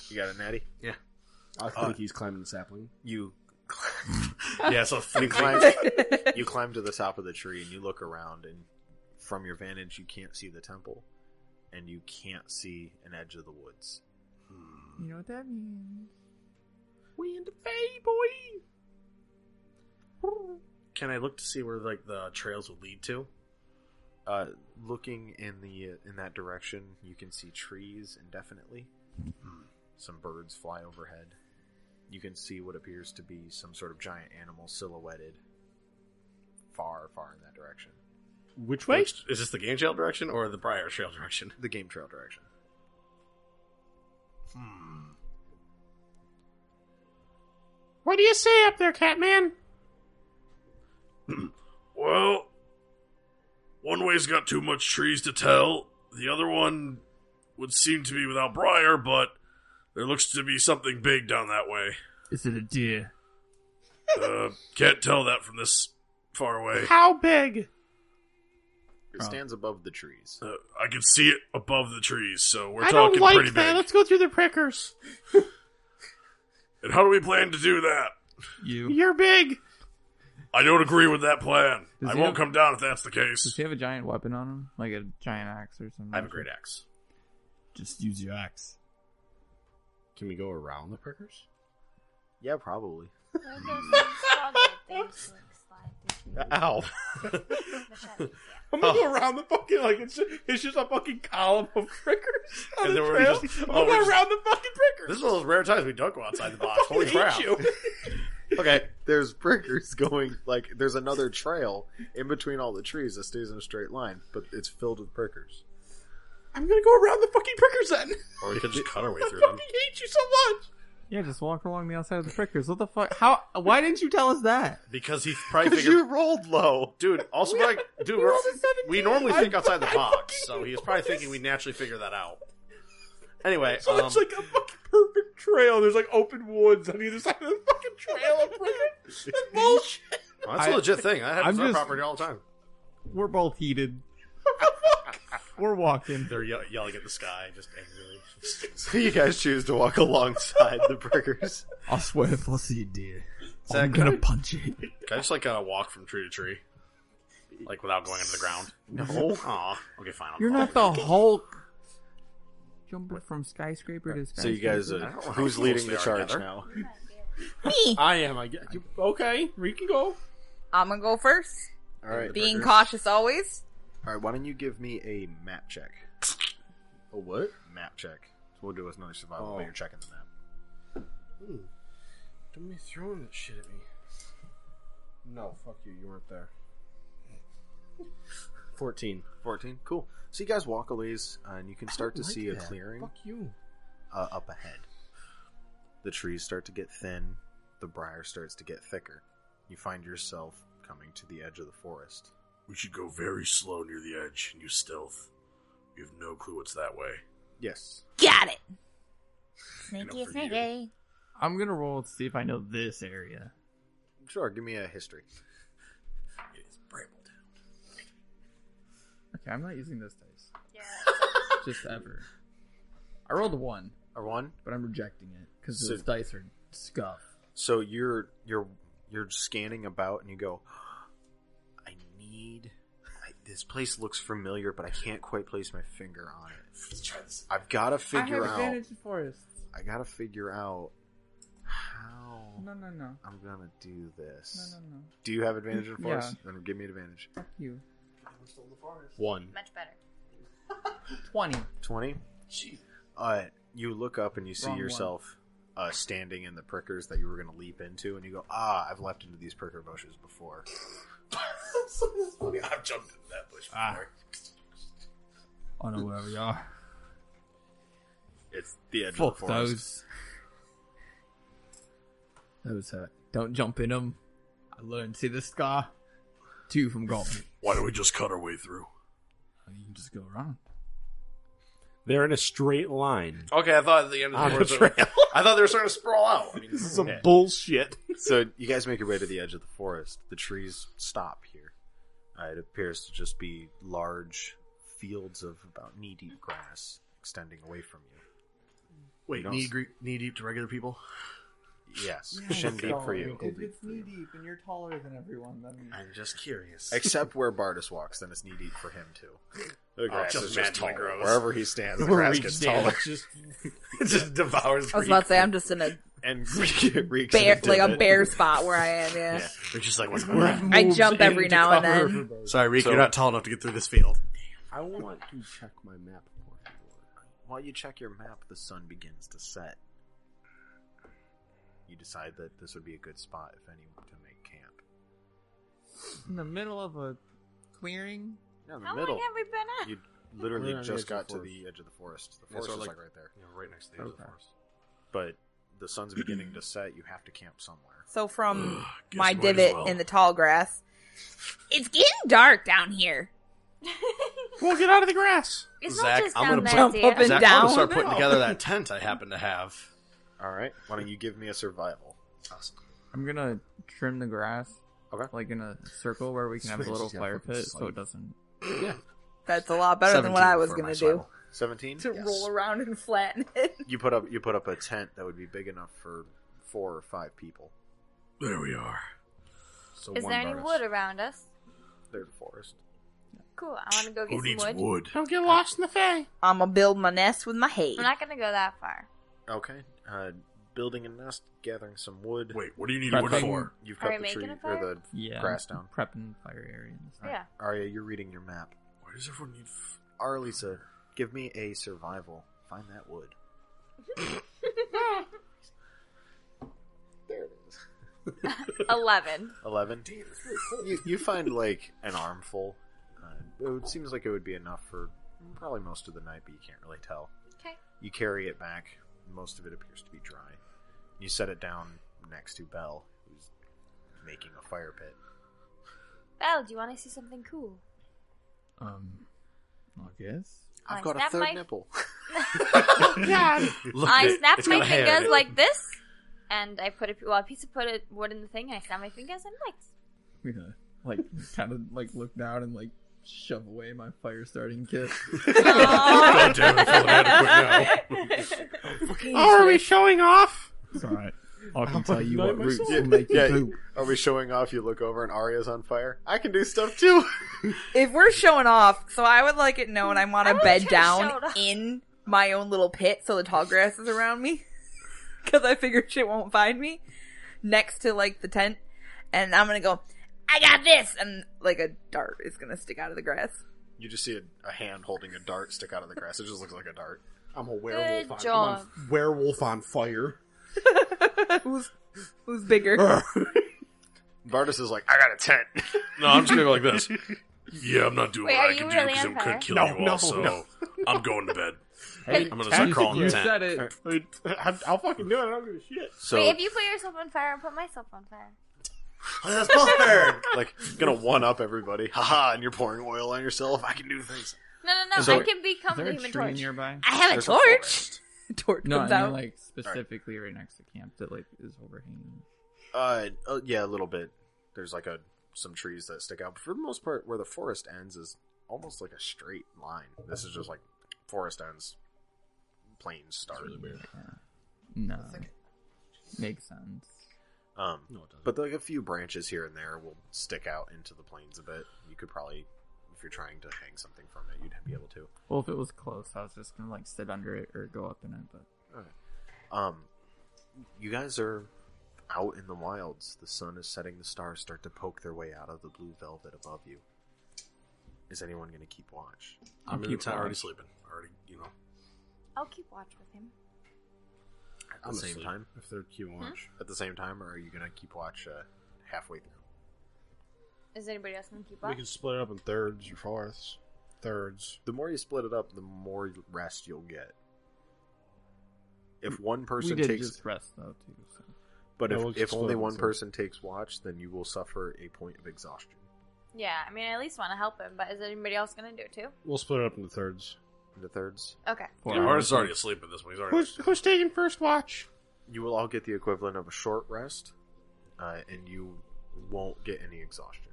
Speaker 7: You got a natty?
Speaker 6: yeah,
Speaker 27: I think
Speaker 6: Uh,
Speaker 27: he's climbing the sapling.
Speaker 7: You
Speaker 6: yeah. So
Speaker 7: you climb, you climb to the top of the tree and you look around, and from your vantage, you can't see the temple, and you can't see an edge of the woods.
Speaker 28: You know what that means?
Speaker 2: We in the Fay, boy!
Speaker 6: Can I look to see where like the trails would lead to?
Speaker 7: Uh, looking in the in that direction, you can see trees indefinitely. Some birds fly overhead. You can see what appears to be some sort of giant animal silhouetted far, far in that direction.
Speaker 27: Which
Speaker 6: way? Is this the game trail direction or the briar trail direction?
Speaker 7: The game trail direction.
Speaker 6: Hmm.
Speaker 2: What do you say up there, cat man?
Speaker 1: Well, one way's got too much trees to tell. The other one would seem to be without briar, but there looks to be something big down that way.
Speaker 28: Is it a deer?
Speaker 1: Uh, can't tell that from this far away.
Speaker 2: How big?
Speaker 7: It stands above the trees.
Speaker 1: Uh, I can see it above the trees, so we're
Speaker 2: I
Speaker 1: talking
Speaker 2: don't like
Speaker 1: pretty
Speaker 2: that.
Speaker 1: big.
Speaker 2: Let's go through the prickers.
Speaker 1: And how do we plan to do that?
Speaker 28: You.
Speaker 2: You're big.
Speaker 1: I don't agree with that plan.
Speaker 5: Does
Speaker 1: I
Speaker 5: he
Speaker 1: won't
Speaker 5: have-
Speaker 1: come down if that's the case.
Speaker 5: Does he have a giant weapon on him? Like a giant axe or something?
Speaker 6: I have a great axe.
Speaker 28: Just use your axe.
Speaker 27: Can we go around the prickers?
Speaker 7: Yeah, probably.
Speaker 27: Ow.
Speaker 29: I'm gonna
Speaker 7: Oh.
Speaker 29: go around the fucking like it's just, it's just a fucking column of prickers on
Speaker 6: And
Speaker 29: the
Speaker 6: then we're
Speaker 29: trail.
Speaker 6: just-
Speaker 29: I'm
Speaker 6: oh,
Speaker 29: gonna
Speaker 6: we're
Speaker 29: go
Speaker 6: just-
Speaker 29: around the fucking prickers.
Speaker 6: This is one of those rare times we don't go outside the box. Holy
Speaker 29: I hate
Speaker 6: crap!
Speaker 29: you.
Speaker 7: Okay, there's prickers going like there's another trail in between all the trees that stays in a straight line, but it's filled with prickers.
Speaker 29: I'm gonna go around the fucking prickers then.
Speaker 6: Or we could just cut our way through
Speaker 29: I
Speaker 6: them.
Speaker 29: hate you so much.
Speaker 5: Yeah, just walk along the outside of the prickers. What the fuck? How? Why didn't you tell us that?
Speaker 6: Because he probably
Speaker 7: Because
Speaker 6: figured,
Speaker 7: you rolled low.
Speaker 6: dude. Also, like, dude, we're,
Speaker 29: rolled a 17.
Speaker 6: we normally
Speaker 29: I-
Speaker 6: think outside the
Speaker 29: I
Speaker 6: box,
Speaker 29: fucking
Speaker 6: so he was
Speaker 29: knew
Speaker 6: probably
Speaker 29: this.
Speaker 6: thinking we naturally figure that out. Anyway,
Speaker 29: So
Speaker 6: um,
Speaker 29: it's like a fucking perfect trail. There's like open woods on either side of the fucking trail of prickers. That's bullshit.
Speaker 6: well, that's a
Speaker 5: I-
Speaker 6: legit thing. That
Speaker 5: I'm
Speaker 6: happens on our
Speaker 5: just-
Speaker 6: property all the time.
Speaker 5: We're both heated. We're walking.
Speaker 6: They're ye- yelling at the sky, just angrily.
Speaker 7: So you guys choose to walk alongside the prickers.
Speaker 28: I swear if I see a deer,
Speaker 6: Zach,
Speaker 28: I'm gonna punch it.
Speaker 6: Can I just like uh, walk from tree to tree? Like without going into the ground?
Speaker 5: No.
Speaker 6: Aw. Okay, fine. I'll
Speaker 5: You're not the
Speaker 6: follow.
Speaker 5: Hulk. Jumping from skyscraper to skyscraper.
Speaker 7: So you guys, uh, who's leading the charge now?
Speaker 8: Me.
Speaker 27: I am. I guess. You, okay, we can go.
Speaker 8: I'm gonna go first.
Speaker 7: All right,
Speaker 8: Being
Speaker 7: Burgers.
Speaker 8: cautious always.
Speaker 7: All right, why don't you give me a map check? A what? Map check. So we'll do with another survival,
Speaker 27: Oh.
Speaker 7: but you're checking the map.
Speaker 27: Hmm. Don't be throwing that shit at me. No, fuck you. You weren't there.
Speaker 7: 14. 14, cool. So you guys walk a ways, uh, and you can start to
Speaker 27: don't like
Speaker 7: see a
Speaker 27: that.
Speaker 7: clearing
Speaker 27: Fuck you.
Speaker 7: uh, up ahead. The trees start to get thin, the briar starts to get thicker. You find yourself coming to the edge of the forest.
Speaker 1: We should go very slow near the edge and use stealth. We have no clue what's that way.
Speaker 7: Yes.
Speaker 8: Got it.
Speaker 1: Enough
Speaker 8: Sneaky,
Speaker 1: for
Speaker 8: sneaky.
Speaker 5: I'm gonna roll to see if I know this area.
Speaker 7: Sure, give me a history.
Speaker 1: It is bramble down.
Speaker 5: Okay, I'm not using this dice. Just ever. I rolled a one.
Speaker 7: A one?
Speaker 5: But I'm rejecting it because
Speaker 7: So-
Speaker 5: those dice are scuff.
Speaker 7: So you're you're you're scanning about, and you go, I need. I, this place looks familiar, but I can't quite place my finger on it.
Speaker 1: Let's try this.
Speaker 7: I've got to
Speaker 2: I have
Speaker 7: figure out.
Speaker 2: advantage in forests.
Speaker 7: I got to figure out how
Speaker 2: No, no, no.
Speaker 7: I'm gonna do this.
Speaker 2: No, no, no.
Speaker 7: Do you have advantage in
Speaker 2: Yeah.
Speaker 7: force? Then give me an advantage.
Speaker 5: Fuck you.
Speaker 7: One.
Speaker 4: Much better.
Speaker 5: 20.
Speaker 7: 20? Uh, you look up and you see
Speaker 5: Wrong one.
Speaker 7: yourself uh, standing in the prickers that you were going to leap into, and you go, ah, I've leapt into these pricker bushes before.
Speaker 1: I've jumped in that bush before.
Speaker 28: Ah. I know where we are.
Speaker 7: It's the edge
Speaker 5: Fuck
Speaker 7: of the forest.
Speaker 5: those. Those hurt. Don't jump in them. I learned. See the scar? Two from Goblin.
Speaker 1: Why don't we just cut our way through?
Speaker 5: You can just go around.
Speaker 27: They're in a straight line.
Speaker 6: Okay, I thought at the end
Speaker 27: On
Speaker 6: of
Speaker 27: a
Speaker 6: the forest,
Speaker 27: trail.
Speaker 6: I thought they were starting to sprawl out. I mean,
Speaker 27: This is some
Speaker 7: Yeah.
Speaker 27: bullshit.
Speaker 7: so you guys make your way to the edge of the forest. The trees stop here. Uh, it appears to just be large fields of about knee deep grass extending away from you.
Speaker 6: wait,
Speaker 7: don't
Speaker 6: knee,
Speaker 7: s-
Speaker 6: gre- knee deep to regular people.
Speaker 7: Yes, shin deep for you.
Speaker 2: If it's knee deep and you're taller than everyone, then
Speaker 6: I'm just curious.
Speaker 7: Except where Bardus walks, then it's knee deep for him too. The
Speaker 6: Oh,
Speaker 7: grass
Speaker 6: just
Speaker 7: is just
Speaker 6: magically
Speaker 7: taller.
Speaker 6: grows.
Speaker 7: Wherever he stands, the
Speaker 6: Where
Speaker 7: grass
Speaker 6: we
Speaker 7: gets
Speaker 6: stand,
Speaker 27: Oh.
Speaker 7: taller.
Speaker 6: it just it just devours.
Speaker 8: I was about to say I'm just in a
Speaker 7: and reeks
Speaker 8: bear,
Speaker 6: into
Speaker 8: like a
Speaker 6: divot.
Speaker 8: bear spot where I am. Yeah.
Speaker 6: Yeah, they're just like what's going
Speaker 8: I
Speaker 6: on.
Speaker 8: jump every now and then.
Speaker 6: Sorry, Reek,
Speaker 7: So-
Speaker 6: you're not tall enough to get through this field.
Speaker 27: I want to check my map for
Speaker 7: While you check your map, the sun begins to set. You decide that this would be a good spot, if any, to make camp.
Speaker 5: In the middle of a clearing.
Speaker 7: No, in the
Speaker 4: How long have
Speaker 7: middle.
Speaker 4: we been at?
Speaker 7: You literally
Speaker 27: We're on the edge
Speaker 7: just
Speaker 27: of
Speaker 7: got
Speaker 27: the
Speaker 7: to
Speaker 27: forest.
Speaker 7: the edge of the forest. The
Speaker 6: Yeah, so
Speaker 7: forest is
Speaker 6: like-
Speaker 7: like right there.
Speaker 6: You know, right next to the edge of the
Speaker 5: Okay.
Speaker 6: forest.
Speaker 7: But the sun's beginning to set. You have to camp somewhere.
Speaker 8: So from
Speaker 1: Guess
Speaker 8: my
Speaker 1: might as
Speaker 8: divot
Speaker 1: well.
Speaker 8: in the tall grass, it's getting dark down here.
Speaker 2: we'll get out of the grass.
Speaker 4: It's
Speaker 6: Zach,
Speaker 4: not just
Speaker 6: I'm
Speaker 4: down
Speaker 6: gonna
Speaker 4: there,
Speaker 8: jump
Speaker 4: dear.
Speaker 8: up and
Speaker 6: Zach, I'm
Speaker 8: down.
Speaker 6: gonna start putting
Speaker 8: No.
Speaker 6: together that tent I happen to have.
Speaker 7: All right. Why don't you give me a survival?
Speaker 5: I'm gonna trim the grass.
Speaker 7: Okay.
Speaker 5: Like in a circle where we can have a
Speaker 27: Sweet,
Speaker 5: little
Speaker 27: she's got
Speaker 5: fire
Speaker 27: fucking
Speaker 5: pit so
Speaker 27: sling.
Speaker 5: it doesn't.
Speaker 8: That's a lot better than what
Speaker 6: 17
Speaker 8: I was
Speaker 6: for
Speaker 8: gonna
Speaker 6: my
Speaker 8: do.
Speaker 6: survival.
Speaker 7: Seventeen.
Speaker 8: To roll around and flatten it.
Speaker 7: You put up. You put up a tent that would be big enough for four or five people.
Speaker 1: There we are.
Speaker 7: So
Speaker 4: Is
Speaker 7: one
Speaker 4: there any
Speaker 7: bonus.
Speaker 4: wood around us?
Speaker 7: There's a forest.
Speaker 4: Cool. I want to go
Speaker 1: Who
Speaker 4: get
Speaker 1: needs
Speaker 4: some
Speaker 1: wood?
Speaker 4: wood.
Speaker 2: Don't get lost in the fay.
Speaker 8: I'ma build my nest with my hay.
Speaker 4: I'm not gonna go that far.
Speaker 7: Okay. Uh, building a nest, gathering some wood.
Speaker 1: Wait, what do you need
Speaker 5: Right,
Speaker 1: wood
Speaker 5: thing-
Speaker 1: for?
Speaker 7: You've
Speaker 4: Are
Speaker 7: got
Speaker 4: we
Speaker 7: the
Speaker 4: making
Speaker 7: tree
Speaker 4: a fire?
Speaker 7: or the
Speaker 5: Yeah.
Speaker 7: grass down.
Speaker 5: Prepping fire area. And stuff.
Speaker 4: Yeah.
Speaker 7: Arya, you're reading your map.
Speaker 1: Why does everyone need? F-
Speaker 7: Arlisa, give me a survival. Find that wood. there it is.
Speaker 4: Eleven.
Speaker 7: Eleven. You, you find like an armful. Uh, it seems like it would be enough for probably most of the night, but you can't really tell.
Speaker 4: Okay.
Speaker 7: You carry it back. Most of it appears to be dry. You set it down next to Belle, who's making a fire pit.
Speaker 4: Belle, do you want to see something cool?
Speaker 5: Um. I guess.
Speaker 4: I snap my-
Speaker 7: nipple.
Speaker 2: God.
Speaker 6: Look at
Speaker 4: I
Speaker 6: it.
Speaker 4: snap
Speaker 6: It's got
Speaker 4: my
Speaker 6: a hair in
Speaker 4: fingers
Speaker 6: it.
Speaker 4: like this, and I put a well, a piece of put it wood in the thing. I snap my fingers and lights.
Speaker 5: We're gonna like kind of like look down and like shove away my fire starting kit.
Speaker 1: God damn it, Phil, I had to quit now.
Speaker 2: Oh, are we showing off?
Speaker 5: It's alright.
Speaker 28: I can tell you what roots
Speaker 7: Yeah,
Speaker 28: will make you
Speaker 7: yeah.
Speaker 28: poop.
Speaker 7: Are we showing off? You look over and Arya's on fire. I can do stuff too.
Speaker 8: If we're showing off, so I would like it known I'm on a bed
Speaker 4: you
Speaker 8: down
Speaker 4: showed off.
Speaker 8: in my own little pit so the tall grass is around me. Because I figured shit won't find me next to like the tent. And I'm gonna go, I got this! And like a dart is gonna stick out of the grass.
Speaker 7: You just see a, a hand holding a dart stick out of the grass. It just looks like a dart.
Speaker 27: I'm a werewolf.
Speaker 8: Good
Speaker 27: on, I'm
Speaker 8: job.
Speaker 27: on- werewolf on fire.
Speaker 8: who's, who's bigger?
Speaker 7: Vardis is like, I got a tent.
Speaker 1: No, I'm just gonna go like this. Yeah, I'm not doing
Speaker 4: Wait,
Speaker 1: what
Speaker 4: are
Speaker 1: I can
Speaker 4: you
Speaker 1: do
Speaker 4: really
Speaker 1: because
Speaker 4: on
Speaker 1: I'm gonna
Speaker 4: fire?
Speaker 1: kill
Speaker 27: No,
Speaker 1: you all.
Speaker 27: no,
Speaker 1: so
Speaker 27: no.
Speaker 1: I'm going to bed.
Speaker 4: Hey,
Speaker 1: I'm gonna start crawling the tent.
Speaker 28: it.
Speaker 27: I'll, I'll fucking do it. I don't give a shit.
Speaker 7: So
Speaker 4: Wait, if you put yourself on fire, I'll put myself on fire.
Speaker 7: "Oh, that's both fair. like gonna one up everybody. Haha, and you're pouring oil on yourself. I can do things.
Speaker 4: No, no, no.
Speaker 7: Is there-
Speaker 4: I can become
Speaker 7: is there
Speaker 4: the
Speaker 7: a
Speaker 4: human
Speaker 7: tree
Speaker 4: torch.
Speaker 5: nearby?
Speaker 8: I have a
Speaker 5: There's a
Speaker 8: torch! torch
Speaker 5: No,
Speaker 8: comes
Speaker 5: I
Speaker 8: out.
Speaker 5: mean, like specifically right next to camp that like is overhanging.
Speaker 7: Uh, oh, yeah, a little bit. There's like a some trees that stick out, but for the most part, where the forest ends is almost like a straight line. This is just like forest ends, plain start.
Speaker 5: Uh, No, makes sense.
Speaker 7: Um, but like a few branches here and there will stick out into the plains a bit. You could probably, if you're trying to hang something from it, you'd be able to.
Speaker 5: Well, if it was close, I was just gonna like sit under it or go up in it. But
Speaker 7: Um, you guys are out in the wilds. The sun is setting. The stars start to poke their way out of the blue velvet above you. Is anyone going to keep watch?
Speaker 1: I'm
Speaker 7: mean,
Speaker 1: keep
Speaker 7: it's not
Speaker 1: already sleeping. Already, you know.
Speaker 4: I'll keep watch with him.
Speaker 7: At the
Speaker 27: I'm
Speaker 7: same
Speaker 27: asleep,
Speaker 7: time,
Speaker 27: if they're keep watch.
Speaker 7: At the same time, or are you going to keep watch uh, halfway through?
Speaker 4: Is anybody else gonna keep
Speaker 27: We
Speaker 4: watch?
Speaker 27: can split it up in thirds or fourths. Thirds.
Speaker 7: The more you split it up, the more rest you'll get. If one person
Speaker 5: we did
Speaker 7: takes,
Speaker 5: just rest though too. So.
Speaker 7: but
Speaker 27: Yeah,
Speaker 7: if,
Speaker 27: we'll just
Speaker 7: if
Speaker 27: split
Speaker 7: only
Speaker 27: them,
Speaker 7: one
Speaker 27: so-
Speaker 7: person takes watch, then you will suffer a point of exhaustion.
Speaker 4: Yeah, I mean, I at least want to help him, but is anybody else gonna do it too?
Speaker 27: We'll split it up into thirds.
Speaker 7: The thirds.
Speaker 4: Okay.
Speaker 1: Yeah, Artis is already asleep at this point. He's already.
Speaker 2: Who's who's taking first watch?
Speaker 7: You will all get the equivalent of a short rest, uh, and you won't get any exhaustion.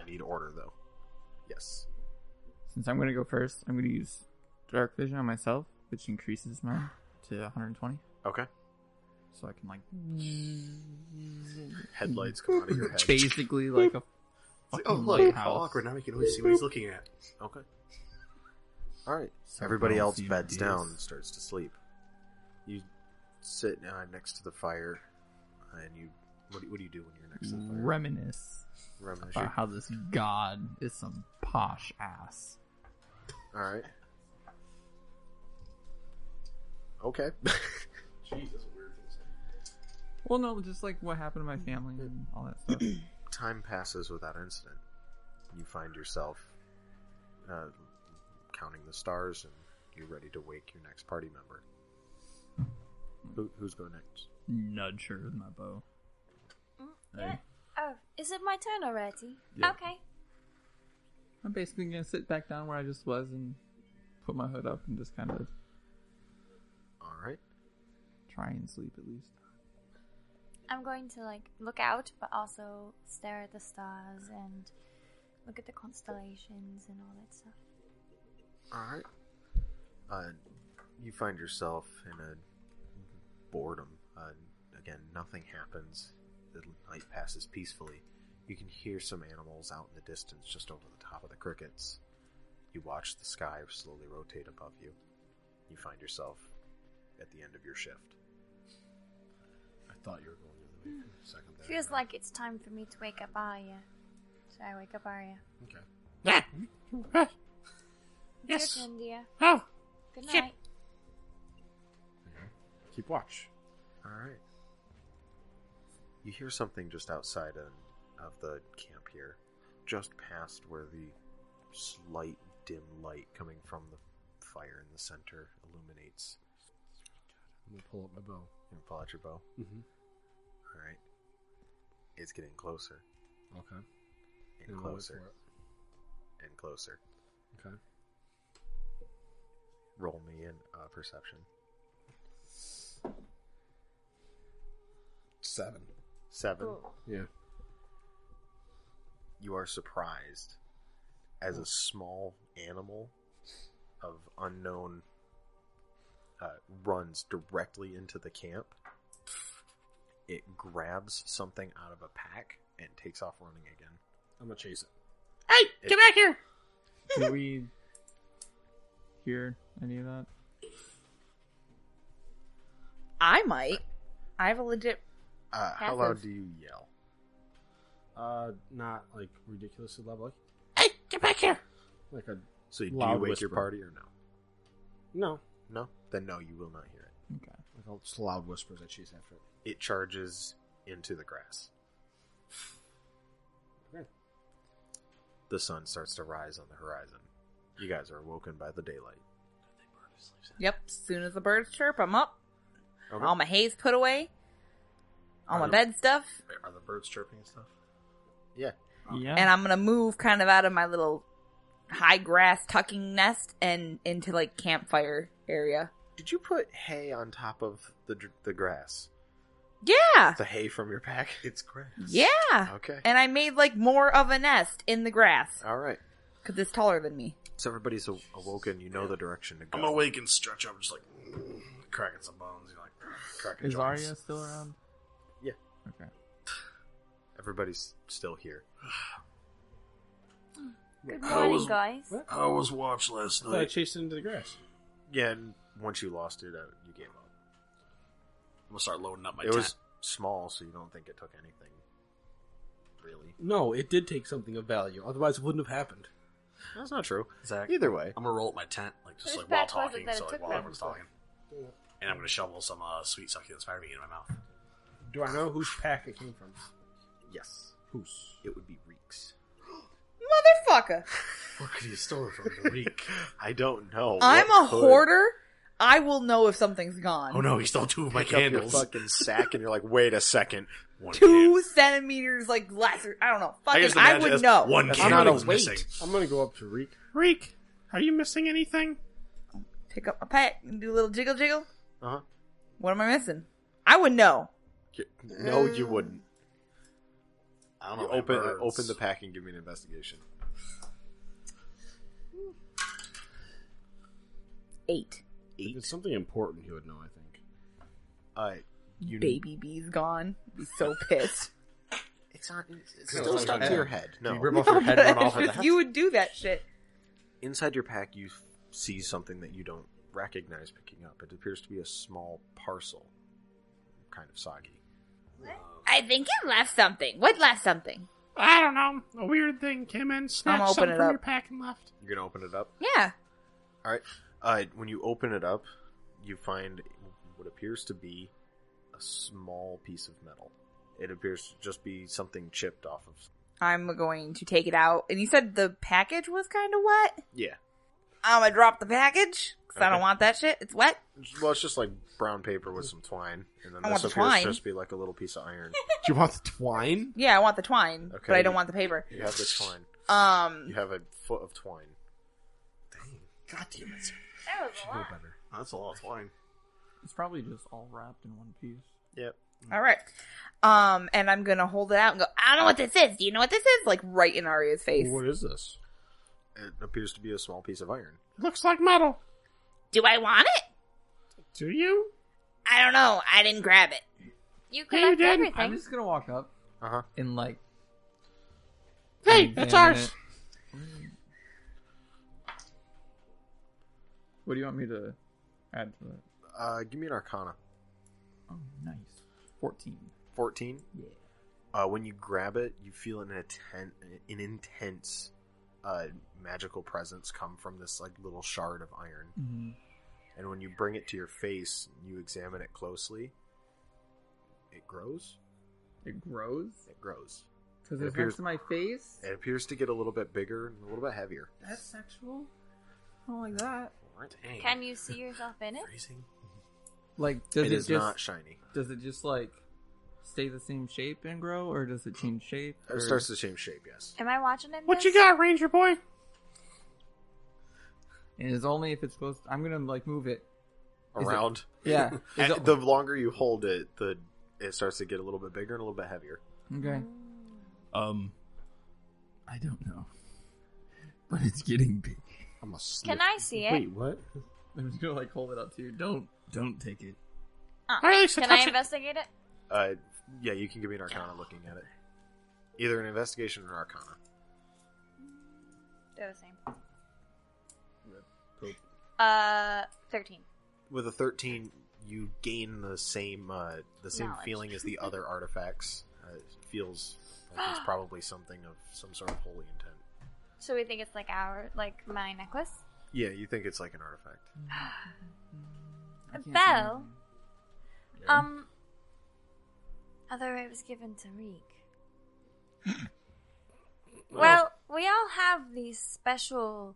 Speaker 7: I need order though. Yes.
Speaker 5: Since I'm gonna go first, I'm gonna use dark vision on myself, which increases mine to 120,
Speaker 7: Okay.
Speaker 5: so I can like
Speaker 7: Headlights come out of your head.
Speaker 5: basically like a fucking
Speaker 6: oh, look, how
Speaker 5: lighthouse.
Speaker 6: awkward. Now we can always see what he's looking at.
Speaker 7: Okay. All right.
Speaker 5: So
Speaker 7: Everybody
Speaker 5: I'll
Speaker 7: else
Speaker 5: see you
Speaker 7: beds
Speaker 5: in
Speaker 7: down
Speaker 5: days.
Speaker 7: and starts to sleep. You sit uh, next to the fire, and you. What do, what do you do when you're next to the fire?
Speaker 5: Reminisce
Speaker 7: Reminisce.
Speaker 5: about how this god is some posh ass.
Speaker 7: All right. Okay.
Speaker 27: Jeez, that's a weird thing to say.
Speaker 5: Well, no, just like what happened to my family and all that stuff.
Speaker 7: Time passes without incident. You find yourself uh, counting the stars, and you're ready to wake your next party member. Who, who's going next?
Speaker 5: Nudge her with my bow.
Speaker 4: Mm, Yeah.
Speaker 5: Hey.
Speaker 4: Oh, is it my turn already?
Speaker 5: Yeah.
Speaker 4: Okay.
Speaker 5: I'm basically gonna sit back down where I just was and put my hood up and just kind of
Speaker 7: All right.
Speaker 5: try and sleep at least.
Speaker 4: I'm going to like look out, but also stare at the stars and look at the constellations and all that stuff.
Speaker 7: All right. Uh, you find yourself in a boredom. Uh, again, nothing happens. The night passes peacefully. You can hear some animals out in the distance, just over the top of the crickets. You watch the sky slowly rotate above you. You find yourself at the end of your shift.
Speaker 27: I thought you were going the other way. for a Second there.
Speaker 4: Feels like it's time for me to wake up Arya. Should I wake up Arya?
Speaker 27: Okay.
Speaker 4: Yes. Your turn, dear.
Speaker 2: Oh,
Speaker 4: Good
Speaker 2: Shit.
Speaker 4: night.
Speaker 27: Keep watch.
Speaker 7: All right. You hear something just outside of, of the camp here, just past where the slight dim light coming from the fire in the center illuminates.
Speaker 27: I'm gonna pull up my bow.
Speaker 7: You gonna pull out your bow.
Speaker 27: Mm-hmm.
Speaker 7: All right. It's getting closer
Speaker 27: Okay.
Speaker 7: and
Speaker 27: And I'll wait
Speaker 7: closer
Speaker 27: for
Speaker 7: and closer.
Speaker 27: it. Okay.
Speaker 7: Roll me in uh, perception.
Speaker 27: Seven.
Speaker 7: Seven.
Speaker 27: Yeah.
Speaker 7: you are surprised as a small animal of unknown uh, runs directly into the camp it grabs something out of a pack and takes off running again. I'm gonna chase it.
Speaker 2: Hey,
Speaker 7: It-
Speaker 2: get back here!
Speaker 5: Did we hear any of that?
Speaker 8: I might. I have a legit.
Speaker 7: Uh, how
Speaker 8: Passive.
Speaker 7: loud do you yell?
Speaker 27: Uh, not like ridiculously loud, like
Speaker 2: Get back here!
Speaker 27: like a
Speaker 7: So do you
Speaker 27: Loud
Speaker 7: wake
Speaker 27: whisper.
Speaker 7: your party or no?
Speaker 27: no,
Speaker 7: No, then no, you will not hear it.
Speaker 27: like a just loud whispers. I chase after it.
Speaker 7: It charges into the grass.
Speaker 27: Okay.
Speaker 7: The sun starts to rise on the horizon. You guys are awoken by the daylight.
Speaker 8: Yep. As soon as the birds chirp, I'm up.
Speaker 7: Okay.
Speaker 8: All my hay's put away. All my bed stuff,
Speaker 6: Are the birds chirping and stuff?
Speaker 7: Yeah.
Speaker 5: Yeah.
Speaker 8: and I'm gonna move kind of out of my little high grass tucking nest and into like campfire area.
Speaker 7: Did you put hay on top of the dr- the grass?
Speaker 8: Yeah.
Speaker 7: The hay from your pack. It's grass.
Speaker 8: Yeah.
Speaker 7: Okay.
Speaker 8: And I made like more of a nest in the grass
Speaker 7: All right.
Speaker 8: because it's taller than me.
Speaker 7: So everybody's aw- awoken. You know the direction to go.
Speaker 6: I'm awake and stretch up, just like cracking some bones. You're like cracking
Speaker 5: Is
Speaker 6: joints.
Speaker 5: Arya still around?
Speaker 7: Yeah.
Speaker 5: Okay.
Speaker 7: Everybody's still here.
Speaker 4: Good
Speaker 6: How
Speaker 4: morning,
Speaker 6: was-
Speaker 4: guys.
Speaker 6: How was watch last
Speaker 27: So I
Speaker 6: night?
Speaker 27: chased it into the grass.
Speaker 7: Yeah, and once you lost it, uh, you gave up.
Speaker 6: I'm gonna start loading up my
Speaker 7: it
Speaker 6: tent.
Speaker 7: was small, so you don't think it took anything. Really?
Speaker 27: No, it did take something of value. Otherwise, it wouldn't have happened.
Speaker 7: That's not true.
Speaker 6: Zach,
Speaker 7: Either way,
Speaker 6: I'm gonna roll up my tent, like just
Speaker 4: Whose
Speaker 6: like while
Speaker 4: back was it
Speaker 6: talking,
Speaker 4: that it
Speaker 6: so like
Speaker 4: took
Speaker 6: while
Speaker 4: them?
Speaker 6: everyone's talking, and I'm gonna shovel some uh, sweet succulent spider meat in my mouth.
Speaker 27: Do I know whose pack it came from?
Speaker 7: yes,
Speaker 27: Whose?
Speaker 7: it would be Reeks.
Speaker 8: Motherfucker.
Speaker 6: What could he have stolen from the reek?
Speaker 7: I don't know.
Speaker 6: Uh,
Speaker 8: I'm
Speaker 7: What
Speaker 8: a
Speaker 7: could-
Speaker 8: hoarder. I will know if something's gone.
Speaker 6: Oh no, he stole two of my
Speaker 7: Pick up your
Speaker 6: candles.
Speaker 7: fucking sack, and you're like, wait a second.
Speaker 6: One
Speaker 8: Two centimeters, like lesser. I don't know. Fucking,
Speaker 6: just
Speaker 8: I,
Speaker 6: imagine
Speaker 8: would
Speaker 6: that's
Speaker 8: know.
Speaker 6: One
Speaker 7: That's
Speaker 6: candle
Speaker 7: not a
Speaker 6: was
Speaker 7: weight.
Speaker 6: missing.
Speaker 27: I'm gonna go up to Reek.
Speaker 2: Reek, are you missing anything?
Speaker 8: Pick up my pack and do a little jiggle, jiggle.
Speaker 7: Uh huh.
Speaker 8: What am I missing? I would know.
Speaker 7: No, you wouldn't.
Speaker 6: I don't
Speaker 7: You
Speaker 6: know. Oh,
Speaker 1: Oh.
Speaker 6: my
Speaker 7: open
Speaker 6: birds.
Speaker 7: uh, open the pack and give me an investigation.
Speaker 8: Eight
Speaker 27: If it's something important, he would know. I think.
Speaker 7: Uh, you
Speaker 8: baby bees gone. I'd be so pissed.
Speaker 3: It's on. It's, it's
Speaker 7: No,
Speaker 3: still
Speaker 7: it's
Speaker 3: stuck to
Speaker 7: on your
Speaker 3: your
Speaker 7: head.
Speaker 3: head.
Speaker 7: No.
Speaker 3: You
Speaker 7: rip
Speaker 3: rip
Speaker 7: off
Speaker 3: off
Speaker 7: your
Speaker 3: your
Speaker 8: No,
Speaker 3: head,
Speaker 8: but
Speaker 3: run
Speaker 8: it's
Speaker 3: off with
Speaker 8: just-
Speaker 3: the
Speaker 8: you would do that shit.
Speaker 7: inside your pack you f- see something that you don't recognize picking up it appears to be a small parcel kind of soggy
Speaker 8: I think it left something. What left something?
Speaker 2: I don't know. A weird thing came in,
Speaker 8: I'ma
Speaker 2: snatched
Speaker 8: open
Speaker 2: something
Speaker 8: it
Speaker 2: from
Speaker 8: up.
Speaker 2: your pack and left.
Speaker 7: you're gonna open it up
Speaker 8: Yeah.
Speaker 7: all right uh, when you open it up you find what appears to be a small piece of metal it appears to just be something chipped off of
Speaker 8: I'm going to take it out. And you said the package was kind of wet.
Speaker 7: yeah
Speaker 8: I'm gonna drop the package because I don't
Speaker 7: Okay.
Speaker 8: want that shit. It's wet.
Speaker 7: well it's just like brown paper with some twine and then
Speaker 8: I want
Speaker 7: this
Speaker 8: the
Speaker 7: appears
Speaker 8: twine.
Speaker 7: to just be like a little piece of iron
Speaker 27: Do you want the twine?
Speaker 8: Yeah, I want the twine,
Speaker 7: Okay.
Speaker 8: but I don't want the paper.
Speaker 7: you have this twine
Speaker 8: Um,
Speaker 7: you have a foot of twine
Speaker 6: God damn it!
Speaker 4: That was a lot.
Speaker 27: better.
Speaker 6: That's a lot of wine.
Speaker 5: It's probably just all wrapped in one piece.
Speaker 7: yep
Speaker 8: all right. Um, and I'm gonna hold it out and go. I don't know what this is. Do you know what this is? Like right in Arya's face.
Speaker 27: What is this?
Speaker 7: it appears to be a small piece of iron
Speaker 2: It looks like metal.
Speaker 8: Do I want it?
Speaker 2: Do you?
Speaker 8: I don't know. I didn't grab it.
Speaker 4: You
Speaker 2: Hey, you
Speaker 4: collect
Speaker 2: did.
Speaker 4: everything.
Speaker 5: I'm just gonna walk up
Speaker 7: uh-huh
Speaker 5: and like.
Speaker 2: Hey,
Speaker 5: examine
Speaker 2: that's ours.
Speaker 5: it. What do you want me to add to it?
Speaker 7: Uh, give me an Arcana.
Speaker 5: Oh, nice. Fourteen.
Speaker 7: Fourteen.
Speaker 5: Yeah.
Speaker 7: Uh, when you grab it, you feel an intent, an intense, uh, magical presence come from this like little shard of iron.
Speaker 5: Mm-hmm.
Speaker 7: And when you bring it to your face, you examine it closely. It grows.
Speaker 5: It grows
Speaker 7: It grows.
Speaker 5: because
Speaker 7: It
Speaker 5: it's
Speaker 7: appears-
Speaker 5: next to my face.
Speaker 7: It appears to get a little bit bigger and a little bit heavier.
Speaker 5: That's sexual. I don't like that.
Speaker 6: Dang.
Speaker 4: Can you see yourself in it?
Speaker 6: Freezing.
Speaker 5: Like, does
Speaker 7: it
Speaker 5: it,
Speaker 7: is
Speaker 5: just
Speaker 7: not shiny.
Speaker 5: does it just like stay the same shape and grow, or does it change shape? Or...
Speaker 7: It starts the same shape. Yes.
Speaker 4: Am I watching it?
Speaker 2: What you got, Ranger boy?
Speaker 5: And it's only if it's close. I'm gonna like move it. Is it-
Speaker 7: Around.
Speaker 5: Yeah. Is
Speaker 7: And
Speaker 5: it-
Speaker 7: the longer you hold it, the it starts to get a little bit bigger and a little bit heavier.
Speaker 5: Okay.
Speaker 28: Um, I don't know, but it's getting big.
Speaker 27: I'm a slip.
Speaker 4: Can I see it?
Speaker 27: Wait, what?
Speaker 5: I'm just gonna like hold it up to you. Don't.
Speaker 28: Don't take it.
Speaker 4: Uh,
Speaker 2: Or at least I
Speaker 4: can
Speaker 2: touch
Speaker 4: I
Speaker 2: it.
Speaker 4: investigate it?
Speaker 7: Uh, Yeah, you can give me an Arcana looking at it. Either an investigation or an Arcana.
Speaker 4: They're the same. Uh, 13.
Speaker 7: With a thirteen, you gain the same uh, the same
Speaker 4: Knowledge.
Speaker 7: feeling as the other artifacts. Uh, it feels like it's probably something of some sort of holy intent.
Speaker 4: So we think it's like our, like my necklace.
Speaker 7: Yeah, you think it's like an artifact.
Speaker 4: Belle. Um. Although it was given to Reek. well, we all have these special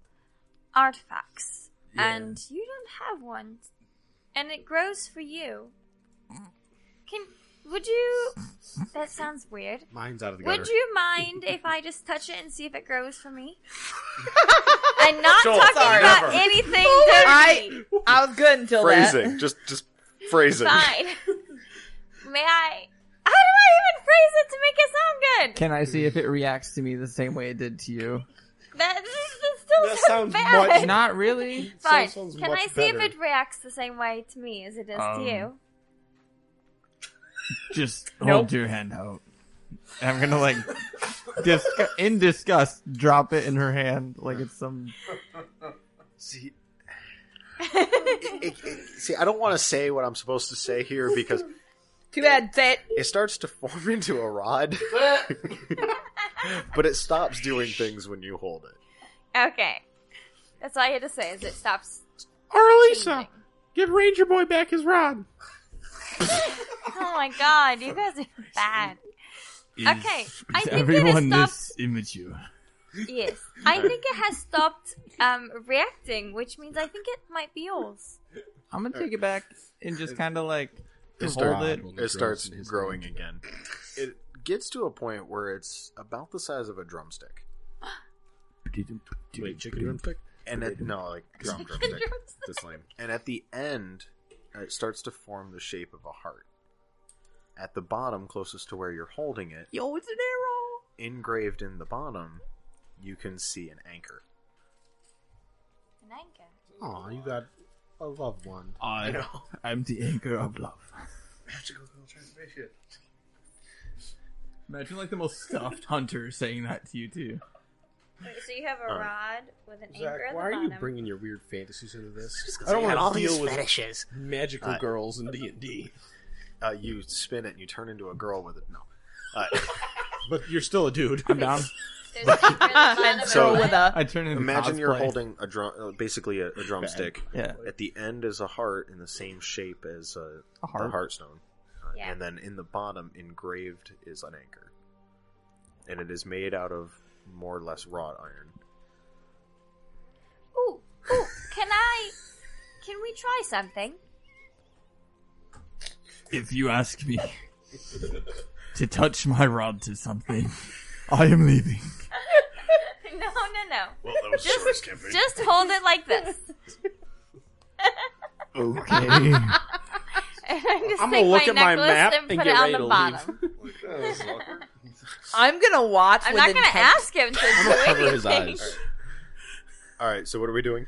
Speaker 4: artifacts, and you don't have one, and it grows for you. Can would you? That sounds weird.
Speaker 27: Mine's out of the gutter.
Speaker 4: Would you mind if I just touch it and see if it grows for me? I'm not
Speaker 8: Joel,
Speaker 4: talking
Speaker 8: sorry.
Speaker 4: about
Speaker 8: Never.
Speaker 4: anything
Speaker 8: I
Speaker 4: dirty.
Speaker 8: I was good until that.
Speaker 7: Phrasing, just just phrasing.
Speaker 4: Fine. May I? How do I even phrase it to make it sound good?
Speaker 5: Can I see if it reacts to me the same way it did to you?
Speaker 4: That, this is still
Speaker 5: That
Speaker 4: so
Speaker 5: sounds
Speaker 4: bad.
Speaker 5: much- Not really. So-
Speaker 4: Fine.
Speaker 5: sounds
Speaker 4: Can
Speaker 5: much
Speaker 4: I see
Speaker 5: better.
Speaker 4: if it reacts the same way to me as it does
Speaker 5: Um,
Speaker 4: to you?
Speaker 5: Just
Speaker 28: Nope.
Speaker 5: hold your hand out. And I'm gonna like, dis- in disgust, drop it in her hand like it's some.
Speaker 7: See, See, I don't want to say what I'm supposed to say here because
Speaker 8: Too bad, fit.
Speaker 7: it starts to form into a rod, but it stops doing things when you hold it.
Speaker 4: Okay. That's all you had to say is it stops.
Speaker 2: Arlisa, give Ranger Boy back his rod.
Speaker 4: Oh my god, you guys are bad. Okay, I
Speaker 5: Is
Speaker 4: think it
Speaker 5: everyone
Speaker 4: has
Speaker 5: this immature?
Speaker 4: stopped. Yes, I think it has stopped um, reacting, which means I think it might be yours.
Speaker 5: I'm gonna take it back and just kind of like
Speaker 7: It,
Speaker 5: hold
Speaker 7: Uh, start,
Speaker 5: it.
Speaker 7: it starts growing again. It gets to a point where it's about the size of a drumstick.
Speaker 27: Wait, chicken drumstick?
Speaker 7: And at, no, like drum
Speaker 27: Chicken
Speaker 7: drumstick.
Speaker 27: drumstick. That's lame.
Speaker 7: And at the end, uh, it starts to form the shape of a heart. At the bottom, closest to where you're holding it,
Speaker 5: Yo, it's an arrow.
Speaker 7: engraved in the bottom, you can see an anchor.
Speaker 4: An anchor.
Speaker 27: Aw, you got a loved one.
Speaker 28: I I'm the anchor of love.
Speaker 27: Magical little transmission.
Speaker 5: Imagine like the most stuffed hunter saying that to you too.
Speaker 4: Wait, so you have a
Speaker 5: All
Speaker 4: rod with an
Speaker 27: Zach,
Speaker 4: anchor at the
Speaker 27: why are
Speaker 4: bottom.
Speaker 27: you bringing your weird fantasies into this?
Speaker 3: I got
Speaker 27: wanna
Speaker 3: all these
Speaker 27: with
Speaker 3: fetishes.
Speaker 27: Magical
Speaker 7: Uh,
Speaker 27: girls in D and D.
Speaker 7: Uh, you spin it and you turn into a girl with it. No. Uh,
Speaker 27: but you're still a dude.
Speaker 5: I'm down.
Speaker 4: There's a secret
Speaker 8: sign of
Speaker 7: so
Speaker 8: it, right?
Speaker 5: I turn into
Speaker 7: imagine you're
Speaker 5: cosplay.
Speaker 7: holding a drum, uh, basically a, a drumstick.
Speaker 5: Yeah.
Speaker 7: At the end is a heart in the same shape as uh,
Speaker 5: A heart.
Speaker 7: the heartstone, uh,
Speaker 4: Yeah.
Speaker 7: and then in the bottom engraved is an anchor, and it is made out of more or less wrought iron.
Speaker 4: Ooh, ooh, can I? Can we try something?
Speaker 5: If you ask me to touch my rod to something, I am leaving.
Speaker 4: no, no, no.
Speaker 1: Well, that was a
Speaker 4: just,
Speaker 1: service campaign.
Speaker 4: just hold it like this.
Speaker 5: Okay.
Speaker 4: And I just
Speaker 27: I'm
Speaker 4: take
Speaker 27: gonna look at my
Speaker 4: necklace
Speaker 27: map
Speaker 4: and
Speaker 27: and
Speaker 4: put
Speaker 27: get
Speaker 4: it on
Speaker 27: ready
Speaker 4: the
Speaker 27: to
Speaker 4: bottom.
Speaker 8: I'm gonna watch.
Speaker 4: I'm
Speaker 8: with
Speaker 4: not gonna
Speaker 8: intent.
Speaker 4: ask him to do anything.
Speaker 7: All right, so what are we doing?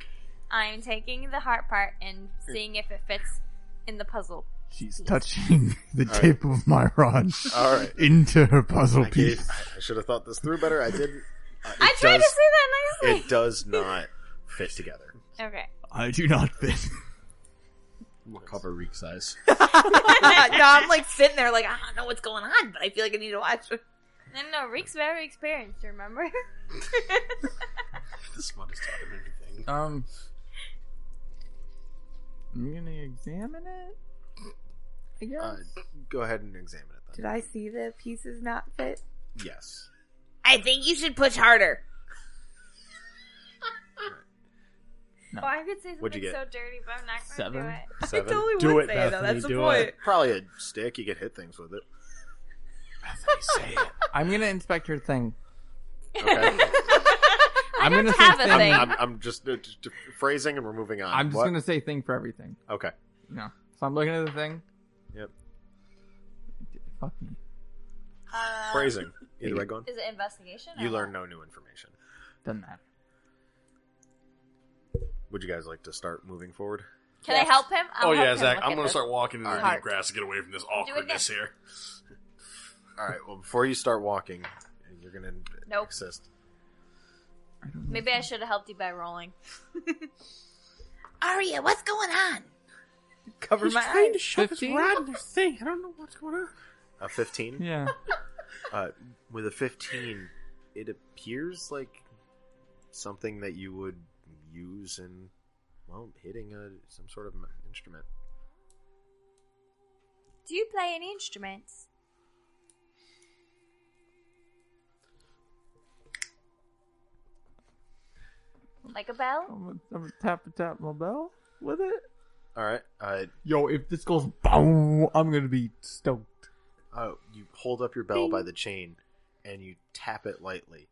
Speaker 4: I'm taking the heart part and seeing if it fits in the puzzle.
Speaker 5: She's touching the
Speaker 7: All right.
Speaker 5: tip of my rod
Speaker 7: All right.
Speaker 5: into her puzzle
Speaker 7: I, gave,
Speaker 5: piece.
Speaker 7: I- I should have thought this through better. I didn't. Uh, it
Speaker 4: I tried to
Speaker 7: does-
Speaker 4: say that nicely.
Speaker 7: It does not fit together.
Speaker 4: Okay.
Speaker 5: I do not fit.
Speaker 27: We'll cover Reek's eyes.
Speaker 8: no, I'm like sitting there, like I don't know what's going on, but I feel like I need to watch.
Speaker 4: No, no, Reek's very experienced, remember?
Speaker 6: This one is taught him everything.
Speaker 5: Um, I'm gonna examine it. I guess.
Speaker 7: Uh, go ahead and examine it.
Speaker 8: Did I see the pieces not fit?
Speaker 7: Then. Yes.
Speaker 8: I think you should push harder.
Speaker 5: No.
Speaker 4: Oh, I could say
Speaker 7: What'd
Speaker 4: something
Speaker 7: you
Speaker 4: so dirty, but I'm not gonna do
Speaker 5: Seven.
Speaker 4: it.
Speaker 7: Seven.
Speaker 8: totally Do would it, say it, though. Bethany, That's the do point. it.
Speaker 7: Probably a stick. You could hit things with it.
Speaker 5: I'm gonna inspect her thing.
Speaker 7: Okay.
Speaker 5: I'm
Speaker 4: don't
Speaker 5: gonna
Speaker 4: have
Speaker 5: say
Speaker 4: a
Speaker 5: thing.
Speaker 4: thing.
Speaker 5: I'm,
Speaker 7: I'm, I'm just uh, just phrasing and we're moving on.
Speaker 5: just
Speaker 7: What?
Speaker 5: gonna say thing for everything.
Speaker 7: Okay.
Speaker 5: No. So I'm looking at the thing.
Speaker 7: Yep.
Speaker 5: Fuck me.
Speaker 4: Uh,
Speaker 7: Phrasing. Either way, going.
Speaker 4: Is it investigation?
Speaker 7: You
Speaker 4: or
Speaker 7: learn no new information.
Speaker 5: Doesn't matter.
Speaker 7: Would you guys like to start moving forward?
Speaker 4: what? Can I help him? I'll
Speaker 1: oh
Speaker 4: help
Speaker 1: yeah,
Speaker 4: him
Speaker 1: Zach,
Speaker 4: look
Speaker 1: I'm
Speaker 4: at
Speaker 1: gonna
Speaker 4: this.
Speaker 1: start walking into the
Speaker 4: Heart.
Speaker 1: deep grass to get away from this
Speaker 4: it
Speaker 1: awkwardness here.
Speaker 7: All right. Well, before you start walking, you're gonna
Speaker 4: Nope.
Speaker 7: assist.
Speaker 4: Maybe I should have helped you by rolling.
Speaker 8: Aria, what's going on?
Speaker 2: Cover He's
Speaker 8: my
Speaker 2: trying to
Speaker 8: eyes.
Speaker 2: shove his
Speaker 8: 15?
Speaker 2: rod in her thing. I don't know what's going on.
Speaker 7: A 15?
Speaker 5: Yeah.
Speaker 7: uh, with a 15, it appears like something that you would use in, well, hitting a, some sort of m- instrument.
Speaker 4: Do you play any instruments? Like a bell?
Speaker 5: I'm gonna tap tap my bell with it.
Speaker 7: All right. Uh,
Speaker 5: Yo, if this goes boom, I'm gonna be stoked.
Speaker 7: uh, you hold up your bell by the chain and you tap it lightly,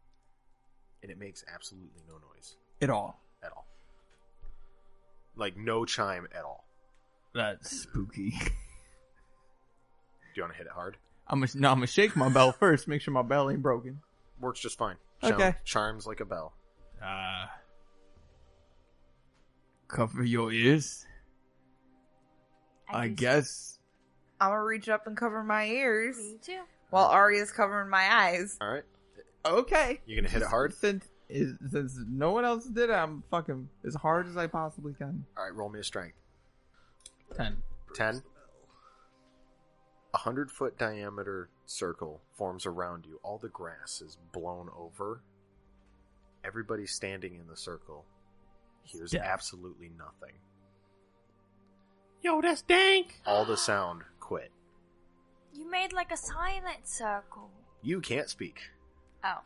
Speaker 7: and it makes absolutely no noise
Speaker 28: At all.
Speaker 7: at all. Like, no chime at all.
Speaker 28: That's spooky.
Speaker 7: Do you want to hit it hard?
Speaker 5: I'm gonna no, I'm gonna shake my bell first. Make sure my bell ain't broken.
Speaker 7: Works just fine.
Speaker 5: Okay.
Speaker 7: Charms like a bell.
Speaker 28: Uh, cover your ears. I, guess.
Speaker 8: I'm gonna reach up and cover my ears. Me
Speaker 4: too.
Speaker 8: While Arya's covering my eyes.
Speaker 7: All right.
Speaker 5: Okay.
Speaker 7: You gonna hit it hard?
Speaker 5: Since, is, since no one else did it, I'm fucking as hard as I possibly can.
Speaker 7: All right, roll me a strength.
Speaker 28: Ten.
Speaker 7: Ten. A hundred foot diameter circle forms around you. All the grass is blown over. Everybody standing in the circle hears
Speaker 2: Death.
Speaker 7: absolutely nothing.
Speaker 2: Yo, that's dank.
Speaker 7: All the sound quit.
Speaker 4: You made like a silent circle.
Speaker 7: You can't speak.
Speaker 4: Oh.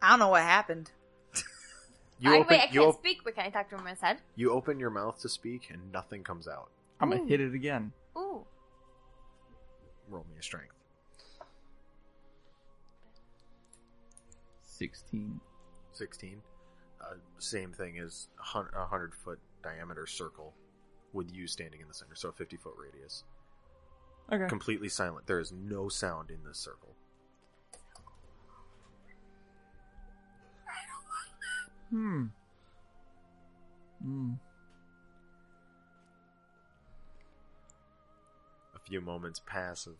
Speaker 8: I don't know what happened.
Speaker 7: You
Speaker 4: I,
Speaker 7: open
Speaker 4: wait, I can't
Speaker 7: you, op-
Speaker 4: speak, but can I talk to him instead?
Speaker 7: you open your mouth to speak and nothing comes out.
Speaker 5: I'm gonna hit it again.
Speaker 4: Ooh.
Speaker 7: Roll me a strength.
Speaker 5: Sixteen.
Speaker 7: 16 uh, same thing as a hun- a 100 foot diameter circle with you standing in the center so a 50 foot radius
Speaker 5: Okay.
Speaker 7: completely silent there is no sound in this circle
Speaker 5: Hmm. Hmm.
Speaker 7: a few moments pass of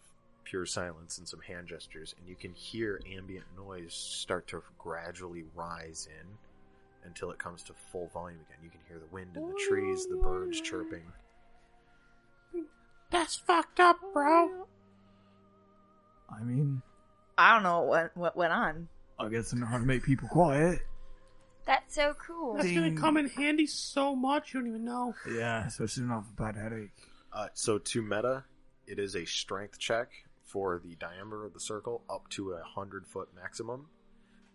Speaker 7: pure silence and some hand gestures and you can hear ambient noise start to gradually rise in until it comes to full volume again you can hear the wind in the trees the birds chirping
Speaker 2: That's fucked up, bro.
Speaker 28: I mean,
Speaker 8: I don't know what what went on.
Speaker 28: I guess I know how to make people quiet.
Speaker 4: That's so cool.
Speaker 2: That's gonna come in handy so much you don't even know.
Speaker 28: Yeah, especially when I have a bad headache.
Speaker 7: Uh, so to meta, it is a strength check for the diameter of the circle up to a hundred foot maximum.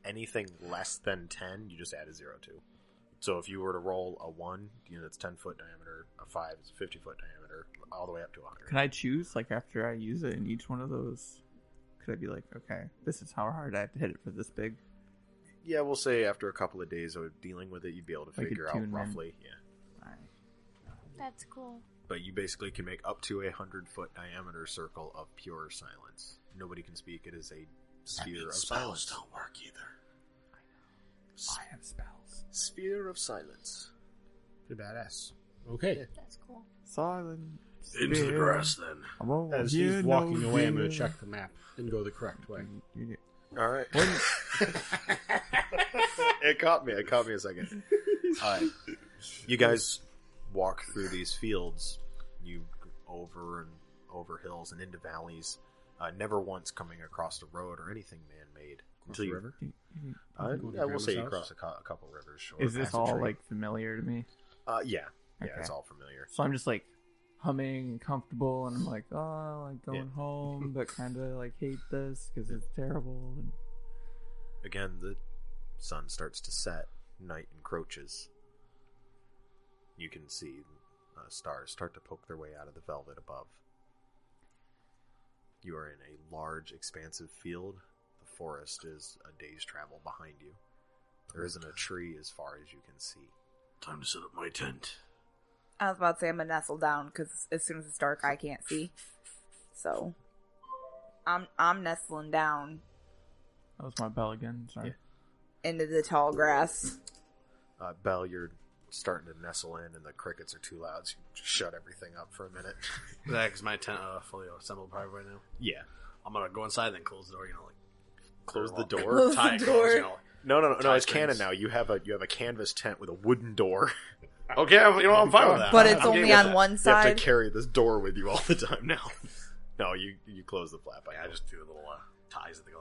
Speaker 7: Anything less than ten, you just add a zero to. So if you were to roll a one, you know that's ten foot diameter. A five is a fifty foot diameter, all the way up to a hundred.
Speaker 5: Can I choose like after I use it in each one of those? Could I be like, okay, this is how hard I have to hit it for this big?
Speaker 7: Yeah, we'll say after a couple of days of dealing with it, you'd be able to
Speaker 5: Like a
Speaker 7: figure out
Speaker 5: tune, man.
Speaker 7: roughly. Yeah,
Speaker 4: That's cool.
Speaker 7: but you basically can make up to a hundred foot diameter circle of pure silence. Nobody can speak. It is a sphere of silence.
Speaker 6: don't work either.
Speaker 28: I have spells.
Speaker 7: Sphere of silence.
Speaker 27: Pretty badass. Okay.
Speaker 4: That's cool.
Speaker 5: Silent.
Speaker 1: Into the
Speaker 5: sphere.
Speaker 1: grass, then.
Speaker 5: I won't
Speaker 27: As
Speaker 5: hear
Speaker 27: he's
Speaker 5: no
Speaker 27: walking
Speaker 6: Oh,
Speaker 27: away, I'm going to
Speaker 5: fear.
Speaker 27: check the map and go the correct way.
Speaker 7: All right. it caught me. It caught me a second. All right. You guys walk through these fields, you g- over and over hills and into valleys, uh, never once coming across the road or anything man-made until
Speaker 27: the
Speaker 7: you.
Speaker 27: river?
Speaker 7: Uh,
Speaker 27: Go to
Speaker 7: I will say you
Speaker 27: Grandma's
Speaker 7: cross
Speaker 27: house?
Speaker 7: a, cou- a couple rivers. Or
Speaker 5: Is
Speaker 7: pass
Speaker 5: this
Speaker 7: a
Speaker 5: all
Speaker 7: tree.
Speaker 5: like familiar to me?
Speaker 7: Uh, yeah, yeah, it's
Speaker 5: Okay.
Speaker 7: all familiar.
Speaker 5: So I'm just like humming and comfortable, and I'm like, oh, like going
Speaker 7: Yeah.
Speaker 5: home, but kind of like hate this because it's terrible. And
Speaker 7: Again, the sun starts to set, night encroaches. You can see uh, stars start to poke their way out of the velvet above. You are in a large, expansive field. The forest is a day's travel behind you. There isn't a tree as far as you can see.
Speaker 1: Time to set up my tent.
Speaker 8: I was about to say I'm gonna nestle down because as soon as it's dark, I can't see. So I'm I'm nestling down
Speaker 5: that was my bell again. Sorry.
Speaker 8: into the tall grass.
Speaker 7: Uh, Belle, you're starting to nestle in, and the crickets are too loud, so you shut everything up for a minute.
Speaker 6: uh, That is my tent uh, fully assembled probably right now.
Speaker 7: yeah.
Speaker 6: I'm gonna go inside and then close the door. You know, like
Speaker 7: Close the
Speaker 6: lock it,
Speaker 7: door.
Speaker 6: tie it closed, you know,
Speaker 7: No, no, no, no.
Speaker 6: tie
Speaker 7: It's canon
Speaker 6: strings.
Speaker 7: now. You have a you have a canvas tent with a wooden door.
Speaker 6: Okay, you know, I'm fine with that. But it's
Speaker 7: I'm
Speaker 6: only
Speaker 7: game with
Speaker 6: on
Speaker 7: that.
Speaker 6: one
Speaker 7: You have
Speaker 6: side?
Speaker 7: to carry this door with you all the time now. no, you you close the flap. I, just
Speaker 6: do the little uh, ties that they go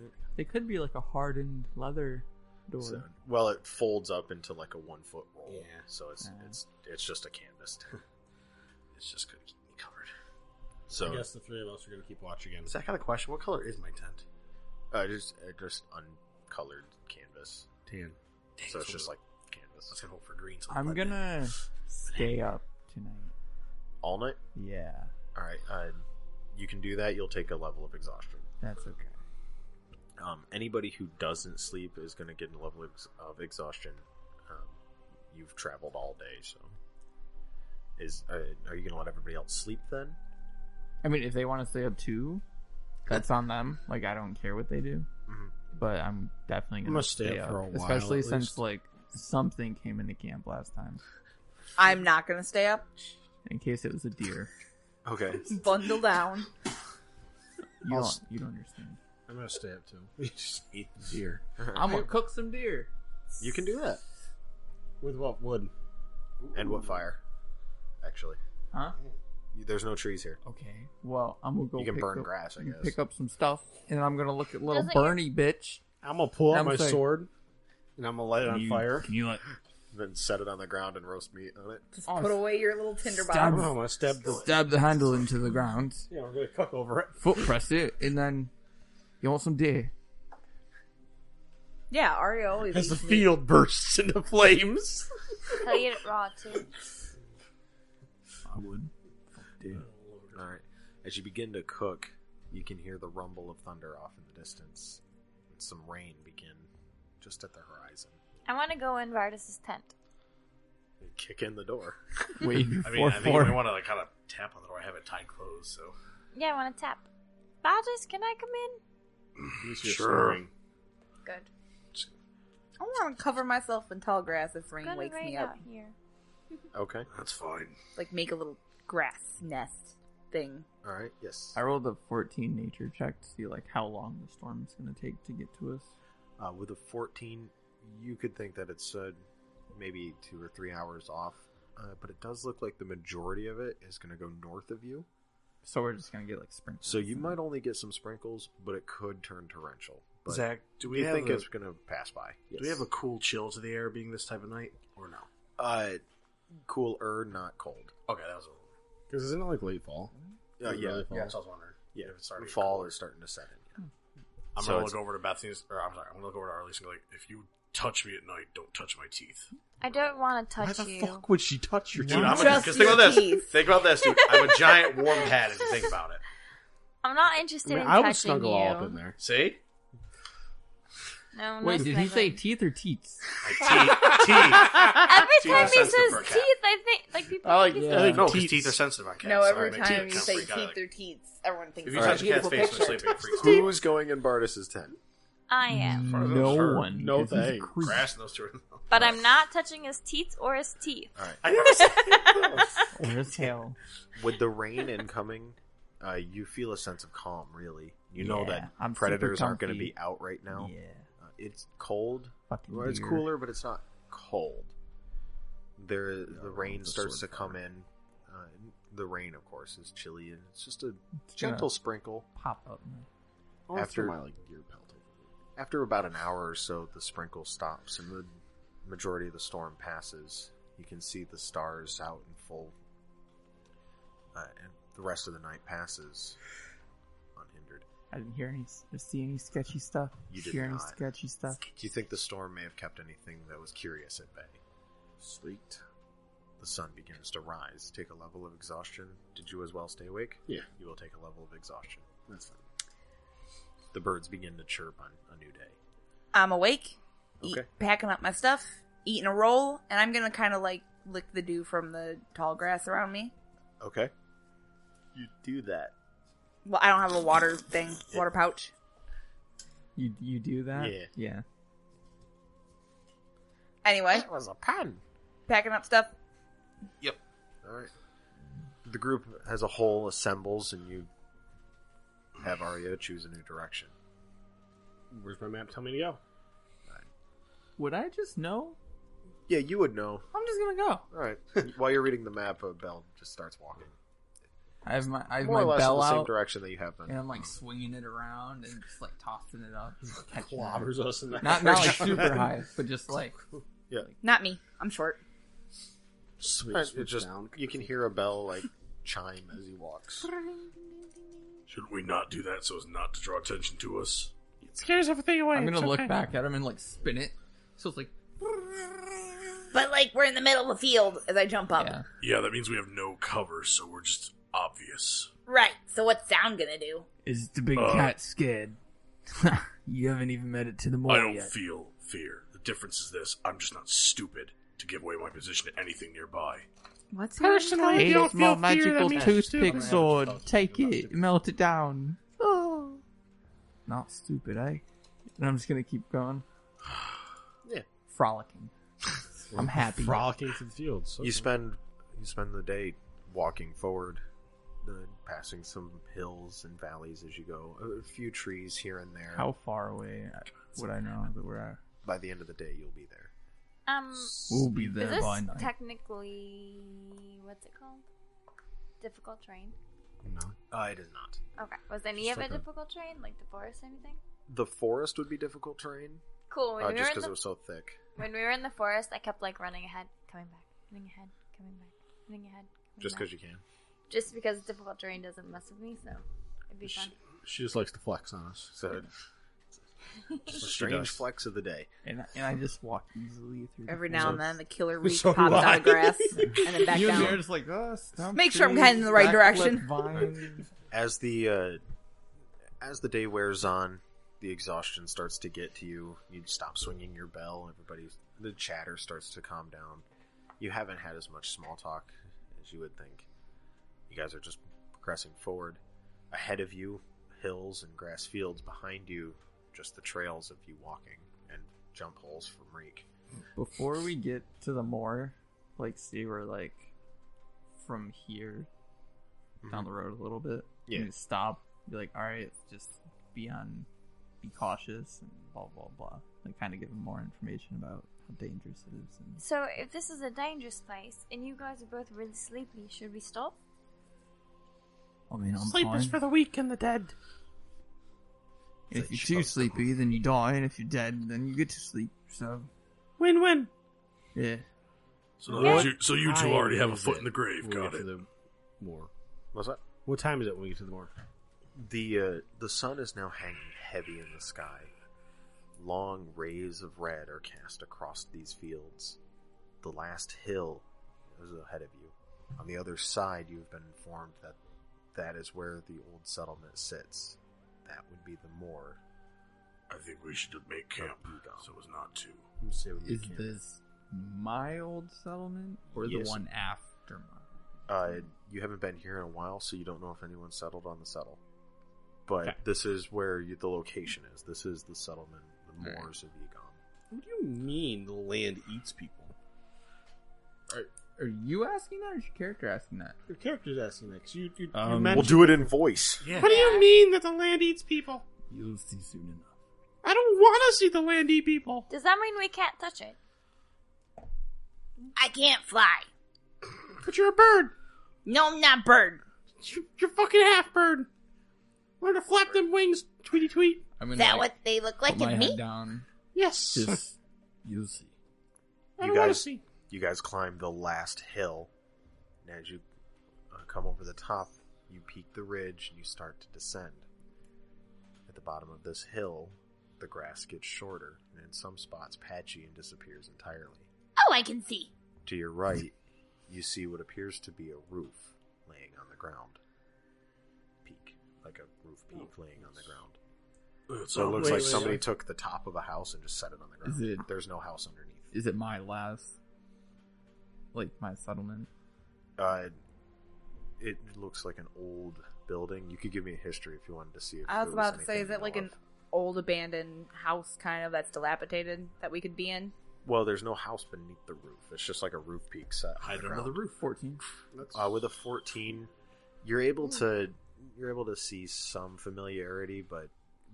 Speaker 6: like.
Speaker 5: They could be like a hardened leather door.
Speaker 7: So, well, it folds up into like a one foot roll. Yeah. So it's it's it's just a canvas.
Speaker 6: it's just gonna keep me covered.
Speaker 7: So
Speaker 27: I guess the three of us are going to keep watch again.
Speaker 6: Is that kind of question? What color is my tent?
Speaker 7: uh, just uh, just uncolored canvas.
Speaker 6: Tan.
Speaker 7: so it's just like canvas.
Speaker 6: Let's hope for green.
Speaker 5: I'm gonna stay up tonight.
Speaker 7: all night.
Speaker 5: Yeah,
Speaker 7: All right. Uh, you can do that. You'll take a level of exhaustion.
Speaker 5: that's okay.
Speaker 7: Um, anybody who doesn't sleep is going to get a level ex- of exhaustion. Um, you've traveled all day, so is uh, are you going to let everybody else sleep then?
Speaker 5: I mean, if they want to stay up too, that's on them. Like, I don't care what they do,
Speaker 7: Mhm.
Speaker 5: but I'm definitely gonna,
Speaker 27: gonna stay up for a while,
Speaker 5: especially
Speaker 27: at
Speaker 5: since
Speaker 27: least.
Speaker 5: like something came into camp last time.
Speaker 8: I'm not gonna stay up.
Speaker 5: In case it was a deer,
Speaker 7: Okay.
Speaker 8: Bundle down.
Speaker 5: you
Speaker 27: I'll
Speaker 5: don't
Speaker 27: s-
Speaker 5: you don't understand.
Speaker 27: I'm going to stay up too. We just eat the deer.
Speaker 5: I'm gonna cook some deer.
Speaker 7: You can do that.
Speaker 27: With what wood?
Speaker 7: And what fire? Actually,
Speaker 5: Huh?
Speaker 7: You- there's no trees here.
Speaker 5: Okay. Well, I'm gonna go.
Speaker 7: You can
Speaker 5: pick
Speaker 7: burn
Speaker 5: up-
Speaker 7: grass, I
Speaker 5: and
Speaker 7: guess.
Speaker 5: Pick up some stuff, and I'm gonna look at little
Speaker 4: Doesn't your-
Speaker 5: Bernie bitch.
Speaker 27: I'm going to pull
Speaker 5: And
Speaker 27: out
Speaker 5: I'm
Speaker 27: my
Speaker 5: saying-
Speaker 27: sword and I'm going to light it on fire.
Speaker 5: Can you like
Speaker 7: Then set it on the ground and roast meat on it.
Speaker 8: Just put away your little tinderbox.
Speaker 5: stab,
Speaker 27: I'm going to stab the.
Speaker 5: stab the handle into the ground,
Speaker 27: Yeah, I'm going to cook over it.
Speaker 5: foot press it, and then you want some deer?
Speaker 8: Yeah, Ari always
Speaker 27: As the
Speaker 8: eats meat.
Speaker 27: field bursts into flames.
Speaker 4: He'll eat it raw too.
Speaker 5: I would.
Speaker 7: All right. As you begin to cook, you can hear the rumble of thunder off in the distance, and some rain begin just at the horizon.
Speaker 4: I want to go in Vardis' tent.
Speaker 7: And kick in the door.
Speaker 5: Wait,
Speaker 6: I mean,
Speaker 5: four,
Speaker 6: I think
Speaker 5: four.
Speaker 6: I want to like kind of tap on the door. I have it tied closed, so
Speaker 4: Yeah, I want to tap. Vardis, can I come in?
Speaker 6: sure.
Speaker 4: Good.
Speaker 8: I want to cover myself in tall grass if rain
Speaker 4: Gonna
Speaker 8: wakes
Speaker 4: rain
Speaker 8: me
Speaker 4: out
Speaker 8: up.
Speaker 4: here.
Speaker 7: Okay.
Speaker 6: That's fine.
Speaker 8: Like make a little grass nest thing.
Speaker 7: All right. Yes.
Speaker 5: I rolled a 14 nature check to see like how long the storm's gonna take to get to us.
Speaker 7: Uh, with a 14, you could think that it's uh, maybe two or three hours off, uh, but it does look like the majority of it is going to go north of you.
Speaker 5: So we're just gonna get like sprinkles.
Speaker 7: So you might only get some sprinkles, but it could turn torrential. But
Speaker 6: Zach, do we
Speaker 7: you
Speaker 6: have
Speaker 7: think
Speaker 6: a-
Speaker 7: it's going to pass by?
Speaker 6: Do we have a cool chill to the air being this type of night, or no?
Speaker 7: uh, cooler, not cold?
Speaker 6: Okay, that was. A...
Speaker 27: Because isn't it like late fall?
Speaker 7: Uh,
Speaker 27: Is it
Speaker 7: yeah,
Speaker 27: really fall?
Speaker 6: Yeah, so I was wondering.
Speaker 7: Yeah,
Speaker 6: if it's already
Speaker 7: fall is starting to set in.
Speaker 6: I'm
Speaker 7: So
Speaker 6: gonna
Speaker 7: it's-
Speaker 6: look over to Bethany's, or I'm sorry, I'm gonna look over to Arlie's and go like, if you touch me at night, don't touch my teeth.
Speaker 4: I don't want to touch
Speaker 27: Why the
Speaker 4: you.
Speaker 27: fuck would she touch your
Speaker 6: Dude, I'm
Speaker 27: teeth?
Speaker 6: a,
Speaker 8: Just
Speaker 6: because think
Speaker 8: your
Speaker 6: about this.
Speaker 8: teeth.
Speaker 6: Think about this, dude. I'm a giant warm pad if you think about it.
Speaker 4: I'm not interested
Speaker 27: I, mean,
Speaker 4: in
Speaker 27: I
Speaker 4: touching
Speaker 27: would snuggle
Speaker 4: you.
Speaker 27: all up in there.
Speaker 6: See?
Speaker 4: No, no
Speaker 5: Wait, did he say
Speaker 4: snuggling.
Speaker 5: teeth or teats?
Speaker 6: My teeth.
Speaker 4: Every
Speaker 6: Teeth
Speaker 4: time
Speaker 6: are
Speaker 4: he
Speaker 6: sensitive
Speaker 4: says
Speaker 6: for a cat.
Speaker 4: teeth, I think like people.
Speaker 27: I like,
Speaker 4: think he's-
Speaker 27: I
Speaker 6: teeth.
Speaker 27: think
Speaker 6: No, 'cause
Speaker 27: teeth.
Speaker 6: teeth are sensitive on cats.
Speaker 8: no,
Speaker 6: so
Speaker 8: every
Speaker 6: my
Speaker 8: time
Speaker 6: teeth
Speaker 8: you
Speaker 6: kinda
Speaker 8: say
Speaker 6: freak out,
Speaker 8: teeth
Speaker 6: like,
Speaker 8: or teats, everyone thinks
Speaker 6: If you
Speaker 8: it's
Speaker 6: touch a cat's
Speaker 8: beautiful
Speaker 6: face when
Speaker 8: picture.
Speaker 6: sleeping, it freaks out.
Speaker 7: Who's going in Bardis's tent?
Speaker 4: I
Speaker 7: Mm,
Speaker 4: am,
Speaker 5: No one.
Speaker 27: No
Speaker 5: because he's a
Speaker 27: thanks.
Speaker 5: creep.
Speaker 6: Grass and those two. Are...
Speaker 4: but I'm not touching his teeth or his teeth.
Speaker 6: I never said
Speaker 5: Or his tail.
Speaker 7: With the rain incoming, uh, you feel a sense of calm. Really, you know
Speaker 5: Yeah,
Speaker 7: that
Speaker 5: I'm super
Speaker 7: predators aren't going to
Speaker 5: comfy.
Speaker 7: be out right now.
Speaker 5: Yeah.
Speaker 7: Uh, it's cold.
Speaker 5: Fucking
Speaker 7: Well, it's
Speaker 5: deer.
Speaker 7: cooler, but it's not cold. There, the rain
Speaker 27: the
Speaker 7: starts to
Speaker 27: sword
Speaker 7: come
Speaker 27: fire.
Speaker 7: in. Uh, the rain, of course, is chilly, and it's just a
Speaker 5: It's gonna
Speaker 7: gentle sprinkle.
Speaker 5: pop up.
Speaker 7: After-
Speaker 27: After my like deer pelt over
Speaker 7: After about an hour or so, the sprinkle stops, and the majority of the storm passes. You can see the stars out in full, uh, and the rest of the night passes unhindered.
Speaker 5: I didn't hear any, or see any sketchy stuff.
Speaker 7: You did
Speaker 5: hear any
Speaker 7: not.
Speaker 5: sketchy stuff.
Speaker 7: Do you think the storm may have kept anything that was curious at bay? Sleet. The sun begins to rise. Take a level of exhaustion. Did you as well stay awake?
Speaker 27: Yeah.
Speaker 7: You will take a level of exhaustion.
Speaker 27: That's fine.
Speaker 7: The birds begin to chirp on a new day.
Speaker 8: I'm awake, eat,
Speaker 7: Okay.
Speaker 8: packing up my stuff, eating a roll, and I'm gonna kind of like lick the dew from the tall grass around me.
Speaker 7: Okay. You do that.
Speaker 8: Well, I don't have a water thing, water pouch.
Speaker 5: You you do that?
Speaker 7: Yeah.
Speaker 5: Yeah.
Speaker 8: Anyway,
Speaker 7: was a pun.
Speaker 8: packing up stuff.
Speaker 7: All right. The group as a whole assembles, and you have Arya choose a new direction.
Speaker 27: Where's my map? Tell me to go.
Speaker 5: Would I just know?
Speaker 7: Yeah, you would know.
Speaker 5: I'm just gonna go.
Speaker 7: All right. While you're reading the map, uh, Bell just starts walking.
Speaker 5: I have my I have
Speaker 7: More
Speaker 5: my
Speaker 7: or less
Speaker 5: bell
Speaker 7: in the same
Speaker 5: out,
Speaker 7: direction that you have been.
Speaker 5: and I'm like swinging it around and just like tossing it up. just catching it.
Speaker 27: Clobbers us in the
Speaker 5: not not like
Speaker 27: head.
Speaker 5: super high, but just like
Speaker 7: Yeah.
Speaker 8: Not me. I'm short.
Speaker 7: All right, it just you can hear a bell like chime as he walks.
Speaker 1: Should we not do that so as not to draw attention to us?
Speaker 2: It scares everything away.
Speaker 5: I'm gonna
Speaker 2: It's
Speaker 5: look
Speaker 2: okay.
Speaker 5: back at him and like spin it. So it's like
Speaker 8: But like we're in the middle of the field as I jump up.
Speaker 5: yeah.
Speaker 1: Yeah, that means we have no cover, so we're just obvious.
Speaker 8: Right. So what's sound gonna do?
Speaker 28: Is the big
Speaker 1: Uh,
Speaker 28: cat scared? you haven't even made it to the mall
Speaker 1: I don't
Speaker 28: yet.
Speaker 1: feel fear. The difference is this I'm just not stupid to give away my position to anything nearby.
Speaker 8: What's
Speaker 2: Personally, if you don't feel fear, that means you're
Speaker 5: toothpick
Speaker 2: stupid.
Speaker 5: sword. Take it, melt it down. Oh. Not stupid, eh? And I'm just gonna keep going.
Speaker 7: Yeah.
Speaker 5: Frolicking. I'm happy.
Speaker 27: Frolicking through the fields.
Speaker 7: You spend you spend the day walking forward, the, passing some hills and valleys as you go. A few trees here and there.
Speaker 5: How far away would I know that we're at?
Speaker 7: By the end of the day, you'll be there.
Speaker 4: Um,
Speaker 5: We'll be
Speaker 4: is
Speaker 5: there
Speaker 4: this
Speaker 5: by night.
Speaker 4: technically what's it called? Difficult terrain.
Speaker 7: No, uh, it is not.
Speaker 4: Okay. Was any
Speaker 7: Just
Speaker 4: of
Speaker 7: like
Speaker 4: it
Speaker 7: a-
Speaker 4: difficult terrain, like the forest, or anything?
Speaker 7: The forest would be difficult terrain,
Speaker 4: Cool. When
Speaker 7: uh,
Speaker 4: we
Speaker 7: just
Speaker 4: were in
Speaker 7: because
Speaker 4: the
Speaker 7: it was so thick.
Speaker 4: when we were in the forest, I kept like running ahead, coming back, running ahead, coming back, running ahead. Coming
Speaker 7: Just
Speaker 4: back.
Speaker 7: because you can.
Speaker 4: Just because difficult terrain doesn't mess with me, so it'd be
Speaker 27: Sh-
Speaker 4: fun.
Speaker 27: She just likes to flex on us. So
Speaker 7: Just a
Speaker 27: She
Speaker 7: strange
Speaker 27: does.
Speaker 7: flex of the day.
Speaker 5: And, and I just walk easily through. the
Speaker 8: Every now and
Speaker 5: forest.
Speaker 8: then the killer reek
Speaker 5: So
Speaker 8: pops
Speaker 5: do
Speaker 8: out
Speaker 5: I.
Speaker 8: of grass and then back
Speaker 5: you and me are
Speaker 8: down.
Speaker 5: just like, "Ah, stump
Speaker 8: Make sure I'm
Speaker 5: trees,
Speaker 8: heading in the right
Speaker 5: backflip
Speaker 8: direction."
Speaker 5: vines."
Speaker 7: as the uh, as the day wears on, the exhaustion starts to get to you. You stop swinging your bell. Everybody, the chatter starts to calm down. You haven't had as much small talk as you would think. You guys are just progressing forward. Ahead of you, hills and grass fields. Behind you, just the trails of you walking and jump holes from Reek.
Speaker 5: Before we get to the moor, like, see, we're like from here
Speaker 2: Mm-hmm.
Speaker 5: down the road a little bit.
Speaker 7: Yeah.
Speaker 5: And just stop. Be like, all right, just be on, be cautious, and blah blah blah. Like, kind of give them more information about how dangerous it is. And
Speaker 4: So if this is a dangerous place and you guys are both really sleepy, should we stop?
Speaker 5: I mean, I'm
Speaker 2: Sleep is
Speaker 5: fine.
Speaker 2: for the weak and the dead.
Speaker 5: And if you're too sleepy, then you die, and if you're dead, then you get to sleep. So,
Speaker 2: Win win.
Speaker 5: yeah.
Speaker 1: So, in other words, you, so you two already have a foot in the grave. Got it.
Speaker 27: The more.
Speaker 7: What's that?
Speaker 27: What time is it when we get to the more?
Speaker 7: The uh, the sun is now hanging heavy in the sky. Long rays of red are cast across these fields. The last hill is ahead of you. On the other side, you have been informed that that is where the old settlement sits. That would be the moor.
Speaker 1: I think we should make camp so as not to.
Speaker 27: Let's see what we
Speaker 5: Is
Speaker 27: can.
Speaker 5: this my old settlement or
Speaker 7: Yes.
Speaker 5: the one after mine?
Speaker 7: Uh, you haven't been here in a while, so you don't know if anyone settled on the settle. But
Speaker 27: Okay.
Speaker 7: this is where you, the location is. This is the settlement, the
Speaker 5: Alright.
Speaker 7: moors of Egon.
Speaker 27: What do you mean the land eats people?
Speaker 5: Are you asking that, or is your character asking that?
Speaker 27: Your character's asking that because you, you, you
Speaker 28: Um,
Speaker 7: We'll
Speaker 27: mentioned
Speaker 7: do it in voice.
Speaker 27: Yeah.
Speaker 2: What do you mean that the land eats people?
Speaker 28: You'll see soon enough.
Speaker 2: I don't want to see the land eat people.
Speaker 4: Does that mean we can't touch it?
Speaker 8: I can't fly.
Speaker 2: But you're a bird.
Speaker 8: No, I'm not bird.
Speaker 2: You- You're fucking half bird. Learn to flap them wings, tweety tweet.
Speaker 5: I'm gonna
Speaker 8: Is that
Speaker 5: like,
Speaker 8: what they look
Speaker 5: put
Speaker 8: like
Speaker 5: my
Speaker 8: to
Speaker 5: head
Speaker 8: me?
Speaker 5: down.
Speaker 2: Yes.
Speaker 28: Just you'll see.
Speaker 2: I
Speaker 7: You
Speaker 2: don't want to
Speaker 7: guys-
Speaker 2: see.
Speaker 7: You guys climb the last hill, and as you uh, come over the top, you peak the ridge and you start to descend. At the bottom of this hill, the grass gets shorter, and in some spots, patchy and disappears entirely.
Speaker 8: Oh, I can see.
Speaker 7: To your right, you see what appears to be a roof laying on the ground. Peak. Like a roof peak laying on the ground.
Speaker 1: That
Speaker 7: So it
Speaker 1: sounds-
Speaker 7: looks
Speaker 28: Oh. wait,
Speaker 7: like
Speaker 28: wait,
Speaker 7: somebody
Speaker 28: wait.
Speaker 7: took the top of a house and just set it on the ground.
Speaker 5: Is it-
Speaker 7: There's no house underneath.
Speaker 5: Is it my last, like my settlement?
Speaker 7: Uh, it looks like an old building. You could give me a history if you wanted to see. If
Speaker 8: I was
Speaker 7: there
Speaker 8: about to
Speaker 7: anything
Speaker 8: say, is
Speaker 7: you
Speaker 8: it
Speaker 7: know
Speaker 8: like
Speaker 7: of.
Speaker 8: an old abandoned house kind of that's dilapidated that we could be in?
Speaker 7: Well, there's no house beneath the roof. It's just like a roof peak set. on
Speaker 1: Hide
Speaker 7: the
Speaker 1: under the
Speaker 7: ground.
Speaker 1: roof.
Speaker 5: Fourteen.
Speaker 8: Hmm.
Speaker 7: Uh, with a 14, you're able to you're able to see some familiarity, but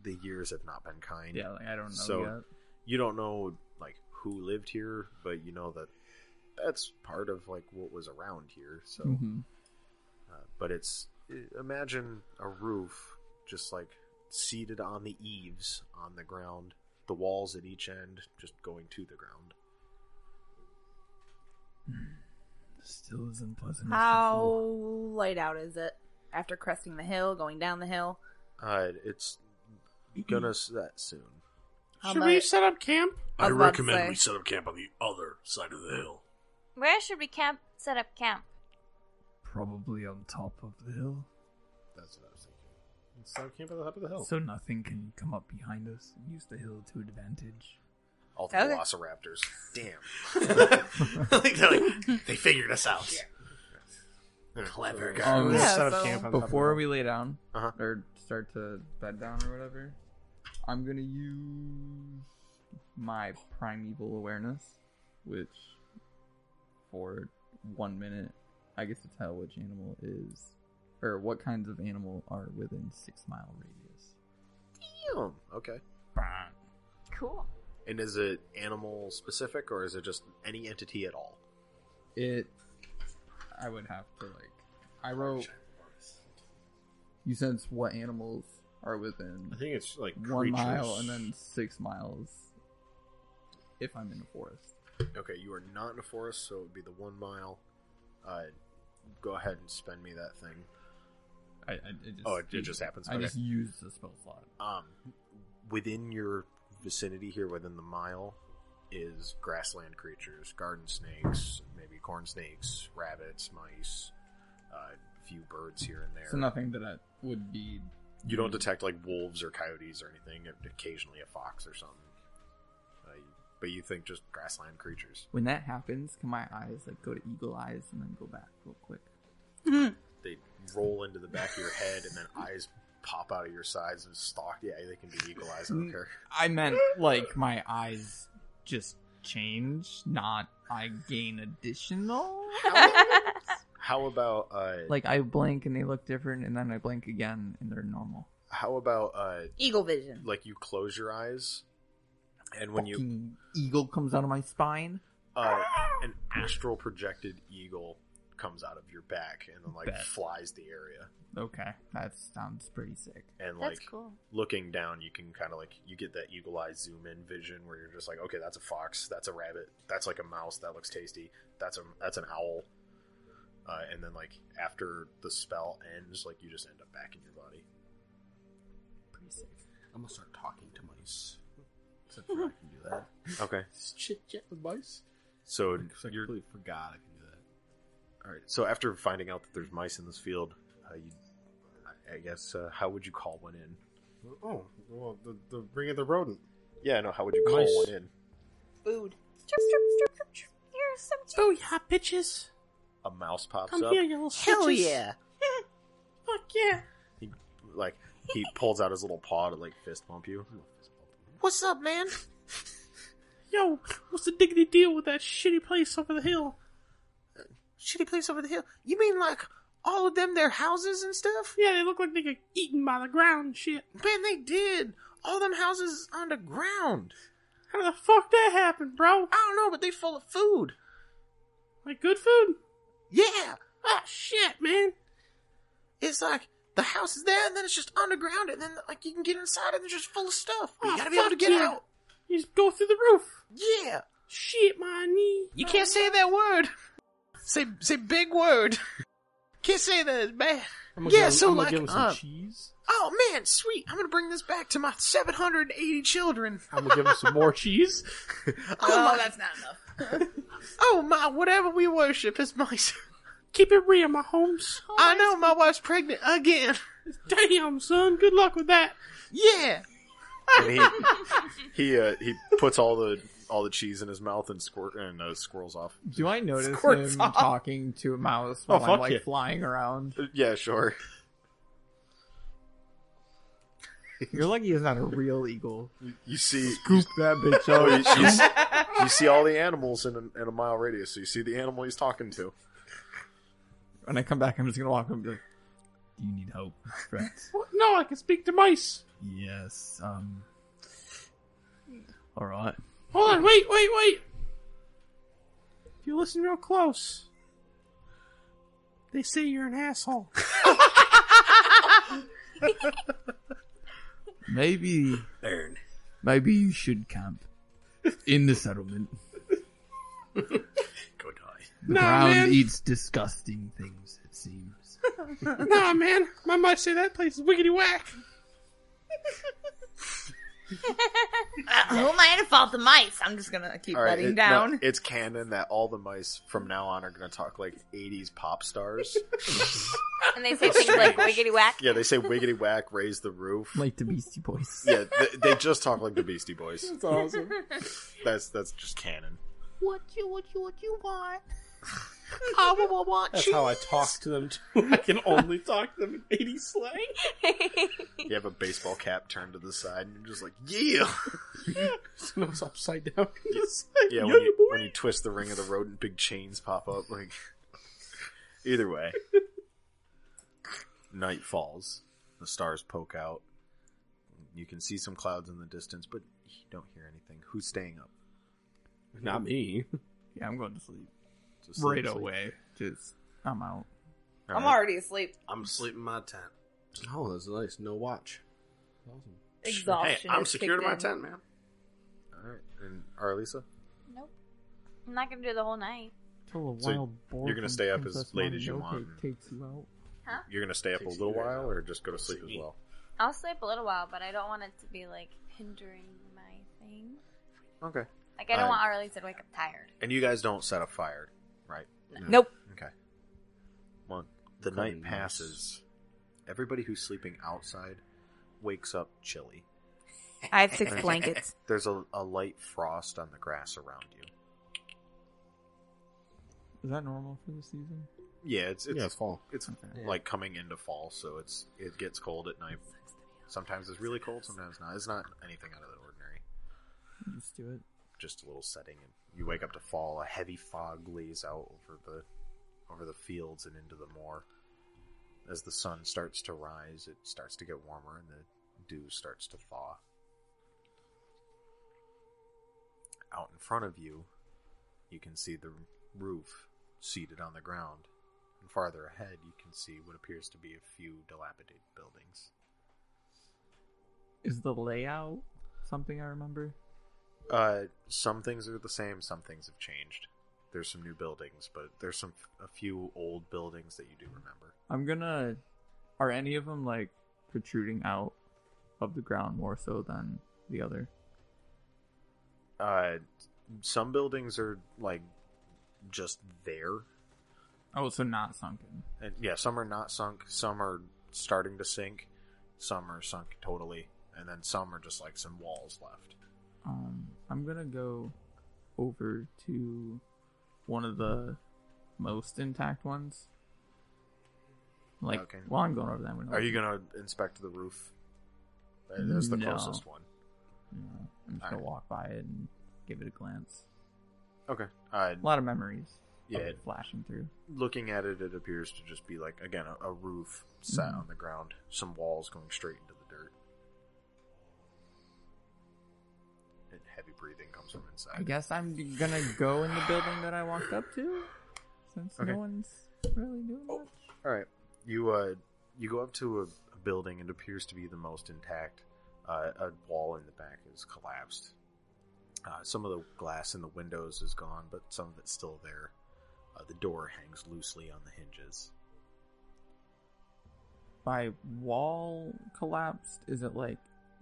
Speaker 7: the years have not been kind.
Speaker 28: Yeah, like, I don't know
Speaker 7: So
Speaker 28: yet.
Speaker 7: you don't know like who lived here, but you know that that's part of like what was around here. So,
Speaker 5: Mm-hmm.
Speaker 28: Mhm.
Speaker 7: uh, but it's i- imagine a roof just like seated on the eaves on the ground, the walls at each end just going to the ground.
Speaker 28: Still as unpleasant. as
Speaker 8: How light out is it after cresting the hill, going down the hill?
Speaker 7: Uh, it's gonna s- that soon.
Speaker 8: How
Speaker 2: Should we
Speaker 8: much-
Speaker 2: set up camp?
Speaker 1: I
Speaker 8: I was about to
Speaker 1: recommend
Speaker 8: say.
Speaker 1: we set up camp on the other side of the hill.
Speaker 4: Where should we camp? Set up camp.
Speaker 28: Probably on top of the hill.
Speaker 27: That's what I was thinking. Set up camp at the top of
Speaker 5: Oh.
Speaker 27: the hill.
Speaker 28: So nothing can come up behind us and use the hill to advantage.
Speaker 7: All
Speaker 8: the Okay.
Speaker 7: velociraptors. Damn.
Speaker 6: they figured us out. Clever
Speaker 28: Oh,
Speaker 5: Um,
Speaker 6: guys.
Speaker 5: set up camp on top before we lay down or start to bed down or whatever, I'm gonna use my primeval awareness, which for one minute I get to tell which animal is or what kinds of animal are within six mile radius.
Speaker 7: Damn. Okay.
Speaker 4: Cool.
Speaker 7: And is it animal specific or is it just any entity at all?
Speaker 5: It, I would have to like, I wrote. You sense what animals are within.
Speaker 27: I think it's like
Speaker 5: one mile
Speaker 27: creatures.
Speaker 5: and then six miles. If I'm in a forest,
Speaker 7: Okay, you are not in a forest, so it would be the one mile. Uh, go ahead and spend me that thing.
Speaker 5: I, I it just,
Speaker 7: oh, it, it just happens.
Speaker 5: I
Speaker 7: okay.
Speaker 5: just used the spell slot.
Speaker 7: um, within your vicinity here, within the mile, is grassland creatures, garden snakes, maybe corn snakes, rabbits, mice, uh, a few birds here and there.
Speaker 5: So nothing that I would be.
Speaker 7: You don't detect like wolves or coyotes or anything. uh, Occasionally a fox or something. Uh, but you think just grassland creatures.
Speaker 5: When that happens, can my eyes like go to eagle eyes and then go back real quick?
Speaker 8: Hmm,
Speaker 7: They roll into the back of your head and then eyes pop out of your sides and stalk. Yeah, they can be eagle eyes. I don't care.
Speaker 5: I meant like my eyes just change, not I gain additional.
Speaker 7: How about uh,
Speaker 5: Like I blink and they look different, and then I blink again and they're normal.
Speaker 7: How about uh,
Speaker 8: Eagle vision.
Speaker 7: like you close your eyes and when you
Speaker 5: Fucking eagle comes out of my spine.
Speaker 7: uh, an astral projected eagle comes out of your back and then like
Speaker 5: Bet.
Speaker 7: flies the area
Speaker 5: Okay, that sounds pretty sick.
Speaker 7: and
Speaker 4: That's
Speaker 7: like
Speaker 4: cool.
Speaker 7: looking down you can kind of like you get that eagle eye zoom in vision where you're just like okay that's a fox that's a rabbit that's like a mouse that looks tasty that's a that's an owl uh, and then like after the spell ends like you just end up back in your body
Speaker 5: Pretty sick.
Speaker 27: I'm gonna start talking to mice. Except for I can do that.
Speaker 7: okay
Speaker 27: Just chit chat with mice.
Speaker 7: so
Speaker 27: I completely forgot I can do that.
Speaker 7: All right. So after finding out that there's mice in this field, uh, you, I- I guess uh, how would you call one in?
Speaker 27: Oh, well, the, the ring of the rodent.
Speaker 7: Yeah, no. How would you call
Speaker 27: Mice.
Speaker 7: one in?
Speaker 8: Food.
Speaker 4: Here's some
Speaker 2: Oh yeah, bitches!
Speaker 7: A mouse pops
Speaker 2: Come
Speaker 7: up.
Speaker 2: here, you little
Speaker 3: Hell
Speaker 2: bitches.
Speaker 3: yeah!
Speaker 2: Fuck yeah!
Speaker 7: He, like he pulls out his little paw to like fist bump you.
Speaker 3: What's up, man?
Speaker 2: Yo, what's the diggity deal with that shitty place over the hill?
Speaker 3: Shitty place over the hill. You mean like all of them, their houses and stuff?
Speaker 2: Yeah, they look like they get eaten by the ground and shit.
Speaker 3: Man, they did. All them houses underground.
Speaker 2: How the fuck that happened, bro?
Speaker 3: I don't know, but they full of food.
Speaker 2: Like good food?
Speaker 3: Yeah,
Speaker 2: Ah, shit, man.
Speaker 3: it's like the house is there, and then it's just underground, and then like you can get inside, and it's just full of stuff. But
Speaker 2: Ah,
Speaker 3: you gotta be able to
Speaker 2: fuck
Speaker 3: get
Speaker 2: yeah.
Speaker 3: out.
Speaker 2: You just go through the roof.
Speaker 3: Yeah,
Speaker 2: Shit, my knee.
Speaker 3: you can't say that word. Say say big word. Can't say that, it's bad. Yeah, so like, uh,
Speaker 27: cheese.
Speaker 3: oh man, sweet. I'm gonna bring this back to my 780 children.
Speaker 27: I'm gonna give him some more cheese.
Speaker 3: Oh, my,
Speaker 8: that's not enough.
Speaker 3: oh my, whatever we worship is mice.
Speaker 2: Keep it real, my homes.
Speaker 3: I know my wife's pregnant Uh, again.
Speaker 2: Damn, son. Good luck with that.
Speaker 3: Yeah.
Speaker 7: And he he uh, he puts all the all the cheese in his mouth and squirt and uh, squirrels off.
Speaker 5: Do I notice
Speaker 2: Squirts
Speaker 5: him
Speaker 2: off.
Speaker 5: talking to a mouse
Speaker 7: Oh,
Speaker 5: while I'm
Speaker 7: fuck
Speaker 5: like
Speaker 7: yeah.
Speaker 5: flying around?
Speaker 7: Uh, Yeah, sure.
Speaker 5: You're lucky he's not a real eagle.
Speaker 7: You see.
Speaker 5: Scoop that bitch
Speaker 7: Oh, you,
Speaker 5: up.
Speaker 7: you s- you see all the animals in a, in a mile radius, so you see the animal he's talking to.
Speaker 5: when I come back, I'm just gonna walk up and be like,
Speaker 28: Do you need help, Frex?
Speaker 2: What? No, I can speak to mice.
Speaker 28: yes. Um. All right.
Speaker 2: Hold on, wait, wait, wait. If you listen real close, they say you're an asshole.
Speaker 28: Maybe.
Speaker 6: Aaron.
Speaker 28: Maybe you should camp in the settlement.
Speaker 6: Go die.
Speaker 28: The
Speaker 2: Nah,
Speaker 28: ground
Speaker 2: man.
Speaker 28: eats disgusting things. It seems.
Speaker 2: nah, man, my mice say that place is wiggity whack.
Speaker 8: Uh, who am I to fault the mice? I'm just gonna keep
Speaker 7: All right,
Speaker 8: letting
Speaker 7: it- no,
Speaker 8: down.
Speaker 7: it's canon that all the mice from now on are going to talk like 80s pop stars.
Speaker 4: And they say things like wiggity whack.
Speaker 7: yeah, they say wiggity whack, raise the roof.
Speaker 28: Like the Beastie Boys.
Speaker 7: Yeah, they, they just talk like the Beastie Boys.
Speaker 29: That's awesome.
Speaker 7: That's that's just canon.
Speaker 3: What you what you what you want? I wa- wa- want
Speaker 29: That's
Speaker 3: you.
Speaker 29: how I talk to them too. I can only talk to them in 80 slang.
Speaker 7: You have a baseball cap turned to the side, and you're just like, yeah.
Speaker 29: So it's upside down.
Speaker 7: Yeah, when you, when you twist the ring of the rodent, big chains pop up. Like, either way, night falls. The stars poke out. You can see some clouds in the distance, but you don't hear anything. Who's staying up?
Speaker 29: Not me.
Speaker 28: Yeah, I'm going to sleep.
Speaker 7: Just
Speaker 28: right
Speaker 7: sleep, sleep.
Speaker 28: away. Just I'm out.
Speaker 8: I'm already asleep.
Speaker 6: I'm sleeping in my tent.
Speaker 29: Oh, that's nice. No watch. Awesome.
Speaker 8: Exhaustion.
Speaker 6: Hey, I'm
Speaker 8: has
Speaker 6: secure to
Speaker 8: kicked
Speaker 6: my
Speaker 8: in.
Speaker 6: tent, man.
Speaker 7: All right, and Arlisa,
Speaker 4: Nope. I'm not gonna do the whole night.
Speaker 5: Till a
Speaker 7: So
Speaker 5: wild boar
Speaker 7: you're gonna
Speaker 5: from
Speaker 7: stay up as
Speaker 5: Princess
Speaker 7: late as you
Speaker 5: Mononoke
Speaker 7: want.
Speaker 5: Takes you out.
Speaker 7: you're gonna stay up a
Speaker 6: Takes
Speaker 7: little
Speaker 6: you guys
Speaker 7: while,
Speaker 6: out.
Speaker 7: or just go to sleep as
Speaker 6: Sleep.
Speaker 7: well.
Speaker 4: I'll sleep a little while, but I don't want it to be like hindering my thing.
Speaker 7: Okay.
Speaker 4: Like I don't
Speaker 7: Uh,
Speaker 4: want Arlie to wake up tired.
Speaker 7: And you guys don't set a fire, right?
Speaker 8: Nope.
Speaker 7: Okay. Well, the
Speaker 6: Clean
Speaker 7: night
Speaker 6: house.
Speaker 7: passes. Everybody who's sleeping outside wakes up chilly.
Speaker 8: I have six blankets.
Speaker 7: There's a, a light frost on the grass around you.
Speaker 5: Is that normal for the season?
Speaker 7: Yeah, it's it's,
Speaker 29: Yeah, it's fall.
Speaker 7: It's like coming into fall, so it's it gets cold at night. Sometimes it's really cold, sometimes not. It's not anything out of the ordinary.
Speaker 5: Just do it.
Speaker 7: Just a little setting, and you wake up to fall. A heavy fog lays out over the over the fields and into the moor. As the sun starts to rise, it starts to get warmer, and the dew starts to thaw. Out in front of you, you can see the roof seated on the ground, and farther ahead, you can see what appears to be a few dilapidated buildings.
Speaker 5: Is the layout something I remember?
Speaker 7: Uh, some things are the same, some things have changed. There's some new buildings, but there's some a few old buildings that you do remember.
Speaker 5: I'm gonna. Are any of them like protruding out of the ground more so than the other?
Speaker 7: Uh, some buildings are like just there,
Speaker 5: Oh, so not sunken.
Speaker 7: and yeah, some are not sunk, some are starting to sink, some are sunk totally, and then some are just like some walls left.
Speaker 5: Um, I'm gonna go over to one of the most intact ones. Like
Speaker 7: Okay.
Speaker 5: while I'm going over them,
Speaker 7: Are you gonna inspect the roof? Uh, That's the
Speaker 5: No.
Speaker 7: closest one.
Speaker 5: No, I'm just gonna
Speaker 7: Alright.
Speaker 5: walk by it and give it a glance.
Speaker 7: Okay. Uh,
Speaker 5: A lot of memories.
Speaker 7: Yeah.
Speaker 5: of it flashing through.
Speaker 7: looking at it, it appears to just be like again a, a roof set
Speaker 5: Mhm.
Speaker 7: on the ground, some walls going straight into the dirt, and heavy breathing comes from inside.
Speaker 5: I guess I'm gonna go in the building that I walked up to, since
Speaker 7: Okay. Oh.
Speaker 5: no one's really doing much.
Speaker 7: All right, you uh, you go up to a, a building. It appears to be the most intact. Uh, a wall in the back is collapsed. Uh, some of the glass in the windows is gone, but some of it's still there. Uh, the door hangs loosely on the hinges.
Speaker 5: By wall collapsed, is it like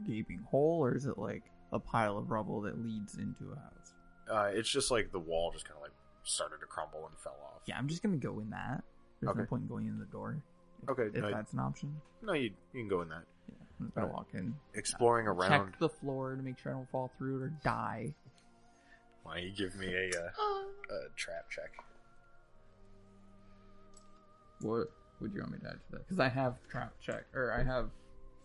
Speaker 5: gaping hole, or is it like a pile of rubble that leads into a house?
Speaker 7: Uh, it's just like the wall just kind of like started to crumble and fell off.
Speaker 5: Yeah, I'm just gonna go in that. There's no
Speaker 7: Okay.
Speaker 5: point in going in the door. If,
Speaker 7: Okay,
Speaker 5: if
Speaker 7: no,
Speaker 5: that's an option.
Speaker 7: No, you you can go in that.
Speaker 5: Yeah, I'm just gonna walk in.
Speaker 7: Exploring around.
Speaker 5: Check the floor to make sure I don't fall through it or die.
Speaker 7: Why don't you give me a, uh, a trap check?
Speaker 5: What would you want me to add to that? Because I have trap check, or I have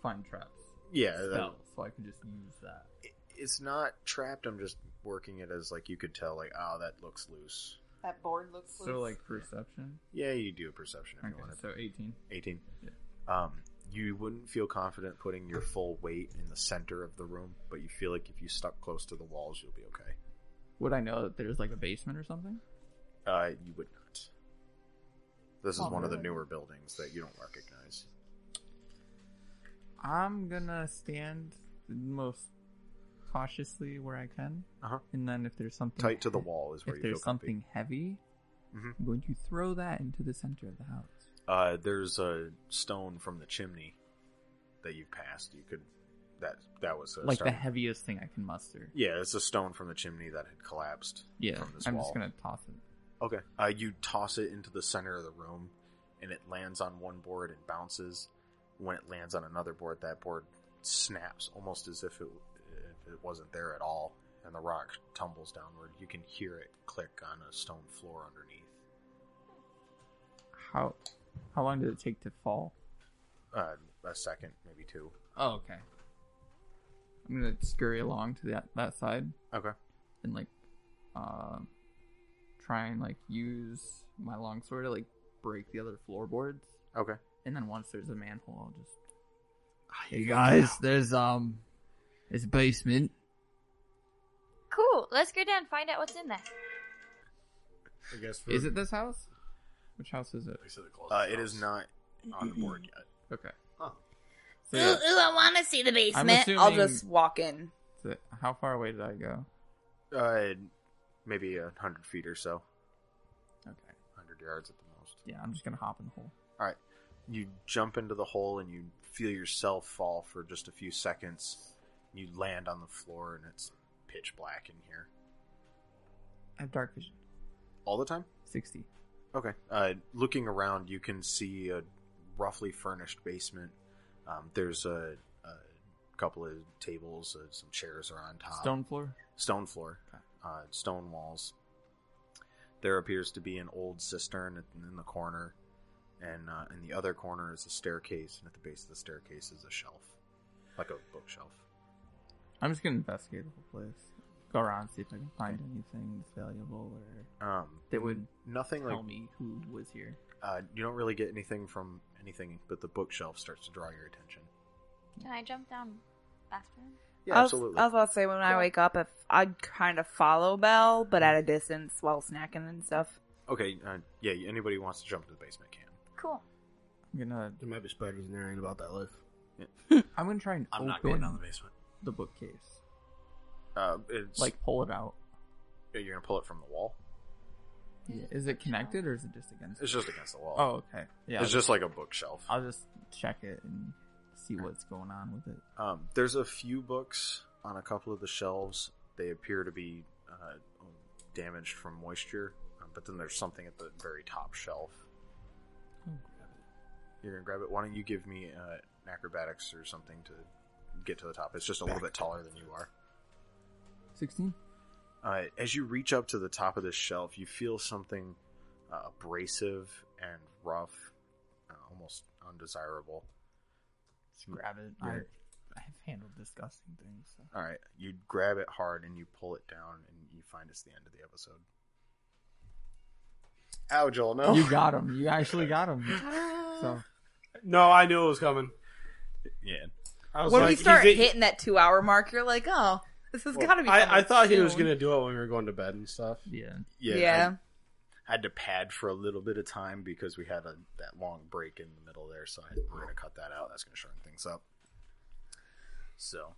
Speaker 5: find traps.
Speaker 7: Yeah, that-
Speaker 5: spell, so I can just use that.
Speaker 7: It- It's not trapped. I'm just working it as like you could tell, like oh that looks loose.
Speaker 8: That board looks
Speaker 5: So like perception.
Speaker 7: Yeah, you do a perception if
Speaker 5: Okay,
Speaker 7: you want it.
Speaker 5: so 18.
Speaker 7: 18.
Speaker 5: Yeah.
Speaker 7: Um, you wouldn't feel confident putting your full weight in the center of the room, but you feel like if you stuck close to the walls, you'll be okay.
Speaker 5: Would I know that there's like a basement or something?
Speaker 7: Uh, you would not. This is
Speaker 5: Oh,
Speaker 7: one of the
Speaker 5: really?
Speaker 7: newer buildings that you don't recognize.
Speaker 5: I'm gonna stand the most cautiously where I can,
Speaker 7: uh-huh.
Speaker 5: and then if there's something
Speaker 7: Tight to the wall is where
Speaker 5: if
Speaker 7: you
Speaker 5: there's
Speaker 7: feel comfy. Mm-hmm.
Speaker 5: something heavy, I'm going to throw that into the center of the house.
Speaker 7: Uh, there's a stone from the chimney that you've passed. You could that that was a
Speaker 5: like
Speaker 7: starting-
Speaker 5: the heaviest thing I can muster.
Speaker 7: Yeah, it's a stone from the chimney that had collapsed.
Speaker 5: Yeah,
Speaker 7: from this
Speaker 5: I'm
Speaker 7: wall.
Speaker 5: just gonna toss it.
Speaker 7: Okay. Uh, you toss it into the center of the room, and it lands on one board and bounces. When it lands on another board, that board snaps almost as if it if it wasn't there at all, and the rock tumbles downward. You can hear it click on a stone floor underneath.
Speaker 5: How how long did it take to fall?
Speaker 7: Uh, a second, maybe two.
Speaker 5: Oh, okay. I'm gonna scurry along to that that side.
Speaker 7: Okay.
Speaker 5: And like, um, try and like use my longsword to like break the other floorboards.
Speaker 7: Okay.
Speaker 5: And then once there's a manhole, I'll just.
Speaker 28: Hey Ah, guys, there's um, there's a basement.
Speaker 4: Cool. Let's go down and find out what's in there.
Speaker 7: I guess
Speaker 5: Is it this house? Which house is it?
Speaker 7: Uh, it is not on the board yet.
Speaker 5: Okay. So,
Speaker 8: Ooh,
Speaker 5: yeah,
Speaker 8: ooh, I want to see the
Speaker 5: I'm
Speaker 8: basement. I'll
Speaker 5: assuming-
Speaker 8: just walk in.
Speaker 5: so how far away did I go?
Speaker 7: Uh, maybe a hundred feet or so.
Speaker 5: Okay.
Speaker 7: Hundred yards at the most.
Speaker 5: Yeah, I'm just gonna hop in the hole.
Speaker 7: All right. You jump into the hole and you feel yourself fall for just a few seconds. You land on the floor and it's pitch black in here.
Speaker 5: I have dark vision.
Speaker 7: All the time?
Speaker 5: 60.
Speaker 7: Okay. Uh, looking around, you can see a roughly furnished basement. Um, there's a, a couple of tables, uh, some chairs are on top.
Speaker 5: Stone floor?
Speaker 7: Stone floor. Uh, stone walls. There appears to be an old cistern in the corner, and uh, in the other corner is a staircase, and at the base of the staircase is a shelf, like a bookshelf.
Speaker 5: I'm just gonna investigate the whole place. Go around, see if I can find anything that's valuable or
Speaker 7: Um,
Speaker 5: that would
Speaker 7: nothing
Speaker 5: tell
Speaker 7: like
Speaker 5: me who was here.
Speaker 7: uh, you don't really get anything from anything, but the bookshelf starts to draw your attention.
Speaker 4: Can I jump down after? him?
Speaker 7: Yeah,
Speaker 8: I was,
Speaker 7: absolutely.
Speaker 8: I was about to say when I wake up, if I'd kind of follow Belle, but at a distance while snacking and stuff.
Speaker 7: Okay, uh, yeah. Anybody who wants to jump to the basement can.
Speaker 4: Cool.
Speaker 5: I'm gonna.
Speaker 27: There might be spiders in there. Ain't about that life.
Speaker 5: I'm gonna try and
Speaker 6: I'm
Speaker 2: Oh,
Speaker 5: open
Speaker 6: not going down the basement.
Speaker 5: the bookcase.
Speaker 7: Uh, it's
Speaker 5: Like pull it out.
Speaker 7: you're gonna pull it from the wall.
Speaker 5: Yeah. Is it connected or is it just against?
Speaker 7: It's
Speaker 5: it?
Speaker 7: just against the wall.
Speaker 5: Oh, okay. Yeah.
Speaker 7: it's just like a bookshelf.
Speaker 5: I'll just check it and see what's going on with it.
Speaker 7: Um, there's a few books on a couple of the shelves. They appear to be uh, damaged from moisture, um, but then there's something at the very top shelf. You're gonna grab it. Why don't you give me uh, an acrobatics or something to get to the top? It's just a little bit taller than you are.
Speaker 5: Sixteen.
Speaker 7: Uh, as you reach up to the top of this shelf, you feel something uh, abrasive and rough, uh, almost undesirable.
Speaker 5: Grab it. I,
Speaker 7: Yeah.
Speaker 5: I have handled disgusting things. So.
Speaker 7: All right, you grab it hard and you pull it down, and you find it's the end of the episode. Ow, Joel, no.
Speaker 5: You got him. You actually got him. so
Speaker 29: No, I knew it was coming.
Speaker 7: Yeah.
Speaker 29: I was
Speaker 8: When
Speaker 29: like,
Speaker 8: we start
Speaker 29: he's-
Speaker 8: hitting that two hour mark, you're like, oh, this has got to be.
Speaker 29: I, I
Speaker 8: coming
Speaker 29: thought he was
Speaker 8: soon.
Speaker 29: gonna do it when we were going to bed and stuff.
Speaker 5: Yeah.
Speaker 7: Yeah.
Speaker 8: Yeah.
Speaker 7: I had to pad for a little bit of time because we had a, that long break in the middle there, so I, we're gonna cut that out. That's gonna shorten things up. So,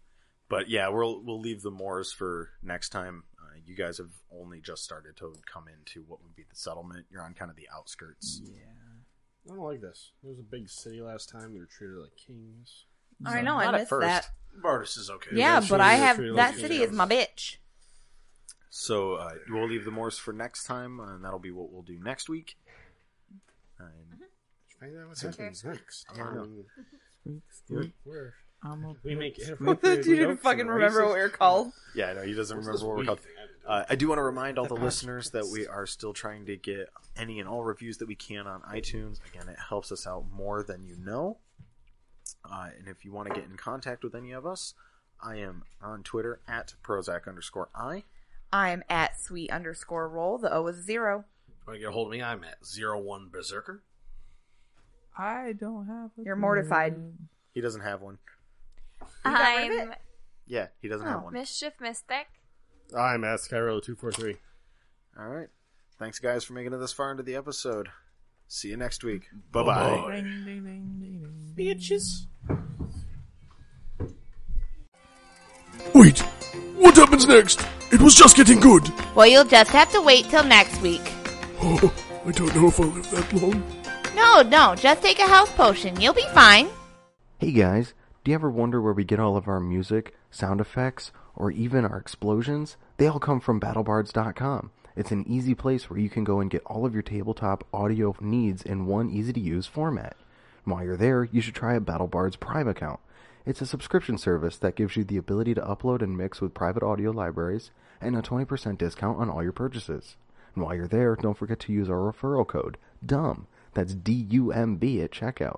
Speaker 7: but yeah, we'll we'll leave the moors for next time. Uh, you guys have only just started to come into what would be the settlement. You're on kind of the outskirts.
Speaker 5: Yeah.
Speaker 29: I don't like this. There was a big city last time. They were treated like kings.
Speaker 8: I know. I
Speaker 7: Not at
Speaker 8: missed
Speaker 7: first.
Speaker 8: that.
Speaker 6: Bartis is okay.
Speaker 8: Yeah,
Speaker 29: That's
Speaker 8: but
Speaker 29: really
Speaker 8: I
Speaker 29: the
Speaker 8: have
Speaker 29: three
Speaker 8: that
Speaker 29: locations.
Speaker 8: city is my bitch.
Speaker 7: So uh, we'll leave the moors for next time, uh, and that'll be what we'll do next week. And
Speaker 29: Find out what
Speaker 7: Okay.
Speaker 29: happens next.
Speaker 7: Yeah.
Speaker 29: Um,
Speaker 7: Squeak.
Speaker 29: Where?
Speaker 5: I'm a
Speaker 29: We make it.
Speaker 8: Dude, you didn't fucking remember what we were called.
Speaker 7: Yeah, I know he doesn't
Speaker 29: What's
Speaker 7: remember
Speaker 29: this
Speaker 7: what we're
Speaker 29: week?
Speaker 7: called. Uh, I do want to remind all the listeners that we are still trying to get any and all reviews that we can on iTunes. Again, it helps us out more than you know. Uh, and if you want to get in contact with any of us, I am on Twitter at Prozac underscore I.
Speaker 8: I'm at sweet underscore roll. The O is zero.
Speaker 6: Want to get a hold of me? I'm at zero one berserker.
Speaker 5: I don't have.
Speaker 2: You're mortified.
Speaker 7: He doesn't have one.
Speaker 4: I'm
Speaker 7: Yeah, he doesn't have one.
Speaker 4: mischief mystic.
Speaker 7: I'm at Skyro243. All right. Thanks, guys, for making it this far into the episode. See you next week. Bye bye.
Speaker 30: Bitches.
Speaker 1: Wait, what happens next? It was just getting good.
Speaker 2: Well, you'll just have to wait till next week.
Speaker 1: Oh, I don't know if I'll live that long.
Speaker 2: No, no, just take a health potion. You'll be fine.
Speaker 3: Hey guys, do you ever wonder where we get all of our music, sound effects, or even our explosions? They all come from battlebards.com. It's an easy place where you can go and get all of your tabletop audio needs in one easy to use format. And while you're there, you should try a BattleBards Prime account. It's a subscription service that gives you the ability to upload and mix with private audio libraries and a 20% discount on all your purchases. And while you're there, don't forget to use our referral code, DUMB. That's D U M B at checkout.